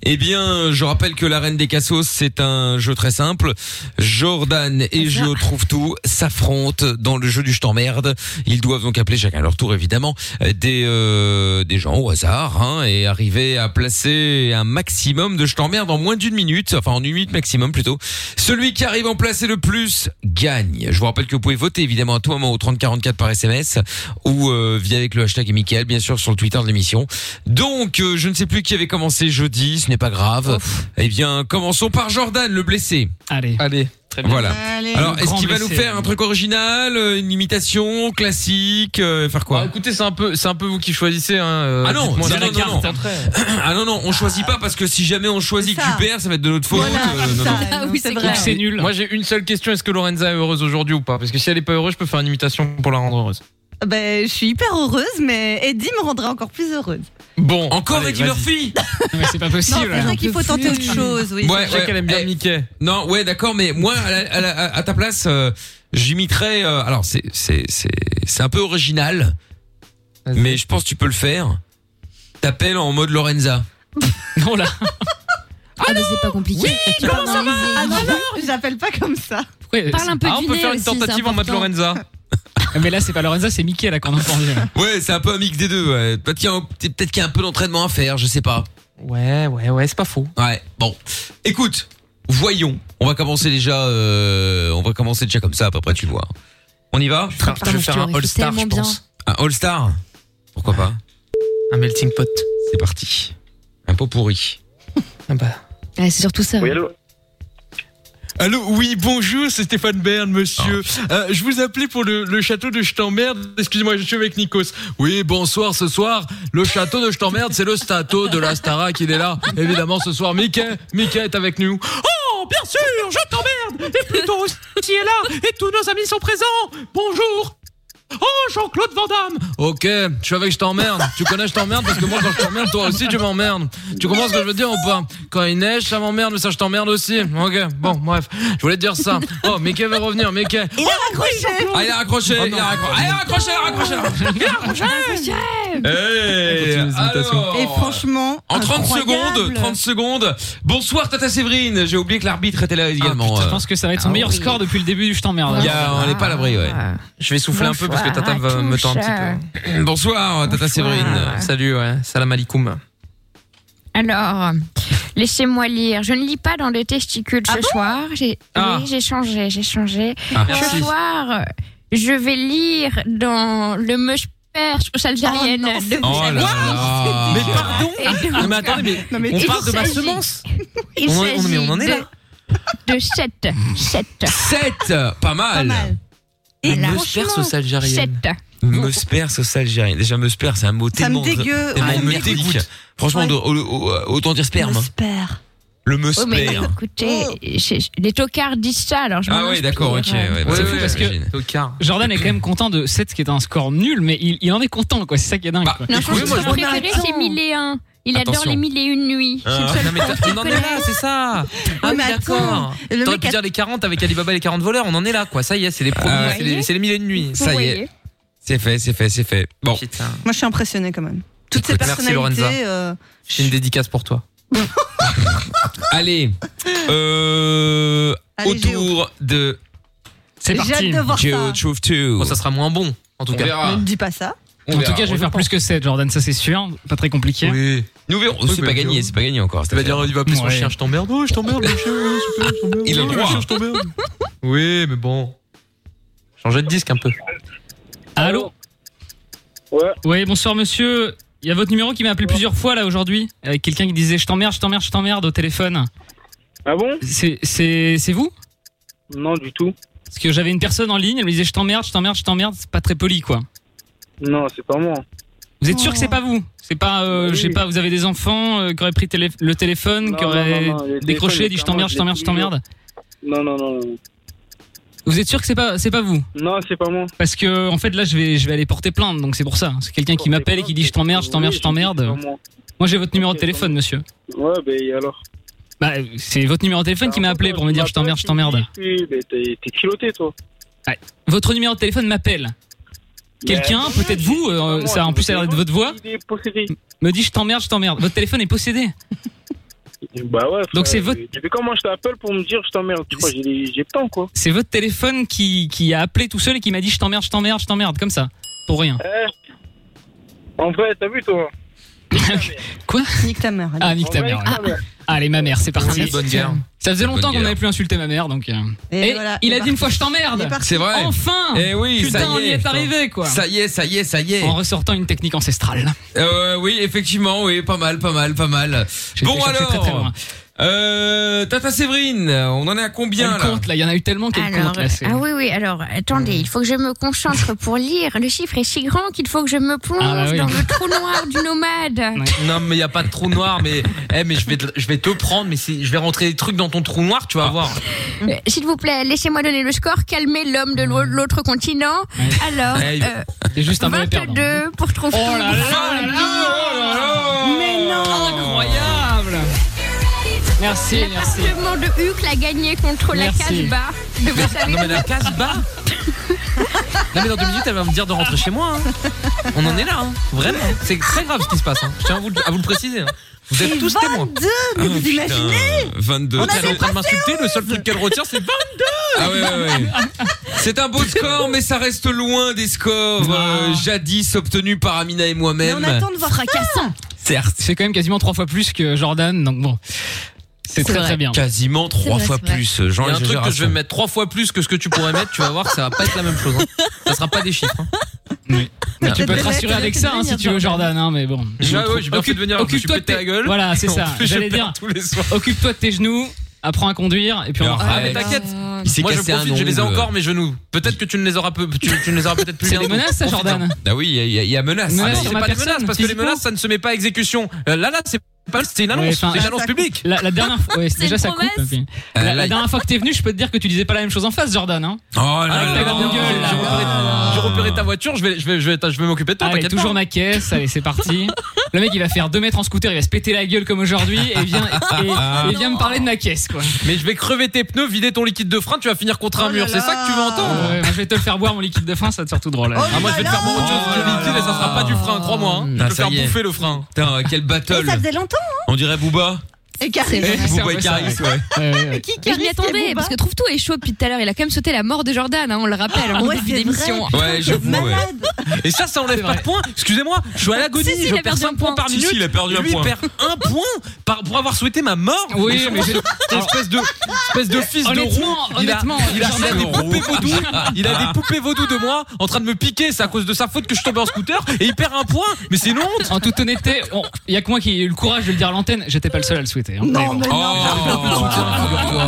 B: Eh bien, je rappelle que la Reine des Cassos, c'est un jeu très simple. Jordan et Je trouve tout s'affrontent dans le jeu du je t'emmerde. Ils doivent donc appeler chacun à leur tour, évidemment, euh, des euh, des gens au hasard hein, et arriver à placer un maximum de je t'emmerde en moins d'une minute, enfin en une minute maximum plutôt. Celui qui arrive à en placer le plus gagne. Je vous rappelle que vous pouvez voter évidemment à tout moment au 3044 par SMS ou euh, via avec le hashtag Mickaël, bien sûr, sur le Twitter de l'émission. Donc, euh, je ne sais plus qui avait commencé jeudi, ce n'est pas grave. Eh bien, commençons par Jordan, le blessé.
E: Allez.
B: Allez. Voilà.
E: Allez.
B: Alors,
E: Le
B: est-ce
E: grand
B: qu'il va nous
E: blessé,
B: faire
E: hein.
B: un truc original, euh, une imitation, classique, euh, faire quoi
K: Ah, Écoutez, c'est un peu, c'est un peu vous qui choisissez. Hein, euh,
B: Ah non,
K: dites-moi
B: non,
K: si-
B: non, non,
E: hein.
B: non. <clears throat> Ah non, non, on choisit pas parce que si jamais on choisit que tu perds, ça va être de notre faute. euh, non, non.
C: oui, c'est clair.
E: nul.
K: Moi, j'ai une seule question. Est-ce que Lorenza est heureuse aujourd'hui ou pas Parce que si elle est pas heureuse, je peux faire une imitation pour la rendre heureuse.
J: Ben, je suis hyper heureuse, mais Eddie me rendra encore plus heureuse.
K: Bon.
B: Encore
K: allez,
B: Eddie
K: vas-y.
B: <laughs> Murphy
E: Mais c'est pas
J: possible, Non, c'est là. vrai qu'il faut tenter autre chose, oui.
B: Ouais,
J: Je sais
B: ouais.
J: qu'elle
K: aime bien
B: Eh, Non, ouais, d'accord, mais moi, à, la- à la- à- à ta place, euh, j'imiterais. euh, alors, c'est, c'est, c'est, c'est un peu original, mais je pense que tu peux le faire. T'appelles en mode Lorenza.
E: non, là.
C: Ah, mais c'est pas compliqué. Tu parles en aisé.
J: Ah non, j'appelle pas comme ça.
C: Parle un peu
E: Ah,
C: du nez aussi, c'est important. <laughs>
E: Mais là, c'est pas Lorenza, c'est Mickey là qu'on entend.
B: Ouais, c'est un peu un mix des deux. ouais. Peut-être qu'il y a un, peut-être qu'il y a un peu d'entraînement à faire, je sais pas.
K: Ouais, ouais, ouais, c'est pas faux.
B: Ouais, bon. Écoute, voyons. On va commencer déjà. euh, on va commencer déjà comme ça, à peu près, tu vois. On y va
K: je vais faire un All-Star, je pense.
B: Un All-Star Pourquoi pas
K: Un melting pot.
B: C'est parti. Un pot pourri.
K: Ah bah.
C: Ouais, c'est surtout ça.
K: Allô, oui, bonjour, c'est Stéphane Bern, monsieur. Euh, je vous appelais pour le, le château de Je t'emmerde. Excusez-moi, je suis avec Nikos. Oui, bonsoir, ce soir, le château de Je t'emmerde, c'est le stato de la Stara qui est là. Évidemment, ce soir, Mickey, Mickey est avec nous. Oh, bien sûr, je t'emmerde Et Pluton aussi est là, et tous nos amis sont présents Bonjour Oh, Jean-Claude Van Damme Ok, je suis avec Je t'emmerde. Tu connais Je t'emmerde parce que moi, quand je t'emmerde, toi aussi, tu m'emmerdes. Tu comprends ce que je veux dire ou pas Quand il neige, ça m'emmerde, mais ça, je t'emmerde aussi. Ok, bon, bref. Je voulais te dire ça. Oh, Mickey veut revenir, Mickey.
J: Il a raccroché
B: Ah, il a raccroché,
K: Oh,
B: il a raccroché. Ah, il a raccroché, il a raccroché, il a raccroché. Hey, alors,
J: Et franchement.
O: Ah,
B: en 30
J: incroyable.
B: secondes, 30 secondes. Bonsoir Tata Séverine, j'ai oublié que l'arbitre était là
K: Ah,
B: également.
E: Je pense que ça va être son meilleur score depuis le début du Je
K: euh,
E: t'emmerde.
B: Il y a- on n'est pas à l'abri, ouais.
K: Je vais souffler un peu parce que Tata va me tendre un petit
B: peu. Bonsoir, Tata Séverine.
K: Salut, ouais. Salam alaikum.
D: Alors, laissez-moi lire. Je ne lis pas dans les testicules
C: Ah
D: ce
C: bon
D: soir. J'ai
C: Ah.
D: oui, j'ai changé, j'ai changé.
C: Ah,
D: ce
C: merci.
D: soir, euh, je vais lire dans le musper algérienne. de
B: Oh
D: <laughs>
B: là là. Mais
K: pardon
D: Et donc-
O: Ah,
K: Non, mais attendez, mais
D: Non, mais
K: on
D: il
K: parle de ma
D: s'agit-
K: semence.
D: Il
K: On en est- on- mais on en est
D: s'agit
K: là.
D: De, de 7. 7.
B: 7, pas mal.
D: Et
B: La
D: là,
B: meuse perse
D: franchement,
B: algérienne.
D: sept.
B: Meusper, sauce algérienne. Déjà, meusper, c'est un mot
D: Ça me
B: tellement,
D: dégueu.
B: tellement
D: Ah, il me
B: merdique.
D: dégoûte.
B: Franchement,
D: Ouais.
B: on doit- au- au- autant dire sperme. hein.
J: Meusper.
O: Le me
D: Oh,
P: Oh,
C: Oui, mais
O: spare.
C: écoutez, je- je- les tocards disent ça, alors je
O: Ah
C: m'en
O: ouais, d'accord, ok.
C: inspire.
O: Ouais, bah,
E: c'est
O: ouais,
E: fou
O: ouais,
E: parce que
O: j'imagine.
E: Jordan est quand même content de 7 qui est un score nul, mais il, il en est content, quoi. C'est ça qui est dingue.
B: Bah,
E: quoi.
C: Non, je pense que son préféré, c'est 1001. Il adore
E: Attention.
C: les 1001 nuits. C'est le
E: Ah,
C: seul <laughs>
E: non, mais
C: conte
E: t'as-
C: qu'il
E: on en est
C: connaît.
E: là, c'est ça. Ah oui,
P: mais attends,
E: d'accord.
P: le
E: T'aurais
P: mec
E: pu
P: a-
E: dire les 40 avec Alibaba et les 40 voleurs, on en est là, quoi. Ça y est, c'est les premiers,
O: Ah ouais.
E: c'est les, c'est les mille et une nuits.
P: Vous
O: Ça y
P: voyez.
O: est. C'est fait, c'est fait, c'est fait. Bon.
P: Moi, je suis impressionnée quand même. Toutes ces
O: Écoute, merci, Lorenza.
P: personnalités. euh,
O: J'ai une dédicace
P: <laughs>
O: pour toi. Allez. Euh,
P: Allez,
O: autour de.
P: C'est parti. J'ai hâte de voir
O: Geo
P: ça.
O: Truth 2.
B: Oh,
O: Bon, ça sera moins bon, en tout
E: cas.
P: Ne me dis pas ça.
E: En tout cas, je vais faire plus que 7, Jordan, ça c'est sûr. Pas très compliqué.
O: Oui. Nous verrons. c'est pas gagné, c'est pas gagné encore. Tu vas dire,
B: il va appeler son chien, je
O: t'emmerde.
B: Oh, je t'emmerde, le chien, ouais, super, je t'emmerde.
O: Il a le
B: Oh,
O: droit.
B: chien, je t'emmerde. Oui, mais bon.
E: Changer de disque un peu. Allô
I: Ouais.
E: bonsoir monsieur. Il y a votre numéro qui m'a appelé plusieurs fois là aujourd'hui. Avec quelqu'un qui disait je t'emmerde, je t'emmerde, je t'emmerde au téléphone.
I: Ah bon
E: C'est c'est vous
I: Non, du tout.
E: Parce que j'avais une personne en ligne, elle me disait je t'emmerde, je t'emmerde, je t'emmerde. C'est pas très poli quoi.
I: Non, c'est pas moi.
E: Vous êtes sûr que c'est pas vous C'est pas, euh, je sais pas, vous avez des enfants euh, qui auraient pris télé- le téléphone,
I: Non,
E: qui auraient
I: non, non, non, le
E: décroché,
I: téléphone,
E: dit je
I: clairement,
E: t'emmerde, je t'emmerde,
I: je
E: je
I: l'ai
E: t'emmerde.
I: Non, non, non, non.
E: Vous êtes sûr que c'est pas, c'est pas vous
I: Non, c'est pas moi.
E: Parce que en fait là, je vais, je vais aller porter plainte, donc c'est pour ça. C'est quelqu'un qui m'appelle et qui dit je t'emmerde, je t'emmerde, je t'emmerde. Moi j'ai votre numéro de téléphone, monsieur.
I: Ouais, ben et alors
E: Bah, c'est votre numéro de téléphone qui m'a appelé pour me dire je t'emmerde, je
K: Ah, bah.
E: t'emmerde.
I: Oui, ben t'es t'es culotté, toi.
E: Ouais. Votre numéro de téléphone m'appelle. Quelqu'un,
I: Ben,
E: peut-être vous, euh,
I: moi,
E: ça en plus ça a l'air de votre voix,
I: Il est possédé.
E: me dit je t'emmerde, je t'emmerde. Votre téléphone est possédé.
I: Bah ouais.
E: Donc c'est votre-
I: Depuis comment je t'appelle pour me dire je t'emmerde Tu crois que j'ai les- j'ai le temps, quoi
E: C'est votre téléphone qui, qui a appelé tout seul et qui m'a dit je t'emmerde, je t'emmerde, je t'emmerde, comme ça. Pour rien.
I: Eh, En vrai, t'as vu, toi
E: Quoi
P: Nique ta mère.
E: Ah, nique ta
I: Ouais,
E: mère.
I: nique ta
E: ouais.
I: mère.
E: Ah, allez, ma mère, c'est parti.
O: Oui, bonne guerre.
E: Ça faisait
O: Bonne
E: longtemps qu'on
O: guerre.
E: n'avait plus insulté ma mère, donc. euh.
O: Et
E: Et,
O: voilà,
E: il
O: c'est
E: a dit une fois
O: Il
E: je
O: est
E: t'emmerde.
O: parti. C'est vrai.
E: Enfin.
O: Eh oui,
E: Putain,
O: ça y
E: on y
O: est,
E: est
O: putain.
E: arrivé quoi.
O: Ça y est, ça y est, ça y est.
E: En ressortant une technique ancestrale.
B: Oh,
O: Euh, oui, effectivement, oui, pas mal, pas mal, pas mal. Bon
E: cherché
O: alors,
E: très, très loin.
O: Euh, Tata Séverine, on en est à combien
E: Elle
O: là
E: compte, là, il y en a eu tellement
C: Alors, ah oui, oui, alors attendez,
E: Hmm.
C: il faut que je me concentre pour lire. Le chiffre est si grand qu'il faut que je me plonge
B: Ah, bah oui.
C: dans le trou noir du nomade.
B: Non, mais il y a pas de trou noir, mais <laughs> eh, mais je vais te, je vais te prendre, mais c'est- je vais rentrer des trucs dans ton trou noir,
E: Ah.
B: tu vas voir.
C: Euh, S'il vous plaît, laissez-moi donner le score. Calmez l'homme de l'au- l'autre continent. Alors,
O: Eh,
E: Ouais, il-
C: euh,
E: C'est juste un mauvais perdant.
C: 22 pour trouver.
E: Oh là là là là
C: Mais non
E: Incroyable. Merci, merci.
C: L'appartement de Hucle a gagné contre
E: Merci.
C: la Casbah. De vous savez
B: Non mais la casse
C: <laughs>
B: bas. Non mais dans deux minutes elle va me dire de rentrer chez moi. hein. On en est là, hein. vraiment. C'est très grave ce qui se passe. hein. Je tiens à vous, le- à vous le préciser. hein. Vous êtes tous témoins. Ah,
P: 22, mais vous imaginez
O: 22.
B: On est en train de m'insulter. Le seul truc qu'elle retient, c'est 22.
O: Ah ouais, ouais, ouais. C'est un beau score, mais ça reste loin des scores euh, jadis obtenus par Amina et moi-même.
E: Fracassant.
O: Certes.
E: C'est quand même quasiment trois fois plus que Jordan, donc bon. C'est très très bien.
O: Quasiment trois fois plus. euh, Jean
B: Il y a un truc que je vais
O: Génération.
B: mettre trois fois plus que ce que tu pourrais mettre. Tu vas voir, ça va pas être la même chose. hein. Ça sera pas des chiffres. hein.
E: Mais tu peux te
B: Peut-être
E: rassurer
B: que
E: avec
B: je
E: ça
B: vais
E: hein, si
B: devenir
E: tu veux Jordan, hein, mais bon.
B: Ouais, ouais, j'ai bien fait de venir, je me suis
E: occupe-toi de
B: pété
E: tes-
B: la gueule.
E: Voilà,
B: <laughs>
E: c'est
B: En
E: ça.
B: plus, je
E: J'allais dire.
B: perds tous les soirs.
E: Occupe-toi de tes genoux, apprends à conduire et puis on en
B: Ah,
E: reparle.
B: mais t'inquiète. Moi, je profite, je les ai encore mes genoux. Peut-être que tu ne les auras peu- tu, tu ne les auras peut-être plus.
E: C'est des
B: bientôt.
E: menaces, ça,
B: Profite-en.
E: Jordan
O: Ah oui, il y a- il y, a- il y a menace.
B: Ah
E: Menace
B: non,
E: sur
B: c'est
E: ma
B: pas des
E: personne,
B: menaces parce que les
E: physiquement.
B: menaces ça ne se met pas à exécution. Euh, Là là, c'est pas c'est une annonce,
E: Ouais, enfin,
B: c'est une annonce publique.
E: La, la dernière fois, ouais, déjà ça coupe. et puis-
B: Euh,
E: la,
B: là,
E: la
B: il-
E: dernière fois que t'es venu, je peux te dire que tu disais pas la même chose en face, Jordan. Hein.
O: Oh
B: Ah,
O: là
E: là, ta grande gueule, là.
B: J'ai repéré ta voiture, je vais je vais je vais, je vais m'occuper de toi,
E: Allez,
B: t'inquiète
E: Ah, toujours
B: pas.
E: ma caisse, allez, c'est parti. Le mec, il va faire 2 mètres en scooter, il va se péter la gueule comme aujourd'hui et vient, et,
B: Ah.
E: et vient me parler de ma caisse, quoi.
B: Mais je vais crever tes pneus, vider ton liquide de frein, tu vas finir contre un mur, c'est ça que tu veux entendre
E: Ouais, moi, je vais te le faire boire, mon liquide de frein, ça va te faire tout drôle.
B: Ah, moi je vais te faire mon autre chose du liquide et Ah, ça sera pas du frein, crois-moi. hein. Je vais
O: Ah,
B: te
O: ça
B: faire
O: y est.
B: bouffer le frein.
O: Putain, quel battle.
P: Ça faisait longtemps, hein
O: On dirait Booba.
P: Et carré.
O: Booba et Caris, ouais.
P: Qui
Q: Mais je m'y
P: caresse
Q: attendais,
P: Kebouba
Q: parce que trouve tout est chaud depuis tout à l'heure. Il a quand même sauté la mort de Jordan, hein, on le rappelle, en
P: Ouais,
Q: début
P: c'est vrai,
Q: d'émission.
P: putain,
O: Ouais, j'avoue, ouais.
B: Et ça, ça enlève pas de points. Excusez-moi, je suis à l'agonie,
Q: Si, si,
B: je
Q: il a
B: perds
Q: perdu
B: un
Q: un
B: point
Q: point.
B: par
O: Si,
B: minute.
O: si, il a perdu un
B: Lui,
O: point.
B: il perd un point par- pour avoir souhaité ma mort.
E: Oui,
B: Et
E: mais
B: surtout,
E: j'ai-
B: espèce de espèce de fils de
E: Honnêtement,
B: roux. Il a,
E: honnêtement,
B: il a- il a
E: Jordan
B: des
E: Roux.
B: poupées vaudous. Il a des poupées vaudous de moi en train de me piquer. C'est à cause de sa faute que je tombe en scooter et il perd un point. Mais c'est une honte.
E: En toute honnêteté, on- il y a que moi qui ai eu le courage de le dire à l'antenne, j'étais pas le seul à le souhaiter. hein. Mais bon.
B: Oh.
O: Oh.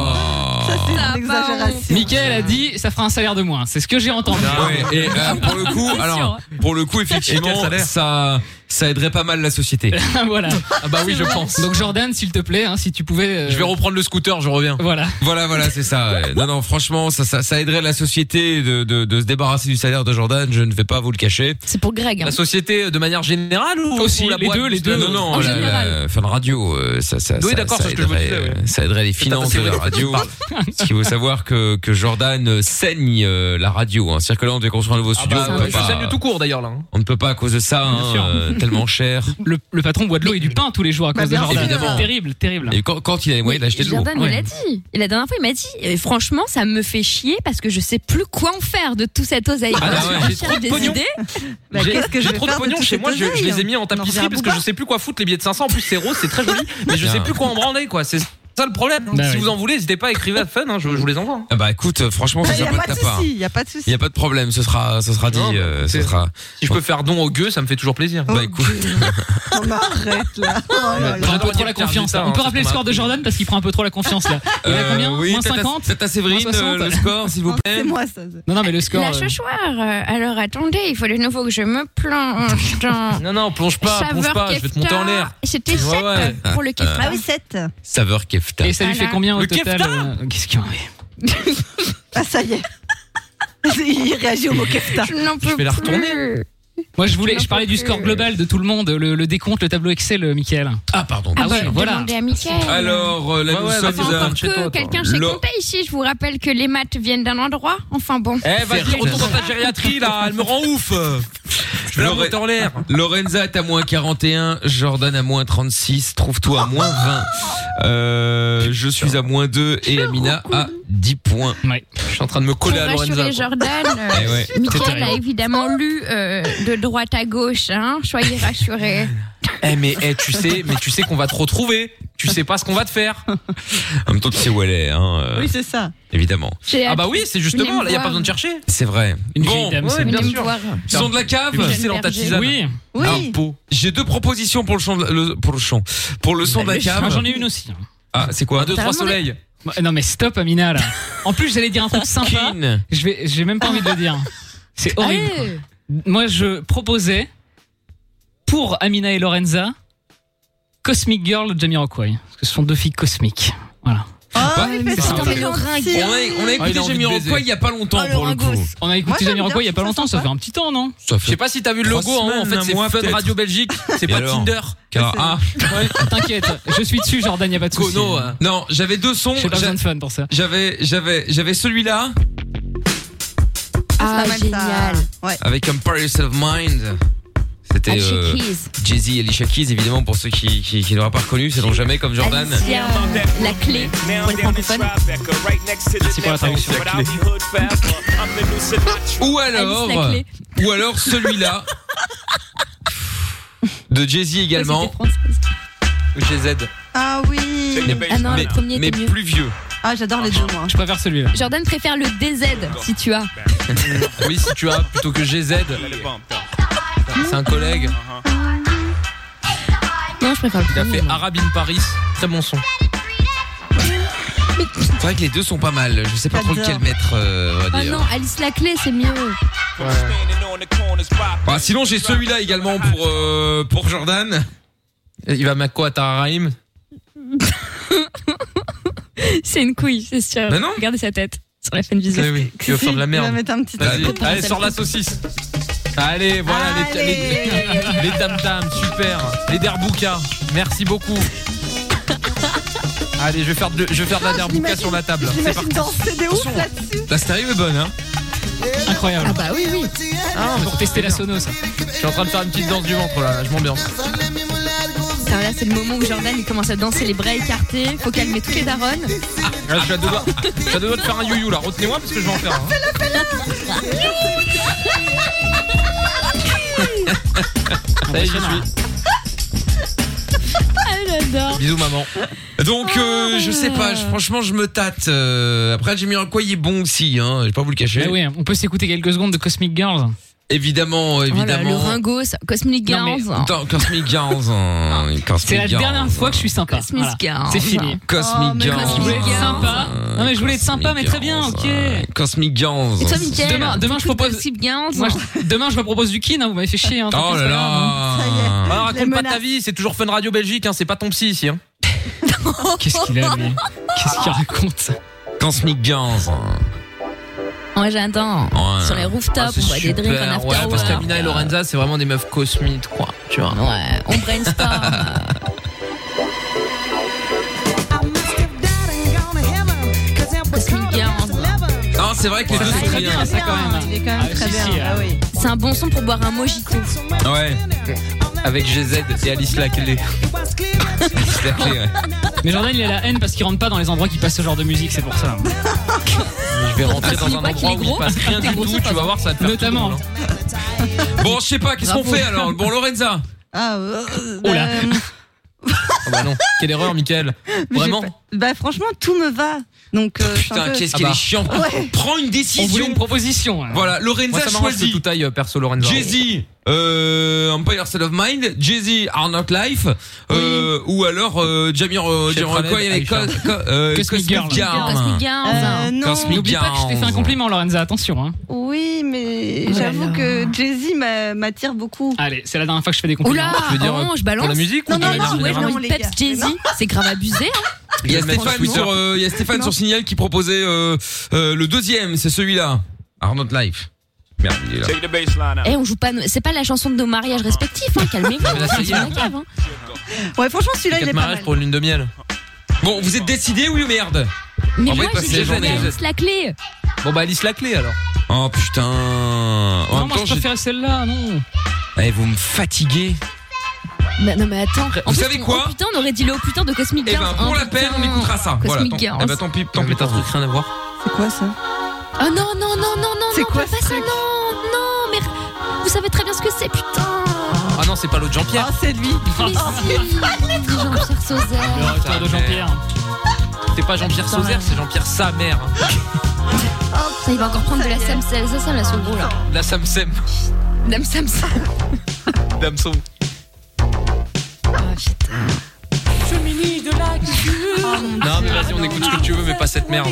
E: Mickaël a dit ça fera un salaire de moins. C'est ce que j'ai entendu. <laughs> hein.
O: Ah ouais, et euh, pour le coup, alors pour le coup
E: Et quel
O: effectivement
E: salaire
O: ça
B: ça aiderait pas mal la société.
E: <laughs> <laughs> voilà.
K: Ah bah oui, je pense.
E: Donc Jordan, s'il te plaît, hein, si tu pouvais. euh,
B: Je vais reprendre le scooter, je reviens.
E: Voilà.
B: Voilà, voilà, c'est ça. ouais. Non, non, franchement, ça, ça, ça aiderait la société de, de, de se débarrasser du salaire de Jordan. Je ne vais pas vous le cacher.
C: C'est pour Greg.
B: La société de manière générale ou
E: Aussi,
B: ou la
E: les
B: boîte
E: deux, les deux.
B: Non, non,
E: En
B: la-
E: général.
B: la Fun Radio, euh, ça, ça,
K: Oui,
B: ça,
K: d'accord,
B: ça
K: c'est ce que je vous
B: aiderait,
K: disais, ouais.
B: ça aiderait les finances
K: c'est Ah,
B: de la
K: vrai, <laughs>
B: radio. Ah, Parce qu'il faut savoir que, que Jordan saigne euh, la radio. Hein. C'est-à-dire que là, on devait construire un nouveau
K: bah,
B: studio. on, peut
K: je
B: pas,
K: Ah saigne tout court d'ailleurs là. hein.
B: on ne peut pas à cause de ça,
E: Bien
B: hein,
E: sûr.
B: euh, tellement cher.
E: Le, le patron boit de l'eau et du pain tous les jours à
B: Bah,
E: cause de
B: bien
E: Jordan.
B: sûr. Évidemment.
E: Terrible, terrible.
B: Et quand, quand il a les moyens d'acheter de l'eau.
C: Jordan me l'a dit. Et la dernière fois, il m'a dit euh, Franchement, ça me fait chier parce que je sais plus quoi en faire de tout cette oseille.
K: Ah,
C: Quand
K: bah
C: tu
K: ouais, j'ai
C: recherches
K: trop de
C: des
K: pognon.
C: idées.
J: Bah,
K: J'ai-
J: qu'est-ce que je
K: j'ai
J: vais
K: trop de
J: faire de
K: pognon
J: toute
K: chez
J: cette
K: moi, je, je
J: oseille
K: les ai mis
J: On
K: en
J: en
K: tapisserie
J: revient
K: parce
J: à
K: que je
J: Booba.
K: sais plus quoi foutre les billets de 500. En plus, c'est rose, c'est très joli, mais je
B: Bien.
K: sais plus quoi en branler quoi. C'est ça le problème. hein.
B: Bah
K: si
B: oui.
K: vous en voulez, n'hésitez pas à écrire à fun, hein, je, je vous les envoie. hein.
B: Ah bah écoute, euh, franchement, c'est
J: Il n'y
B: sympa
J: a
B: de
J: pas
B: ta
J: de
B: part.
J: souci, il n'y a pas de souci.
B: Il n'y a pas de problème, ce sera, ce sera dit.
K: Non,
B: euh, ce
K: c'est-
B: sera...
K: Si je peux faire don au gueux, ça me fait toujours plaisir.
B: Bah écoute. <laughs>
J: On arrête
K: <laughs>
J: là. Oh là là.
E: Prends un peu trop la confiance. là. On
K: hein,
E: peut rappeler le score de Jordan parce qu'il prend un peu trop la confiance là. Il a
B: Euh,
E: combien
B: oui,
E: Moins
B: Tata-
E: 50
B: Tata Séverine,
E: Moins 60.
B: euh, le score, s'il vous plaît.
J: C'est moi ça.
E: Non, non, mais le score.
D: La
E: euh,
D: chouchoire. euh, alors attendez, il faut de nouveau que je me plonge dans.
K: Non, non, plonge pas,
D: Saveur
K: plonge pas, je vais te monter en
D: kefta.
K: l'air.
D: C'était
K: Ouais,
D: sept,
K: ouais.
D: euh, pour le kefta.
J: Ah oui, 7.
B: Saveur kefta.
E: Et ça lui fait
D: Voilà.
E: combien au
K: Le
E: total
K: kefta
E: euh, <laughs> Qu'est-ce qu'il y en a
J: Ah ça y est. Il réagit au
O: <laughs>
J: mot kefta.
D: Je n'en peux
K: vais la
D: plus.
K: retourner.
D: <laughs>
E: Moi, je voulais, je parlais du score global de tout le monde, le, le décompte, le tableau Excel, euh, Michael.
B: Ah pardon.
D: Ah,
E: Ah ouais,
D: bah,
E: voilà. bah,
D: demandez à Mickaël.
B: Alors, euh, là,
K: Ouais,
B: nous
C: bah,
K: ouais,
B: sommes
K: vas-y,
B: à...
K: attends.
D: Que
K: Chez toi, toi.
D: quelqu'un sait
B: Lo-
D: compter ici, je vous rappelle que les maths viennent d'un endroit. Enfin bon.
K: Eh, vas-y,
B: Certes.
K: retourne dans ta gériatrie là, elle me rend ouf. Je vais la
B: Lore-
K: monter en l'air.
B: Lorenza est à moins 41, Jordan à moins 36, trouve-toi à moins 20. Euh, je suis à moins 2 et Amina à 10 points.
E: Ouais.
K: Je suis en train de me
D: Pour
K: coller à Lorenza.
D: rassurer
K: quoi. <laughs>
D: Jordan, euh,
B: <laughs> Eh ouais.
D: Mickaël a évidemment lu euh, de droite à gauche. Hein. Soyez rassurés.
K: Eh mais eh, tu sais, mais tu sais qu'on va te retrouver. Tu sais pas ce qu'on va te faire.
B: En même temps, tu sais où elle est, hein, euh,
J: Oui, c'est ça.
B: évidemment.
D: J'ai
K: Ah
D: hâte
K: bah oui, c'est justement,
D: Venez
K: là, y a
D: me
K: pas
D: voir.
K: besoin de chercher.
B: C'est vrai.
E: Une
B: Bon,
E: vieille dame,
K: ouais,
E: ça.
K: bien
D: Venez me
K: sûr.
D: voir.
B: son de la cave
K: Tu sais, dans ta
D: Berger.
K: tisane.
E: Oui.
B: Ah,
J: Oui.
K: pot.
B: J'ai deux propositions pour le, chant de la- le- pour le chant. Pour le son de la
E: Ah, J'en
B: cave.
E: ai une aussi.
B: Ah, c'est quoi
K: Un, deux,
D: T'as
K: trois
D: demandé
K: soleils.
E: Bah, Non, mais stop, Amina, là. En plus, j'allais dire un truc sympa.
B: Kin.
E: Je vais, j'ai même pas envie de le dire. C'est horrible. quoi.
C: Allez.
E: Moi, je proposais pour Amina et Lorenza Cosmic Girl de Jamiroquai. Parce que ce sont deux filles cosmiques. Voilà.
J: Ah, il fait
E: c'est
J: ça,
E: un
J: il est
C: peu
J: gentil.
B: On a, on a
E: Ah, il
B: écouté
E: a envie
B: Jamie
E: de
B: Rockwell
E: baiser.
B: il y a pas longtemps
K: Ah,
J: Oh, le
B: pour le coup.
J: ringosse.
E: On a
J: Moi,
E: écouté
J: j'aime
E: Jamiroquai
J: bien,
E: il y a pas
J: je trouve ça
E: longtemps, ça
J: sympa.
E: fait un petit temps, non
B: Ça
K: Je sais pas si t'as vu le
B: Trois
K: logo, hein, en
B: semaines,
K: fait
B: un
K: c'est
B: mois,
K: Fun
B: peut-être.
K: Radio
B: <laughs>
K: Belgique, c'est
B: Et
K: pas
B: alors
K: Tinder.
B: Car- ah,
E: Ouais, T'inquiète, je suis dessus, Jordan, y a pas de souci.
K: Kono, hein.
B: non, j'avais deux sons.
E: J'ai pas
B: j'a-
E: besoin de fun pour ça.
B: J'avais, j'avais, j'avais celui-là
J: Ah,
C: Ah,
J: c'est pas mal,
C: génial.
J: ça. Ouais.
B: avec un Paris of Mind. C'était
C: Alicia
B: euh,
C: Keys.
B: Jay-Z et Alicia Keys, évidemment, pour ceux qui, qui, qui n'auraient pas reconnu, c'est donc jamais comme Jordan.
C: Alicia, euh, la clé pour les francophones.
E: Merci pour la traduction.
B: <laughs> Ou alors,
C: Alice la clé.
B: ou alors
C: <laughs>
B: celui-là. De Jay-Z également,
C: Ouais, c'était française.
B: Jay-Z,
J: Ah oui.
C: Ah non,
B: mais,
C: le premier
B: mais
C: était mieux.
B: plus vieux.
J: <laughs> Ah, j'adore les deux, moi.
E: Je préfère celui-là.
B: <laughs>
C: Jordan préfère le DZ si
B: Ah,
C: tu as.
K: Oui, si tu as plutôt que GZ, c'est un collègue,
C: Non, je préfère le
K: il a fait
C: premier. moi.
K: Arab in Paris, très bon son.
B: C'est vrai que les deux sont pas mal, je sais pas trop
J: J'adore.
B: lequel mettre. euh, à
C: Oh
B: dire.
C: non, Alice la clé, c'est mieux.
B: Ah, sinon, j'ai celui-là également pour, euh, pour Jordan.
K: Il va mettre quoi à Tarahim
C: <laughs> C'est une couille, c'est sûr.
B: Mais non. Eh
C: Regardez sa tête sur la fin de vision.
K: Eh oui, tu vas faire de la
J: Il va
K: merde.
J: mettre un petit
K: Vas-y,
J: truc.
K: allez, sors la saucisse. Allez, voilà les- les,
J: Allez.
K: les dam dam, super. Les derbouka, merci beaucoup. Allez, je vais faire de, je vais faire de
B: Ah,
K: la derbouka sur la table.
J: Je
K: C'est
J: Ah, l'imagine
K: parti. Bah,
J: danser des ouf là-dessus.
B: La stéréo est bonne, hein
E: Incroyable.
C: Ah bah oui, oui.
K: Ah, mais
E: Pour tester la sono, ça.
K: Je suis en train de faire une petite danse du ventre là, je m'ambiance.
C: Alors là, c'est le moment où Jordan il commence à danser les bras écartés. Faut calmer toutes les daronnes.
K: Là, je suis à deux doigts- <laughs> je suis à deux doigts de faire un you-you là, retenez-moi parce que je vais en faire un. hein. Ça y est, j'y suis.
C: Ah,
B: <laughs>
C: j'adore.
K: Bisous maman.
B: Donc
C: Ah,
B: euh, je sais pas, je- franchement je me tâte. euh, après Jimmy Rockway il est bon aussi, hein, je vais pas vous le cacher.
E: Ah oui, on peut s'écouter quelques secondes de Cosmic Girls.
B: Évidemment,
C: Oh là, le
B: évidemment.
C: Ringo, ça- Cosmic Girls.
B: Attends, Cosmic Girls. hein, Cosmic
E: C'est la
B: Girls.
E: dernière fois que je suis sympa.
C: Cosmic
E: Voilà.
C: Girls.
E: C'est fini.
B: Cosmic Girls.
E: Je voulais être sympa. Non mais je voulais être sympa, mais très bien, ok.
B: Cosmic Girls.
C: Et toi, Mickaël,
E: Demain, demain je propose. Moi, je- Demain, je me propose du kin. hein, vous m'avez fait chier. Hein, tant
B: Oh
E: pis, c'est
B: là
E: pas
B: là.
E: grave,
K: Bah,
E: hein.
R: Ah, raconte pas ta vie, c'est toujours Fun Radio Belgique, hein, c'est pas ton psy ici. Hein.
E: Qu'est-ce qu'il a, lui Qu'est-ce qu'il raconte
B: Cosmic Girls.
C: Ouais, j'attends.
B: Ouais.
C: Oh,
B: Ah,
C: Sur les rooftops, on voit des drinks en after
I: parce
C: work.
I: qu'Amina et Lorenza, c'est vraiment des meufs cosmites, quoi. Tu vois.
C: Ouais,
B: <laughs>
C: on brainstorm. <laughs> Cosmic Girls.
B: Non, c'est vrai que les deux sont très bien.
O: Il est quand même très bien. Ah oui.
C: C'est un bon son pour boire un mojito.
B: Ouais.
I: Avec GZ et Alice Laclé.
B: Alice Laclé, ouais.
E: Mais Jordan, il a la haine parce qu'il rentre pas dans les endroits qui passent ce genre de musique, c'est pour ça.
I: Je vais rentrer dans un endroit où il passe rien du tout, tu vas voir, ça va te hein. faire
E: Notamment.
B: Bon, je sais pas, qu'est-ce qu'on
I: Bravo.
B: fait alors Bon, Lorenza.
O: Ah, euh,
I: Oh là.
O: euh,
I: Ah bah non, quelle erreur, Michael.
B: <laughs>
O: mais j'ai
I: Vraiment
O: pas- Bah franchement, tout me va. Donc, euh, c'est un
B: Putain,
O: peu-
C: Ah
B: qu'est-ce
C: bah.
B: qu'elle est chiante.
O: Ouais.
B: Prends une
I: On voulait
B: décision.
I: une hein.
E: proposition.
B: Voilà, Lorenza
I: Moi, ça m'arrange
B: choisit.
I: que tout taille euh, perso Lorenza.
B: Jay-Z, euh, Empire State of Mind, Jay-Z, Are Not Life, euh, ou alors euh, Jamir, euh,
I: Chef
B: Jamir-
I: Khaled,
B: quoi, il y avait
I: Aïcha.
B: Co- Co- euh,
E: Cosmic
B: Cosmic
E: Girl.
B: Girl.
O: Euh, non.
B: Cosmic
E: N'oublie pas que je t'ai fait un
B: Girls.
E: compliment, Lorenza. Attention. Hein.
O: Oui, mais
E: Oh là
O: j'avoue
E: là.
O: que Jay-Z m'a- m'attire beaucoup.
C: Ah.
E: Allez, c'est la dernière fois que je fais des compliments.
O: Oula,
E: je veux dire,
O: orange,
E: euh,
O: balance.
E: Pour la musique
O: Non,
E: ou
O: non,
E: de manière
O: non, ouais,
E: générale
O: non.
C: Envie de peps Jay-Z, c'est grave abusé. hein.
B: Il y a
I: Je vais le mettre
B: Stéphane
I: sur Twitter.
B: sur, euh, il y a Stéphane sur Signal qui proposait euh, euh, le deuxième, c'est celui-là. Are Not Life. Merde, il est là.
C: Eh, on joue pas. nos- C'est pas la chanson de nos mariages respectifs. Hein. Calmez-vous.
I: Mais là, ça y
C: c'est
I: est.
C: la cave, hein.
O: Ouais, franchement, celui-là, il
I: Quatre
O: est pas
I: mariages
O: mal.
I: pour une lune de miel.
B: Bon, vous êtes décidé, oui ou merde
C: Mais
I: En
C: moi,
I: fait, parce que
C: j'ai
I: les
C: joué
I: journées-
C: Alice la clé.
I: Bon bah Alice Laclé alors.
B: Oh putain. En
E: Non,
B: même
E: moi,
B: temps,
E: je
B: j'ai-
E: préférais celle-là, non.
B: Eh, vous me fatiguez.
C: Bah, non, mais attends. En
B: Vous
C: plus,
B: savez
C: on-
B: quoi
C: oh, Putain, on aurait dit le oh, putain de Cosmic
B: Eh
C: Girls.
B: ben, pour
C: Oh,
B: la peine, on
C: putain.
B: écoutera ça. Voilà.
C: Cosmic
B: Tant-
C: Girls.
B: eh ben, tant pis, tant pis.
I: T'as un truc rien à voir.
O: C'est quoi ça
C: Oh non, non, non, non, non, non, pas ça, non, non, mais vous savez très bien ce que c'est, putain.
I: Ah non c'est pas l'autre Jean-Pierre.
O: Ah, c'est
I: <laughs>
O: lui.
C: Mais si, Jean-Pierre Sauzet.
E: Le retour de Jean-Pierre.
I: C'est pas Jean-Pierre Sauzère, c'est Jean-Pierre sa mère.
C: Ça, il va encore prendre de la Sam, ça, ça, là, sur le gros, là.
I: La Samsem.
C: Dame Sam, Sam.
I: <laughs> Damson.
C: Ah,
O: Ah,
I: Non mais vas-y on écoute ce que tu veux mais pas cette merde.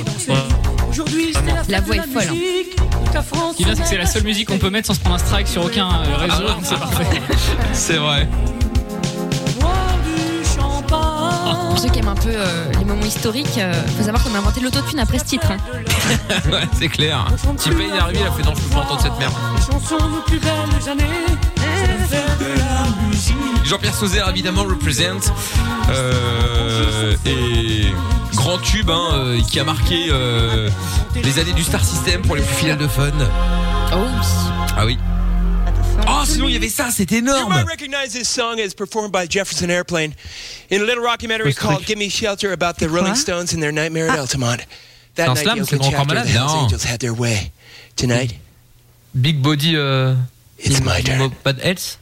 S: Aujourd'hui, c'est la,
C: La voix est folle. hein.
E: Ce qui est bien, c'est que c'est la seule musique qu'on peut mettre sans se prendre un strike sur aucun euh, réseau,
I: Ah,
E: donc c'est parfait.
B: C'est vrai.
C: Oh, Pour ceux qui aiment un peu euh, les moments historiques, euh, faut savoir qu'on a inventé l'autotune après ce titre. hein.
B: ouais, c'est clair.
I: Tipe il est arrivé, il a fait non je peux pas entendre cette merde.
S: Les chansons nos plus belles années, c'est le faire de la musique.
B: Jean-Pierre Sauzère, évidemment, represent. Euh, et grand tube hein, euh, qui a marqué euh, les années du Star System pour les plus finales de fun.
C: Ah oui.
B: Ah oui. Oh, sinon, il y avait ça, c'est
T: You might
B: énorme.
T: recognize this song as performed by Jefferson Airplane in a little documentary
B: Who's
T: called
B: Rick?
T: Give Me Shelter about the Rolling Stones and their nightmare
I: Ah.
T: at Altamont. That
I: Non,
T: night,
I: Slam,
T: the
I: c'est
T: Oakland chapter
I: Grand Corps
T: of the
I: Malade.
T: Hells
I: Non.
T: Angels had their way. Tonight,
I: Big Body euh
T: It's my turn.
I: Mo- Bad Health.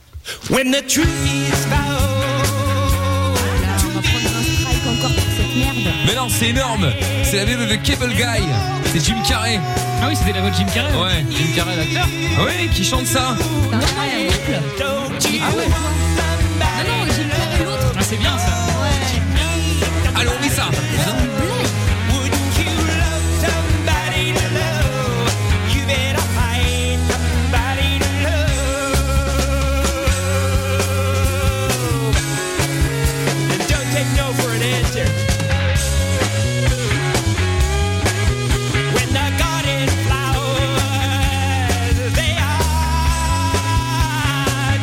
T: when the truth is
C: Là, on va prendre un strike encore pour cette merde.
B: Mais non, c'est énorme. C'est la BO de Cable Guy. C'est Jim Carrey.
E: Ah oui, c'était la voix de Jim Carrey.
B: Ouais.
I: Jim Carrey l'acteur.
B: Ah Oui, qui chante ça. Ah
C: Non, non, il y a l'autre, là. Ah non, j'ai pleuré l'autre.
E: Ah, c'est bien ça.
B: Allez, on met ça.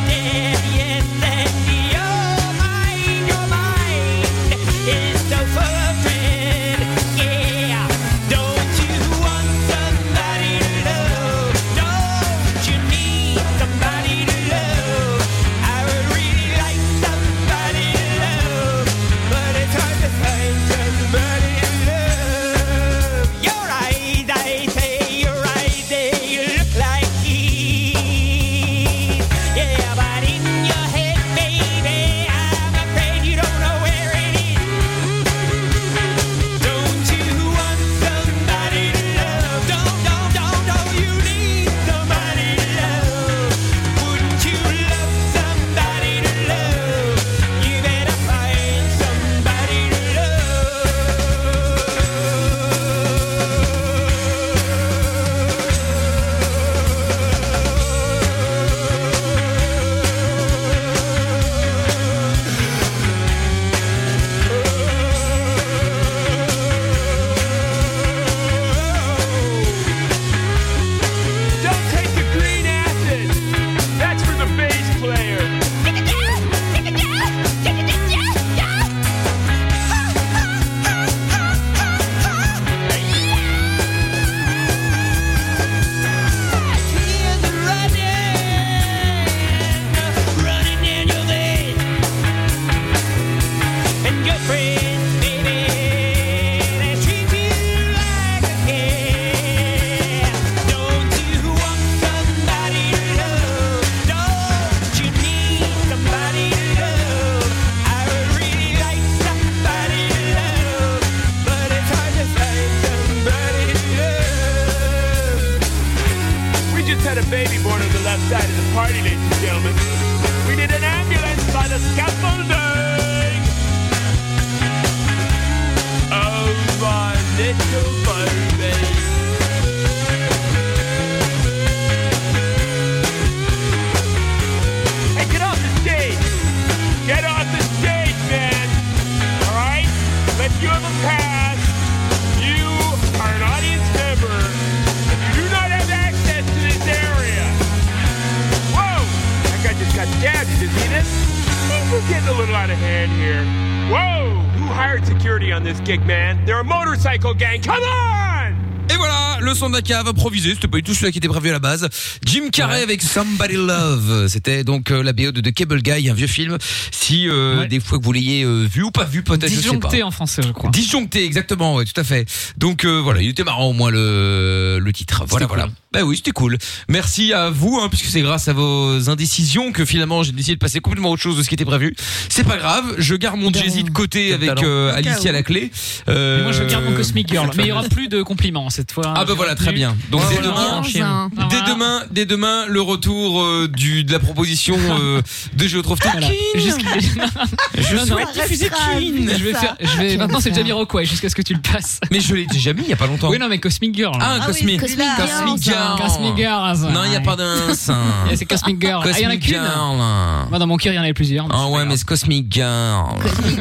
S: Dead yet, then you're mine, you're mine. had a baby born on the left side of the party, ladies and gentlemen. We need an ambulance by the scaffolding. Oh, my little baby. Hey, get off the stage. Get off the stage, man. All right? But you have a pass. You are an audience member. You do not have access to this area. Whoa! That guy just got stabbed. Did you see this? Things are getting a little out of hand here. Whoa! Who hired security on this gig, man? They're a motorcycle gang. Come on!
B: Et voilà, le son de la cave improvisé, c'était pas du tout celui qui était prévu à la base. Jim Carrey avec Somebody Love, c'était donc euh, la BO de The Cable Guy, un vieux film. Si euh, des fois que vous l'ayez euh, vu ou pas vu, peut-être je sais pas.
E: Disjoncté en français, je crois.
B: Disjoncté, exactement, ouais, tout à fait. Donc euh, voilà, il était marrant au moins le, le titre. Voilà, voilà. Ben oui, c'était cool. Merci à vous, hein, puisque c'est grâce à vos indécisions que finalement j'ai décidé de passer complètement à autre chose de ce qui était prévu. C'est pas grave, je garde mon Jay-Z de côté avec euh,
E: Au cas
B: Alicia à la clé. Euh,
E: Mais moi, je garde mon Cosmic Girl. Mais il y aura plus de compliments cette fois.
B: Ah bah voilà, très bien. Donc dès demain, dès demain, dès demain, le retour euh, du de la proposition <laughs> euh, de Je trouve tout.
E: Je
B: souhaite diffuser Queen.
E: Je vais faire. Je vais.
B: Queen.
E: Maintenant, c'est déjà Miroquai jusqu'à ce que tu le passes.
B: Mais je l'ai déjà mis il y a pas longtemps.
E: Oui, non, mais Cosmic Girl.
B: Ah, Ah oui, Cosmic- Cosmic Girl, Cosmic ça. Girl.
E: Cosmic Girl. ça.
B: Non, il y a
E: <laughs>
B: pas d'un sein.
E: Et C'est Cosmic Girl. Ah, il y en a
B: Cosmic
E: qu'une.
B: Girl.
E: Moi, dans mon cœur, il y en avait plusieurs.
B: Ah ouais, mais c'est Cosmic Girl.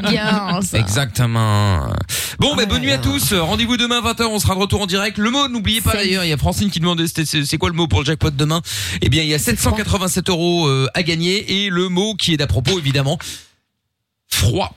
B: <laughs> Exactement. Bon, ben bonne nuit à tous. Rendez-vous demain 20h. On sera de retour en direct. Le mot, n'oubliez pas d'ailleurs. Il y a Francine qui demande c'était- c'est c'est quoi le mot pour le jackpot demain Eh bien, il y a 787 euros euh, à gagner et le mot qui est d'à propos évidemment froid.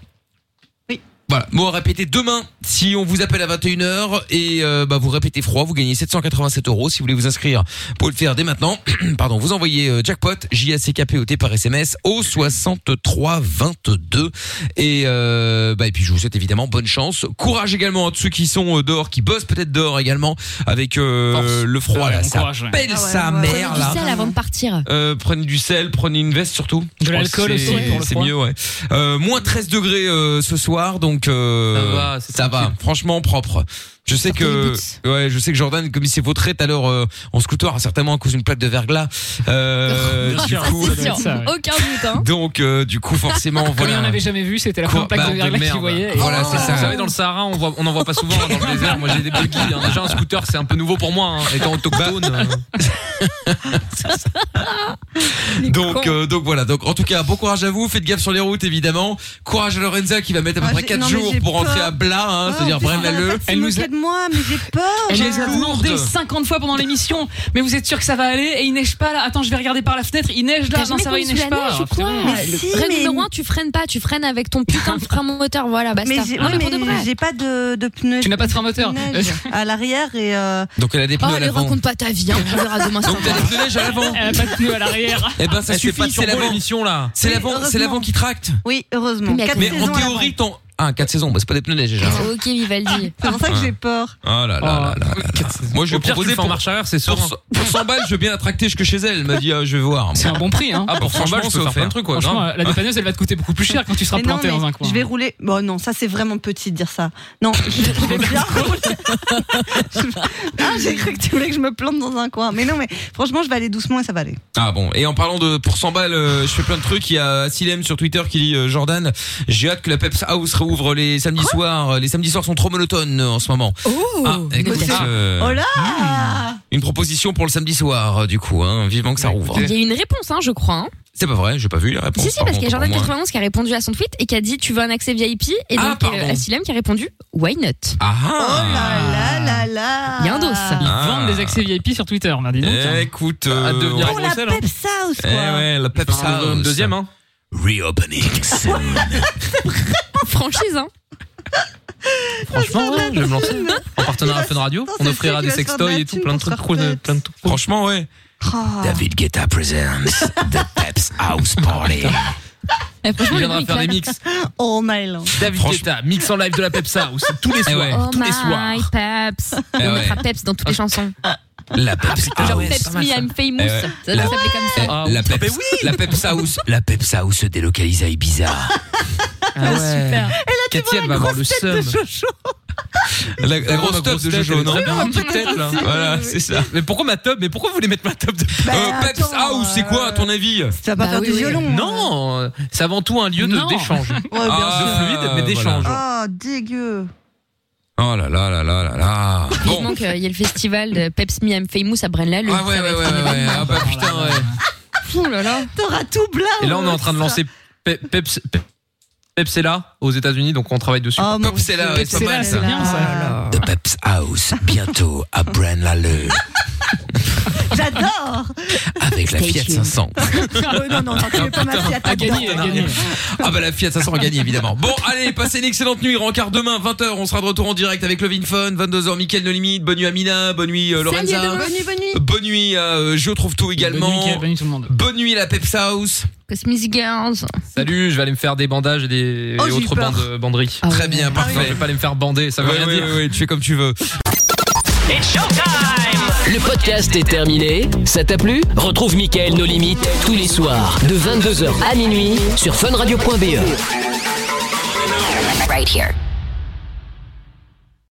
B: Voilà, mot à répéter demain si on vous appelle à 21h et euh, bah, vous répétez froid, vous gagnez 787 euros. Si vous voulez vous inscrire, vous pouvez le faire dès maintenant. <clears throat> Pardon, vous envoyez euh, jackpot J A C K P O T par SMS au 6322 et euh, bah, et puis je vous souhaite évidemment bonne chance, courage également à tous ceux qui sont euh, dehors, qui bossent peut-être dehors également avec euh, le froid
E: Ouais,
B: là,
E: bon
B: ça
E: courage, ouais.
B: pèle
E: Ah ouais,
B: sa
E: ouais, ouais.
B: mère
C: Du
B: là.
C: sel avant de partir.
B: Euh, prenez du sel, prenez une veste surtout. Je pense
E: l'alcool
B: que
E: aussi
B: c'est-
E: pour le
B: C'est
E: froid.
B: mieux, ouais. Euh, moins 13 degrés euh, ce soir, donc euh,
U: Ça va, c'est
B: ça va. Franchement propre. Je sais que ouais, je sais que Jordan, comme il s'est vautré tout à l'heure euh, en scooter, certainement à cause d'une plaque de verglas.
E: <laughs>
B: Euh, du coup,
E: Ça doit être ça, ouais.
C: Aucun doute, hein.
B: donc euh, du coup forcément
E: Ah, Comme il
B: voilà.
E: en avait jamais vu, c'était la
B: Quoi,
E: première plaque
B: bah,
E: de
B: de
E: verglas qu'il
B: merde.
E: voyait. Oh,
B: Voilà, c'est ça.
U: Vous savez, Oh, dans le Sahara, on voit- on en voit pas souvent hein, dans
B: <laughs>
U: le désert. Moi, j'ai des buggy. hein. Déjà, un scooter, c'est un peu nouveau pour moi, hein, étant autochtone.
B: Bah.
U: <laughs>
B: Donc, euh, donc voilà. Donc en tout cas, bon courage à vous. Faites gaffe sur les routes, évidemment. Courage à Lorenza qui va mettre à peu
J: Ah,
B: près
J: j'ai-
B: 4
J: non, mais
B: jours
J: j'ai
B: pour rentrer
J: peur.
B: à Blas, hein,
J: Ah,
B: c'est-à-dire
J: putain,
B: Braine l'Aleu.
J: Elle nous de moi, mais j'ai peur.
E: Elle
J: moi.
E: nous a demandé 50 fois pendant l'émission. Mais vous êtes sûr que ça va aller Et il neige pas là Attends, je vais regarder par la fenêtre. Il neige là
C: T'as
E: Non,
C: jamais
E: ça va,
C: connu
E: il neige
C: la
E: pas.
C: neige ou quoi
E: Alors, c'est bon.
C: Règle numéro un, tu freines pas, tu freines avec ton putain de frein moteur, voilà, basta.
J: Mais j'ai
C: Non,
J: ouais,
C: pour de vrai.
J: mais j'ai pas de, de pneus.
E: Tu n'as pas de frein moteur.
J: neige à l'arrière et. euh,
B: Donc elle a des
C: Oh,
B: pneus à
C: ne
B: l'avant.
C: raconte pas ta vie, hein, on verra demain
B: Donc
C: soir.
B: t'as des pneus neige à l'avant.
E: Elle a pas de pneu à l'arrière.
B: Eh ben ça
U: Eh, c'est pas
B: suffit,
U: turbo,
B: c'est l'avant.
U: l'émission, là.
B: C'est
J: Oui,
B: l'avant, c'est
J: heureusement.
B: l'avant qui tracte.
J: Oui, heureusement. Quatre
B: Mais en
J: saisons à Ah, l'avant.
B: théorie, ton ah 4 saisons, bah c'est pas des pneus neige déjà.
C: Ok, Vivaldi.
J: C'est pour ça que
B: Ouais.
J: j'ai peur.
B: Ah là là
U: Oh,
B: là là. là. Moi je
U: Au
B: vais
U: pire, tu le
B: proposer
U: fais en
B: pour
U: marche arrière, c'est sûr.
B: pour, cent- pour 100 balles, je veux bien attracter jusque chez elle. Elle m'a dit ah, je vais voir.
E: C'est un bon prix, hein.
B: Ah pour 100 balles, je
U: Franchement,
B: peux
U: je peux
B: faire plein de
U: faire
B: trucs quoi.
E: Franchement,
B: grave.
E: la dépanneuse, elle va te coûter beaucoup plus cher quand tu seras
J: Mais non,
E: planté dans
J: mais
E: un coin.
J: Je vais rouler. Bon, non, ça c'est vraiment petit de dire ça. Non, je, je vais bien rouler. ah, j'ai cru que tu voulais que je me plante dans un coin. Mais non, mais franchement, je vais aller doucement et ça va aller.
B: Ah bon, et en parlant de pour 100 balles, euh, je fais plein de trucs. Il y a Silem sur Twitter qui dit euh, Jordan, j'ai hâte que la Peps House rouvre les samedis soirs. Les samedis soirs sont trop monotones euh, en ce moment.
C: Oh,
B: Ah, écoute, euh, hmm.
J: Oh là
B: une proposition pour le samedi soir, euh, du coup, hein, vivement que ça rouvre.
C: Il y a eu une réponse, hein, je crois. hein.
B: C'est pas vrai, j'ai pas vu la réponse.
C: Si, si,
B: par
C: parce qu'il y a
B: contre, pour moi.
C: Jordan91 qui a répondu à son tweet et qui a dit Tu veux un accès VIP Et
B: Ah,
C: donc, il y a
B: pardon.
C: Asilem qui a répondu Why not
B: Ah ah.
J: Ah là là
C: Il y a un dos.
E: Ils
B: Ah.
E: vendent des accès VIP sur Twitter, on a dit donc. hein.
B: Écoute, euh,
U: Hâte de venir à
B: on-
U: Bruxelles. hein.
J: House,
B: Eh ouais, la Peps
U: Enfin,
B: House.
U: le Deuxième, hein.
B: Reopenings.
C: Franchise, hein
U: Franchement, ouais, je vais me lancer. En partenariat à Fun Radio, on offrira des sextoys et tout, plein de trucs, cool, plein de trucs. cool.
B: Franchement, ouais.
O: Ah.
J: Oh,
B: David Guetta presents The Peps House Party.
C: Eh,
U: Il viendra faire des mix.
J: All night long.
U: David Guetta, mix en live de la Peps House, tous les
B: Eh
U: soirs,
B: ouais.
C: Oh
U: tous
C: my
U: les soirs.
C: peps
B: Eh
C: On
B: ouais.
C: mettra peps dans toutes les chansons.
B: La Peps
C: Ah,
U: Ah
C: Genre
B: House.
C: Peps Me I'm Famous.
B: Eh ouais.
C: Ça doit s'appeler comme ça.
B: La Peps, la Peps House, la Peps House se délocalise à Ibiza.
U: Ah ouais.
J: Et là, tu
U: Cathy,
J: vois
U: elle
J: la
U: va avoir
J: grosse
U: le
J: tête de
U: seum.
J: Jojo.
B: <laughs> La, la grosse
U: tub
B: teub de Jojo, non
U: Ma petite tête, là.
B: Voilà, c'est ça.
U: Mais pourquoi ma tub Mais pourquoi vous voulez mettre ma tub de ah,
B: Euh, Peps House, c'est quoi à ton avis
J: Bah, euh, Ça va
U: Bah
J: faire
U: oui,
J: du
U: oui.
J: violon. hein.
U: Non, euh, c'est avant tout un lieu de
J: Non. <laughs>
U: d'échange.
J: bien
U: Ah, de fluide, mais d'échange.
J: Ah, dégueu.
B: Oh là là là là là là. Bon.
C: Vivement qu'il y a le festival de Peps Me I'm Famous à Braine-l'Alleud.
B: Ah ouais, ouais, ouais, ouais, ouais. Ah bah putain, ouais.
C: Ouh là là.
J: T'auras tout hein. blanc.
U: Et là, on est en train de lancer Pe- Peps. Pe- Pepsella aux États-Unis, donc on travaille dessus.
J: Oh, mon
B: Pepsella, Dieu. ouais, c'est pas mal, ça.
U: bien ça.
B: The Peps House, bientôt à Braine-l'Alleud,
J: J'adore.
B: avec la Fiat 500.
J: <laughs> Oh, non,
B: Ah,
J: non, non, tu mets pas ma Fiat.
B: A gagné, a gagné. Ah bah la Fiat 500 a gagné évidemment. Bon allez, passez une excellente nuit. Rencard demain 20h, on sera de retour en direct avec Levin Fun, 22h Mickaël No Limite, bonne nuit Amina, bonne nuit euh, Lorenza.
J: bonne nuit.
B: Bonne nuit à euh, Je trouve tout également.
E: nuit, Mickaël, bonne
B: nuit tout le monde. Bonne nuit la Peps House.
C: Cosmic Girls.
U: Salut, je vais aller me faire des bandages et des
C: Oh,
U: et
C: j'ai eu
U: autres
C: peur.
U: bandes, euh, banderies.
J: Ah
B: Très bien, parfait.
U: Non, je vais pas aller me faire bander, ça veut
B: Ouais,
U: rien
B: ouais,
U: dire.
B: ouais, ouais, tu fais comme tu veux.
A: Le podcast est terminé. Ça t'a plu Retrouve Mickaël nos limites tous les soirs E. de 22h à minuit sur funradio.be.
V: Right here.